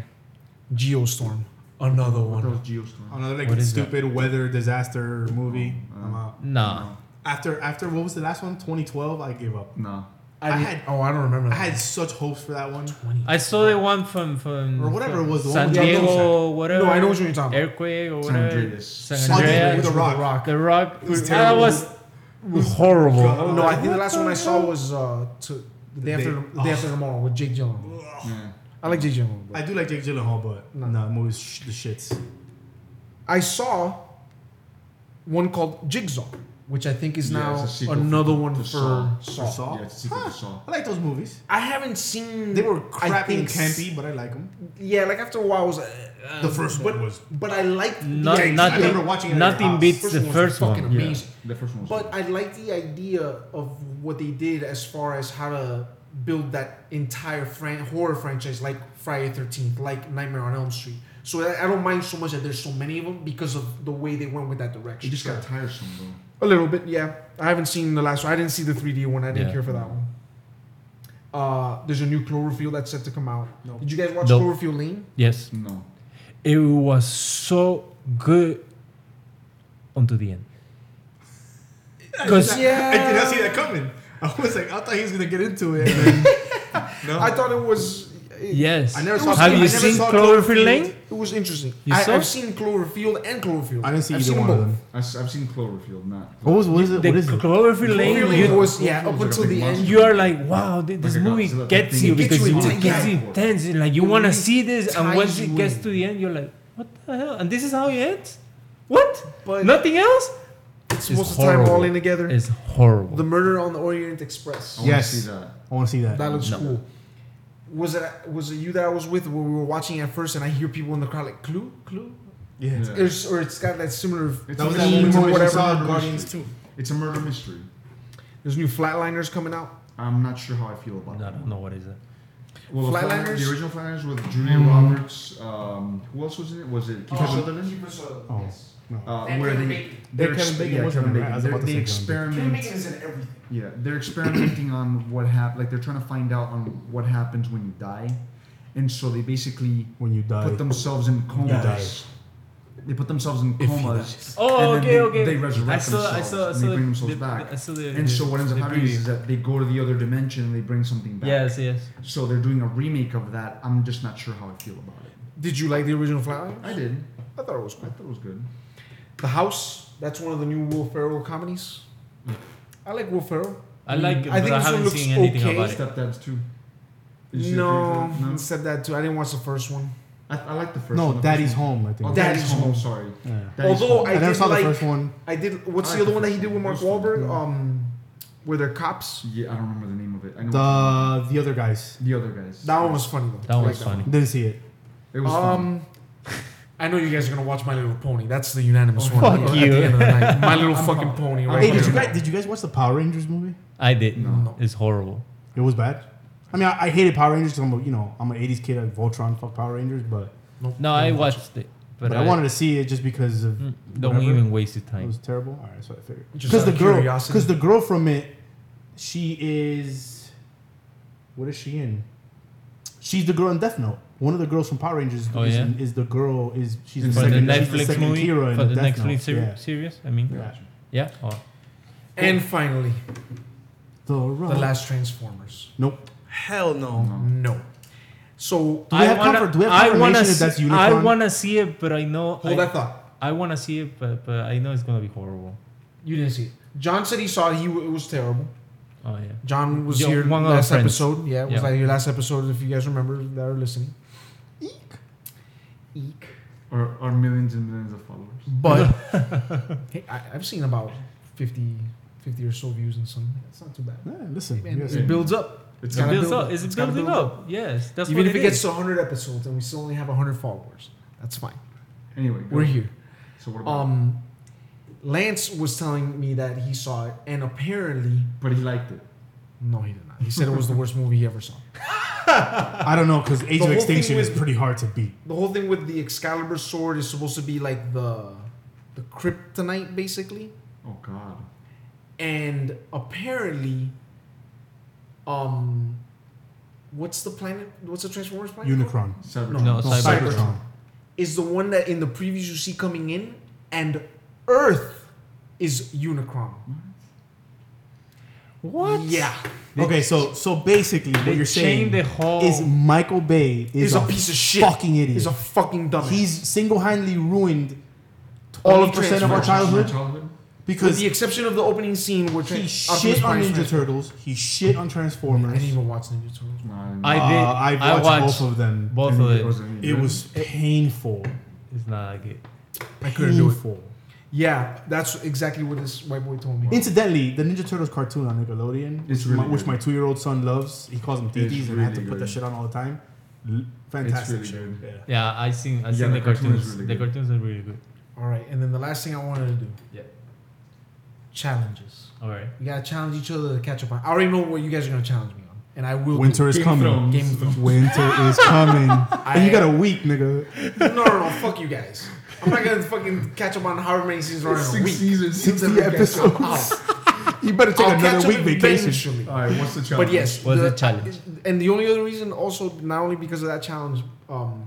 S3: Geostorm.
S4: Another
S2: What that was Geostorm.
S4: Another like
S1: What is that?
S4: stupid weather disaster movie.
S2: Uh,
S4: I'm out.
S1: No.
S4: After after what was the last one? 2012. I gave up.
S2: No.
S3: I,
S4: I
S3: didn't-
S4: had-
S3: Oh, I don't remember.
S4: I
S3: That.
S4: had such hopes for that one.
S1: I saw the one from from
S4: Or whatever it was, the one
S1: Mm. San
S4: with
S3: John
S1: Diego, whatever.
S3: no, I know what you're talking about.
S1: Earthquake or
S2: San
S1: whatever.
S2: Andreas.
S1: San
S4: San Andreas.
S1: Andreas.
S4: The Rock.
S1: The Rock. That
S4: was terrible.
S1: was horrible.
S4: God.
S3: No, I think the
S1: What
S3: last
S1: the
S3: one I saw
S1: hell?
S3: was uh, to the day
S4: The
S3: after
S4: Day-
S3: the day after tomorrow with Jake Gyllenhaal.
S2: Yeah.
S3: I like Jake Gyllenhaal.
S4: I
S3: but-
S4: do like Jake Gyllenhaal, but
S3: No.
S4: no, nah, movie's sh- the shits.
S3: I saw one called Jigsaw, which I think is
S2: Yeah,
S3: now
S2: it's a sequel
S3: another
S2: for-
S3: one
S2: to
S3: for
S2: Saw.
S3: Saw.
S4: For Saw.
S2: Yeah, it's a sequel to Saw.
S4: I like those movies.
S3: I haven't seen.
S4: They were
S3: I
S4: crappy and
S3: think s-
S4: campy, but I like them.
S3: Yeah, like after a while, I was. Uh, uh, but,
S4: was.
S3: But I liked.
S1: No-
S3: the idea-
S1: nothing-
S4: I remember watching it at your
S1: Nothing
S4: house.
S1: beats
S3: First
S1: the
S3: one was
S1: first
S3: fucking
S1: one.
S2: Yeah,
S3: Amazing.
S2: The first one was
S3: But I like the idea of what they did as far as how to build that entire fran- horror franchise like Friday Thirteenth, like Nightmare on Elm Street. So I, I don't mind so much that there's so many of them because of the way they went with that
S2: It
S3: direction.
S2: just got tiresome though.
S3: A little bit, yeah. I haven't seen the last one. I didn't see the 3D one. I didn't
S1: Yeah.
S3: care for that one. Uh, there's a new Cloverfield that's set to come out.
S4: Nope.
S3: Did you guys watch
S1: Nope.
S3: Cloverfield Lane?
S1: Yes.
S2: No.
S1: It was so good until the end. Because
S3: Yeah.
S4: I did not see that coming. I was like, I thought he was gonna get into it. and then- no,
S3: I thought it was. It,
S1: yes,
S4: I never
S3: It
S4: saw.
S3: was-
S1: have
S3: I
S1: you
S3: never
S1: seen
S4: saw
S1: Cloverfield
S4: Cloverfield.
S1: Lane?
S3: It was interesting.
S1: You
S3: I,
S1: saw?
S3: I've seen Cloverfield and Cloverfield.
S4: I didn't see
S3: I've
S4: either
S3: seen
S4: one
S3: both.
S4: of them.
S2: I, have seen Cloverfield, not.
S8: What was what is it?
S1: The
S8: What is it?
S1: Cloverfield Lane,
S3: Cloverfield
S1: you,
S3: was yeah
S2: Cloverfield
S3: up
S2: was like
S3: until
S2: a big
S3: the end.
S2: monster.
S1: you are like, wow, th- this
S2: Like a
S1: movie
S2: Godzilla
S1: gets
S2: thing.
S1: you
S2: It gets
S1: because
S3: you
S1: it
S3: in.
S1: gets
S2: Yeah.
S1: intense. and, Like you
S3: It
S1: want to
S3: really
S1: see this, and
S3: ties
S1: once it
S3: you
S1: gets
S3: in.
S1: to the end, you're like, what the hell? And this is how it ends? What?
S3: But
S1: Nothing else?
S3: it's
S1: it's
S3: most of the time all
S1: horrible.
S3: in together.
S1: It's horrible.
S3: the Murder on the Orient Express.
S2: I wanna
S4: Yes.
S2: see that.
S4: I want to see that.
S3: That looks
S1: No.
S3: cool. Was it was it you that I was with where we were watching at first, and I hear people in the crowd like "Clue, Clue,"
S4: yeah.
S2: Yeah.
S3: It's- or it's got that similar.
S2: It's
S4: That was
S2: a
S4: that
S2: murder
S4: one
S2: mystery.
S4: we
S2: It's a
S4: saw
S2: murder
S4: Guardians
S2: mystery.
S4: too.
S2: It's a murder mystery.
S3: There's new Flatliners coming out.
S4: Oh,
S2: I'm not sure how I feel about
S1: No, I
S2: that.
S1: don't know what is that.
S2: Well, the, Flatliners-
S3: Flatliners?
S2: the original Flatliners with Julia
S4: Mm-hmm.
S2: Roberts. Um, who else was in it? Was it Kiefer Sutherland?
S4: Oh.
S2: Uh,
S9: And
S2: where
S9: Kevin
S2: they
S9: Bacon.
S2: they're
S4: And Kevin
S2: exp-
S4: Bacon
S2: yeah,
S4: was
S2: Kevin
S4: in it, right? I was
S2: Bacon.
S4: about to
S2: They
S4: say Kevin
S9: Kevin
S2: experiment.
S9: Bacon is in everything.
S2: Yeah, they're experimenting on what happened. Like they're trying to find out on what happens when you die, and so they basically
S4: When you die,
S2: put themselves in comas.
S4: dies.
S2: They put themselves in
S4: If he
S2: comas.
S4: dies.
S1: Oh,
S2: and then
S1: okay,
S2: they,
S1: okay.
S2: They resurrect
S1: I saw, I
S2: themselves
S1: saw, I
S2: and
S1: saw
S2: they
S1: the,
S2: bring themselves
S1: the-
S2: back.
S1: I saw the,
S2: and so what ends up
S1: the
S2: happening
S1: preview.
S2: is, is that they go to the other dimension and they bring something back.
S1: Yes, yes.
S2: So they're doing a remake of that. I'm just not sure how I feel about it.
S3: Did you like the original Flatliners?
S2: I did.
S3: I thought it was
S2: I
S3: cool.
S2: thought it was good.
S3: The House. That's one of the new Will Ferrell comedies. I like Will Ferrell.
S1: I like it,
S3: I
S1: but
S3: think
S1: I
S3: this one
S1: haven't
S3: looks
S1: seen anything
S3: okay.
S1: about it.
S2: Stepdads too. Did you see the
S3: No,
S2: preview? no.
S3: said that too. I didn't watch the first one.
S2: I, I like the first.
S4: no,
S2: one.
S4: Daddy's home. I think.
S2: Oh,
S3: Dad-
S2: Daddy's
S3: Daddy's
S2: home.
S3: Home.
S2: Sorry.
S4: Yeah.
S2: Daddy's
S3: Although
S2: home.
S3: I
S4: I never
S3: did
S4: saw the
S3: like-
S4: first one.
S3: I did. What's
S2: I
S3: the
S2: like
S3: other
S2: the
S3: one that he
S2: first
S3: did with
S2: one.
S3: Mark
S2: First one.
S3: Wahlberg? Um, where they're cops.
S2: Yeah, I don't remember the name of it. I know
S4: The the other guys
S2: the other guys.
S3: That one was funny though.
S1: That
S3: I
S1: one
S3: like
S1: was funny.
S4: didn't see it.
S2: It was fun.
S3: Um, I know you guys are gonna watch My Little Pony. That's the unanimous
S2: Oh,
S3: one.
S1: fuck
S3: at
S1: you.
S3: the end of the night. My Little
S2: I'm
S3: Fucking
S2: fine.
S3: Pony.
S2: I'm
S3: Right
S4: Hey, did
S3: there.
S4: you guys did you guys watch the Power Rangers movie?
S1: I did.
S2: No.
S1: It's horrible.
S4: It was bad. I mean, I, I hated Power Rangers because I'm a you know I'm an '80s kid. Like Voltron, fuck Power Rangers, but
S3: Nope,
S1: No, I
S3: didn't watch
S1: watched it, but,
S4: but, I, wanted to see it just because of
S1: Mm, Don't
S4: whatever.
S1: even waste your
S4: it
S1: time.
S4: was terrible. All right, that's what I figured.
S3: Just
S4: Because
S3: out
S4: the
S3: of
S4: girl,
S3: curiosity.
S4: because the girl from it, she is. What is she in? She's the girl in Death Note. One of the girls from Power Rangers
S1: Oh,
S4: is,
S1: yeah?
S4: is the girl is she's
S2: For
S1: For the
S2: second- she's
S4: she's
S1: Netflix
S4: second
S1: movie,
S4: Kira in
S1: for the
S4: Death Note.
S1: Netflix ser-
S4: Yeah.
S1: series, I mean,
S4: Yeah.
S1: yeah. or-
S3: And finally,
S4: The,
S3: the last Transformers.
S4: Nope.
S8: Hell
S2: Uh-huh.
S8: no.
S3: No. So
S4: Do we
S1: I
S4: have
S1: wanna-
S4: comfort? Do we have
S1: I
S4: confirmation
S1: wanna
S4: if
S1: see-
S4: that's Unicron?
S1: I want to see it, but I know
S3: hold
S1: I,
S3: that thought.
S1: I want to see it, but but I know it's gonna be horrible.
S3: You didn't see it. John said he saw it. He w- it was terrible.
S1: Oh yeah.
S3: John was
S1: Yo,
S3: here
S1: one of our
S3: last
S1: friends.
S3: episode. Yeah, it was
S1: Yeah.
S3: like your last episode if you guys remember that are listening. Eek. Eek.
S2: Or, or millions and millions of followers.
S3: But hey, I, I've seen about 50, 50 or so views and some. That's not too bad.
S4: Yeah, listen,
S3: Man,
S4: yes.
S3: it builds up.
S2: It's
S1: It
S3: gotta
S1: builds
S3: build
S1: up. It's,
S3: gotta
S1: building
S3: build
S1: up. Yes, that's
S3: Even
S1: what
S3: if it
S1: it
S3: gets
S1: is.
S3: to 100 episodes and we still only have 100 followers, that's fine.
S2: anyway. go.
S3: We're here.
S2: So what about?
S3: Um, Lance was telling me that he saw it, and apparently,
S2: but he liked it.
S3: no, he did not. He said it was the worst movie he ever saw.
S4: I don't know because Age
S3: whole
S4: of
S3: thing
S4: Extinction is
S3: with-
S4: pretty hard to beat.
S3: The whole thing with the Excalibur sword is supposed to be like the the kryptonite, basically.
S2: Oh God.
S3: and apparently, um, what's the planet? What's the Transformers planet? called?
S4: Unicron.
S2: Cybertron.
S1: No,
S4: No,
S1: Cybertron.
S4: Cybertron.
S3: Is the one that in the previews you see coming in, and Earth is Unicron.
S1: what?
S3: Yeah,
S4: Okay, so so basically,
S1: They
S4: what you're saying
S1: changed the whole-
S4: is Michael Bay is,
S3: is a, piece of shit.
S4: fucking idiot.
S3: Is a fucking dumbass.
S4: He's single-handedly ruined
S3: All of
S4: 20% of
S3: Transformers.
S4: our
S2: Cybertron.
S4: childhood
S2: childhood.
S3: with
S4: because
S3: the exception of the opening scene where
S4: he
S3: Tran- Optimus
S4: shit on
S3: Prime is
S4: Ninja
S3: Trans-
S4: Turtles. He shit on
S3: I
S4: Transformers.
S3: didn't even watch Ninja Turtles.
S2: No, I didn't
S1: I
S2: know.
S4: Uh,
S1: did.
S4: I
S1: I
S4: watched,
S1: watched
S4: both of them.
S1: Both
S2: And
S1: of
S2: it
S1: it.
S2: wasn't any
S4: It
S2: good.
S4: was painful.
S1: It's not that good.
S3: I couldn't do it.
S4: Painful.
S3: Yeah, that's exactly what this white boy told me.
S4: Incidentally, the Ninja Turtles cartoon on Nickelodeon,
S2: It's
S4: which,
S2: really
S4: my, which
S2: good.
S4: my two-year-old son loves, he calls them
S2: It's
S4: TTs, and I have to
S2: really
S4: put that
S2: good.
S4: shit on all the time. L- Fantastic
S2: really
S4: shit.
S2: good.
S4: Yeah.
S1: Yeah, I seen I
S2: Yeah,
S1: seen
S2: the
S1: the,
S2: cartoon is
S1: cartoons.
S2: really
S1: the
S2: good.
S1: cartoons are really good.
S3: All right, and then the last thing I wanted to do.
S1: Yeah.
S3: Challenges.
S1: All right.
S3: We gotta challenge each other to catch up on. I already know what you guys are gonna challenge me on. and I will. do
S4: Winter is
S3: Game of
S4: coming.
S3: Thrones. Game of Thrones.
S4: Winter is coming. and you got a week, nigga.
S3: no, no, no, fuck you guys. I'm not gonna fucking catch up on however many seasons are in a
S2: Six
S3: week.
S2: seasons.
S3: Six
S4: 60 episodes. You better take
S3: I'll catch
S4: another
S3: up
S4: week vacation.
S3: eventually.
S2: All right, what's the challenge?
S3: But yes,
S1: What's
S3: the-
S1: the challenge?
S3: And the only other reason, also not only because of that challenge, um,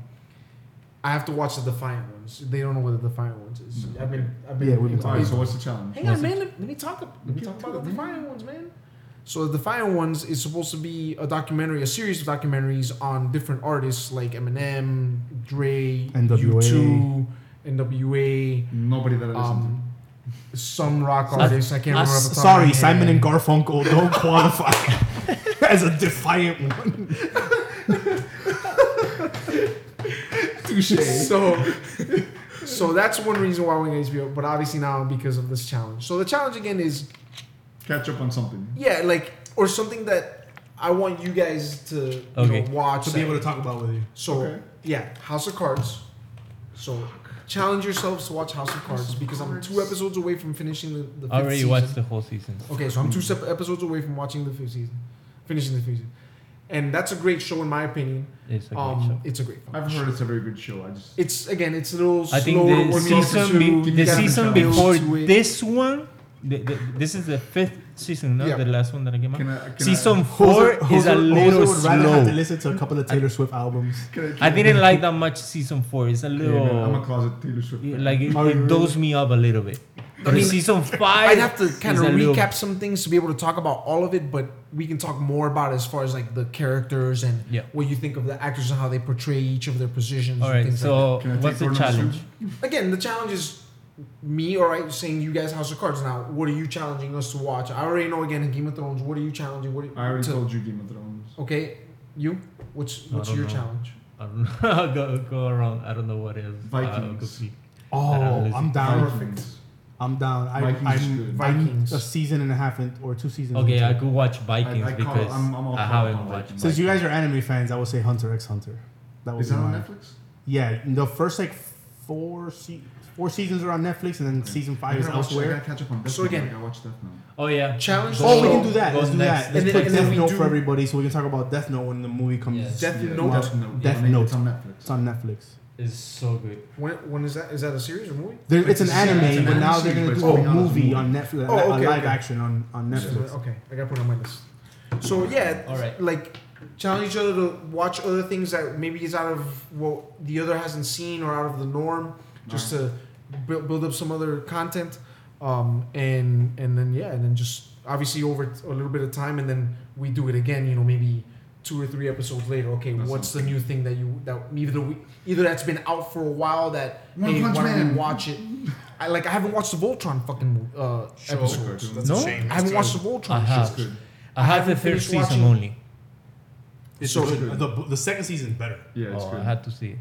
S3: I have to watch the Defiant ones. They don't know what the Defiant ones is. I've been, I've been.
S4: Yeah, we've been
S2: All right, so what's the challenge?
S3: Hang on, man. Let, let me talk. Let me talk about the Defiant ones, man. So the Defiant ones is supposed to be a documentary, a series of documentaries on different artists like Eminem, Dre,
S4: NWA.
S3: U2, NWA,
S2: Nobody that I listen
S3: um, some rock
S1: That's-
S3: artists. I can't remember.
S1: that's-
S3: off the top of my
S4: Sorry,
S3: head.
S4: Simon and Garfunkel don't qualify as a defiant one.
S3: so so that's one reason why we're in HBO, but obviously now because of this challenge. So the challenge again is
S2: to. Catch up on something.
S3: yeah, like or something that I want you guys to you
S1: Okay.
S3: know, watch
S10: to be
S3: that-
S10: able to talk about with you.
S3: so
S2: Okay.
S3: yeah, House of Cards. So challenge yourselves to watch House of Cards because I'm two episodes away from finishing the, the fifth
S1: I already
S3: season.
S1: Oh, watched the whole season.
S3: Okay, so I'm two sep- episodes away from watching the fifth season, finishing the fifth season, and that's a great show in my opinion.
S1: It's a great
S3: um,
S1: show.
S3: it's a great. fucking
S2: I've
S3: show.
S2: heard it's a very good show. I just.
S3: It's again, it's a little
S1: I think
S3: slower
S1: the
S3: working to
S1: season,
S3: do.
S1: be,
S3: You
S1: the
S3: gotta
S1: season
S3: build
S1: before
S3: to it.
S1: this one, the, the, this is the fifth season, not
S3: Yeah.
S1: the last one that I came out.
S2: Can I, can
S1: Season four
S4: Jose-
S1: is
S4: Jose-
S1: a little
S4: Jose would rather have to
S1: slow.
S4: listen to a couple of Taylor Swift albums.
S2: I, can I,
S1: I didn't like that much season four. It's a
S2: Yeah, man, I'm
S1: little
S2: a closet Taylor Swift. fan.
S1: like it,
S4: Are you
S1: it dosed me up a little bit. But
S3: mean,
S1: season five,
S3: I'd have to kind of
S1: is a little-
S3: recap some things to be able to talk about all of it, but we can talk more about it as far as like the characters and
S1: Yeah.
S3: what you think of the actors and how they portray each of their positions.
S1: all
S3: and
S1: right.
S3: things
S1: So
S2: Can I take
S1: what's the
S2: door number
S1: challenge?
S2: two?
S3: like that. again, the challenge is me, all right, saying you guys House of Cards. Now, what are you challenging us to watch? I already know again in Game of Thrones. What are you challenging? What are you,
S2: I already
S3: to-
S2: told you Game of Thrones.
S3: Okay, you. What's
S1: I
S3: what's
S1: don't
S3: your
S1: know.
S3: challenge?
S1: I don't know. I'll go, go around. I don't know what else. Uh,
S2: Vikings.
S1: could be.
S4: Oh, I'm down.
S2: Vikings.
S4: I'm down. I,
S2: Vikings is
S4: I'm,
S2: good.
S4: Vikings.
S3: Vikings.
S4: a season and a half in, or two seasons.
S1: Okay,
S4: into
S1: I
S4: it.
S1: could watch Vikings
S2: I- I call-
S1: because
S2: I'm- I'm all
S1: I
S2: caught up
S1: haven't
S2: on
S1: watched.
S2: Vikings.
S4: Since you guys are anime fans, I would say Hunter x Hunter. That would
S2: Is
S4: be
S2: that on
S4: mine.
S2: Netflix?
S4: Yeah, the first like four se- four seasons are on Netflix, and then season
S2: I
S4: five is
S2: gotta, watch, I
S4: elsewhere.
S2: gotta catch up on Death
S3: So
S2: Note.
S3: again-
S2: I gotta watch Death Note.
S1: Oh yeah,
S3: Challenge
S4: Oh, we
S3: So,
S4: can do that.
S1: goes
S4: Let's do
S1: next.
S4: that. Let's
S3: And
S4: put
S3: then- and then
S4: Death
S3: we
S4: Note
S3: do-
S4: for everybody, so we can talk about Death Note when the movie comes.
S1: Yes.
S3: Death
S2: Yeah,
S3: Note.
S2: Death Note.
S4: Death
S2: Yeah, on-
S4: Note.
S2: It's on Netflix.
S4: It's on Netflix.
S1: It's so good.
S3: When when is that? Is that a series or movie?
S4: There, it's, an
S2: It's a
S4: anime,
S2: series,
S4: but
S2: an
S4: now
S2: anime
S4: they're gonna
S2: series,
S4: do
S2: but
S4: a
S2: it's coming out as a
S4: movie
S2: movie.
S4: on Netflix.
S3: Oh, okay,
S4: a live
S3: okay.
S4: action on on Netflix.
S3: Okay, I gotta put it on my list. So yeah,
S1: All right.
S3: Like challenge each other to watch other things that maybe is out of what the other hasn't seen or out of the norm, just to build, build up some other content, um, and and then yeah, and then just obviously over t- a little bit of time, and then we do it again. You know, maybe two or three episodes later. Okay,
S2: That
S3: what's
S2: sounds
S3: the new thing that you that either we either that's been out for a while that
S2: One
S3: hey, why
S2: Punch
S3: don't
S2: Man.
S3: we watch it? I like I haven't watched the Voltron fucking uh,
S11: Show.
S3: episode.
S11: That's
S1: No,
S11: a shame.
S3: I haven't watched the
S1: I
S3: Voltron.
S1: have.
S2: good.
S1: I had
S3: haven't
S1: the first
S3: finished
S1: season
S3: watching-
S1: only.
S10: It's
S2: So
S10: good.
S2: good.
S10: The, the second season's better.
S2: Yeah, it's
S1: Oh, I
S2: good.
S1: had to see it.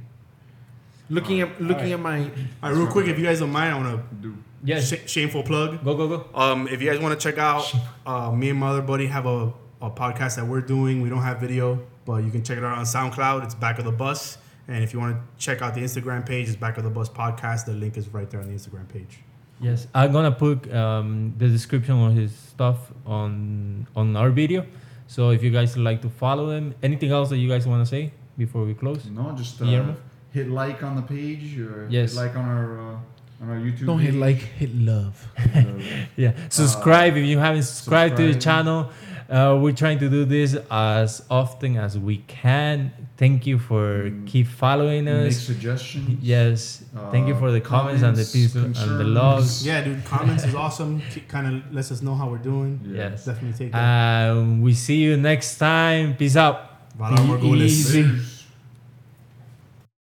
S3: Looking at looking at my
S11: All right, real quick, if you guys don't mind, I want
S2: Do.
S11: to
S1: Yes.
S11: sh- shameful plug.
S1: Go go go.
S11: Um, if you guys want to check out, uh, me and my other buddy have a, a podcast that we're doing. We don't have video, but you can check it out on SoundCloud. It's Back of the Bus. And if you want to check out the Instagram page, it's Back of the Bus Podcast. The link is right there on the Instagram page.
S1: Yes, I'm gonna put um, the description of his stuff on on our video. So if you guys like to follow him, anything else that you guys want to say before we close?
S2: No, just uh,
S1: Guillermo?
S2: hit like on the page or
S1: Yes.
S2: hit like on our uh, on our YouTube.
S3: don't hit
S2: page.
S3: like hit love.
S2: Uh,
S1: Yeah, subscribe if you haven't subscribed to the
S2: subscribe.
S1: channel. Uh, we're trying to do this as often as we can. Thank you for
S2: Mm.
S1: keep following
S2: make
S1: us.
S2: suggestions.
S1: Yes, thank you
S2: Uh,
S1: for the comments, and the
S2: comments,
S1: peace and the
S2: concerns.
S1: loves.
S11: Yeah, dude, comments is awesome. Kind of lets us know how we're doing.
S2: Yeah.
S1: Yes.
S11: Definitely take that.
S1: Um, we see you next time. Peace out.
S11: Valar Morghulis.
S1: Easy.
S2: Peace.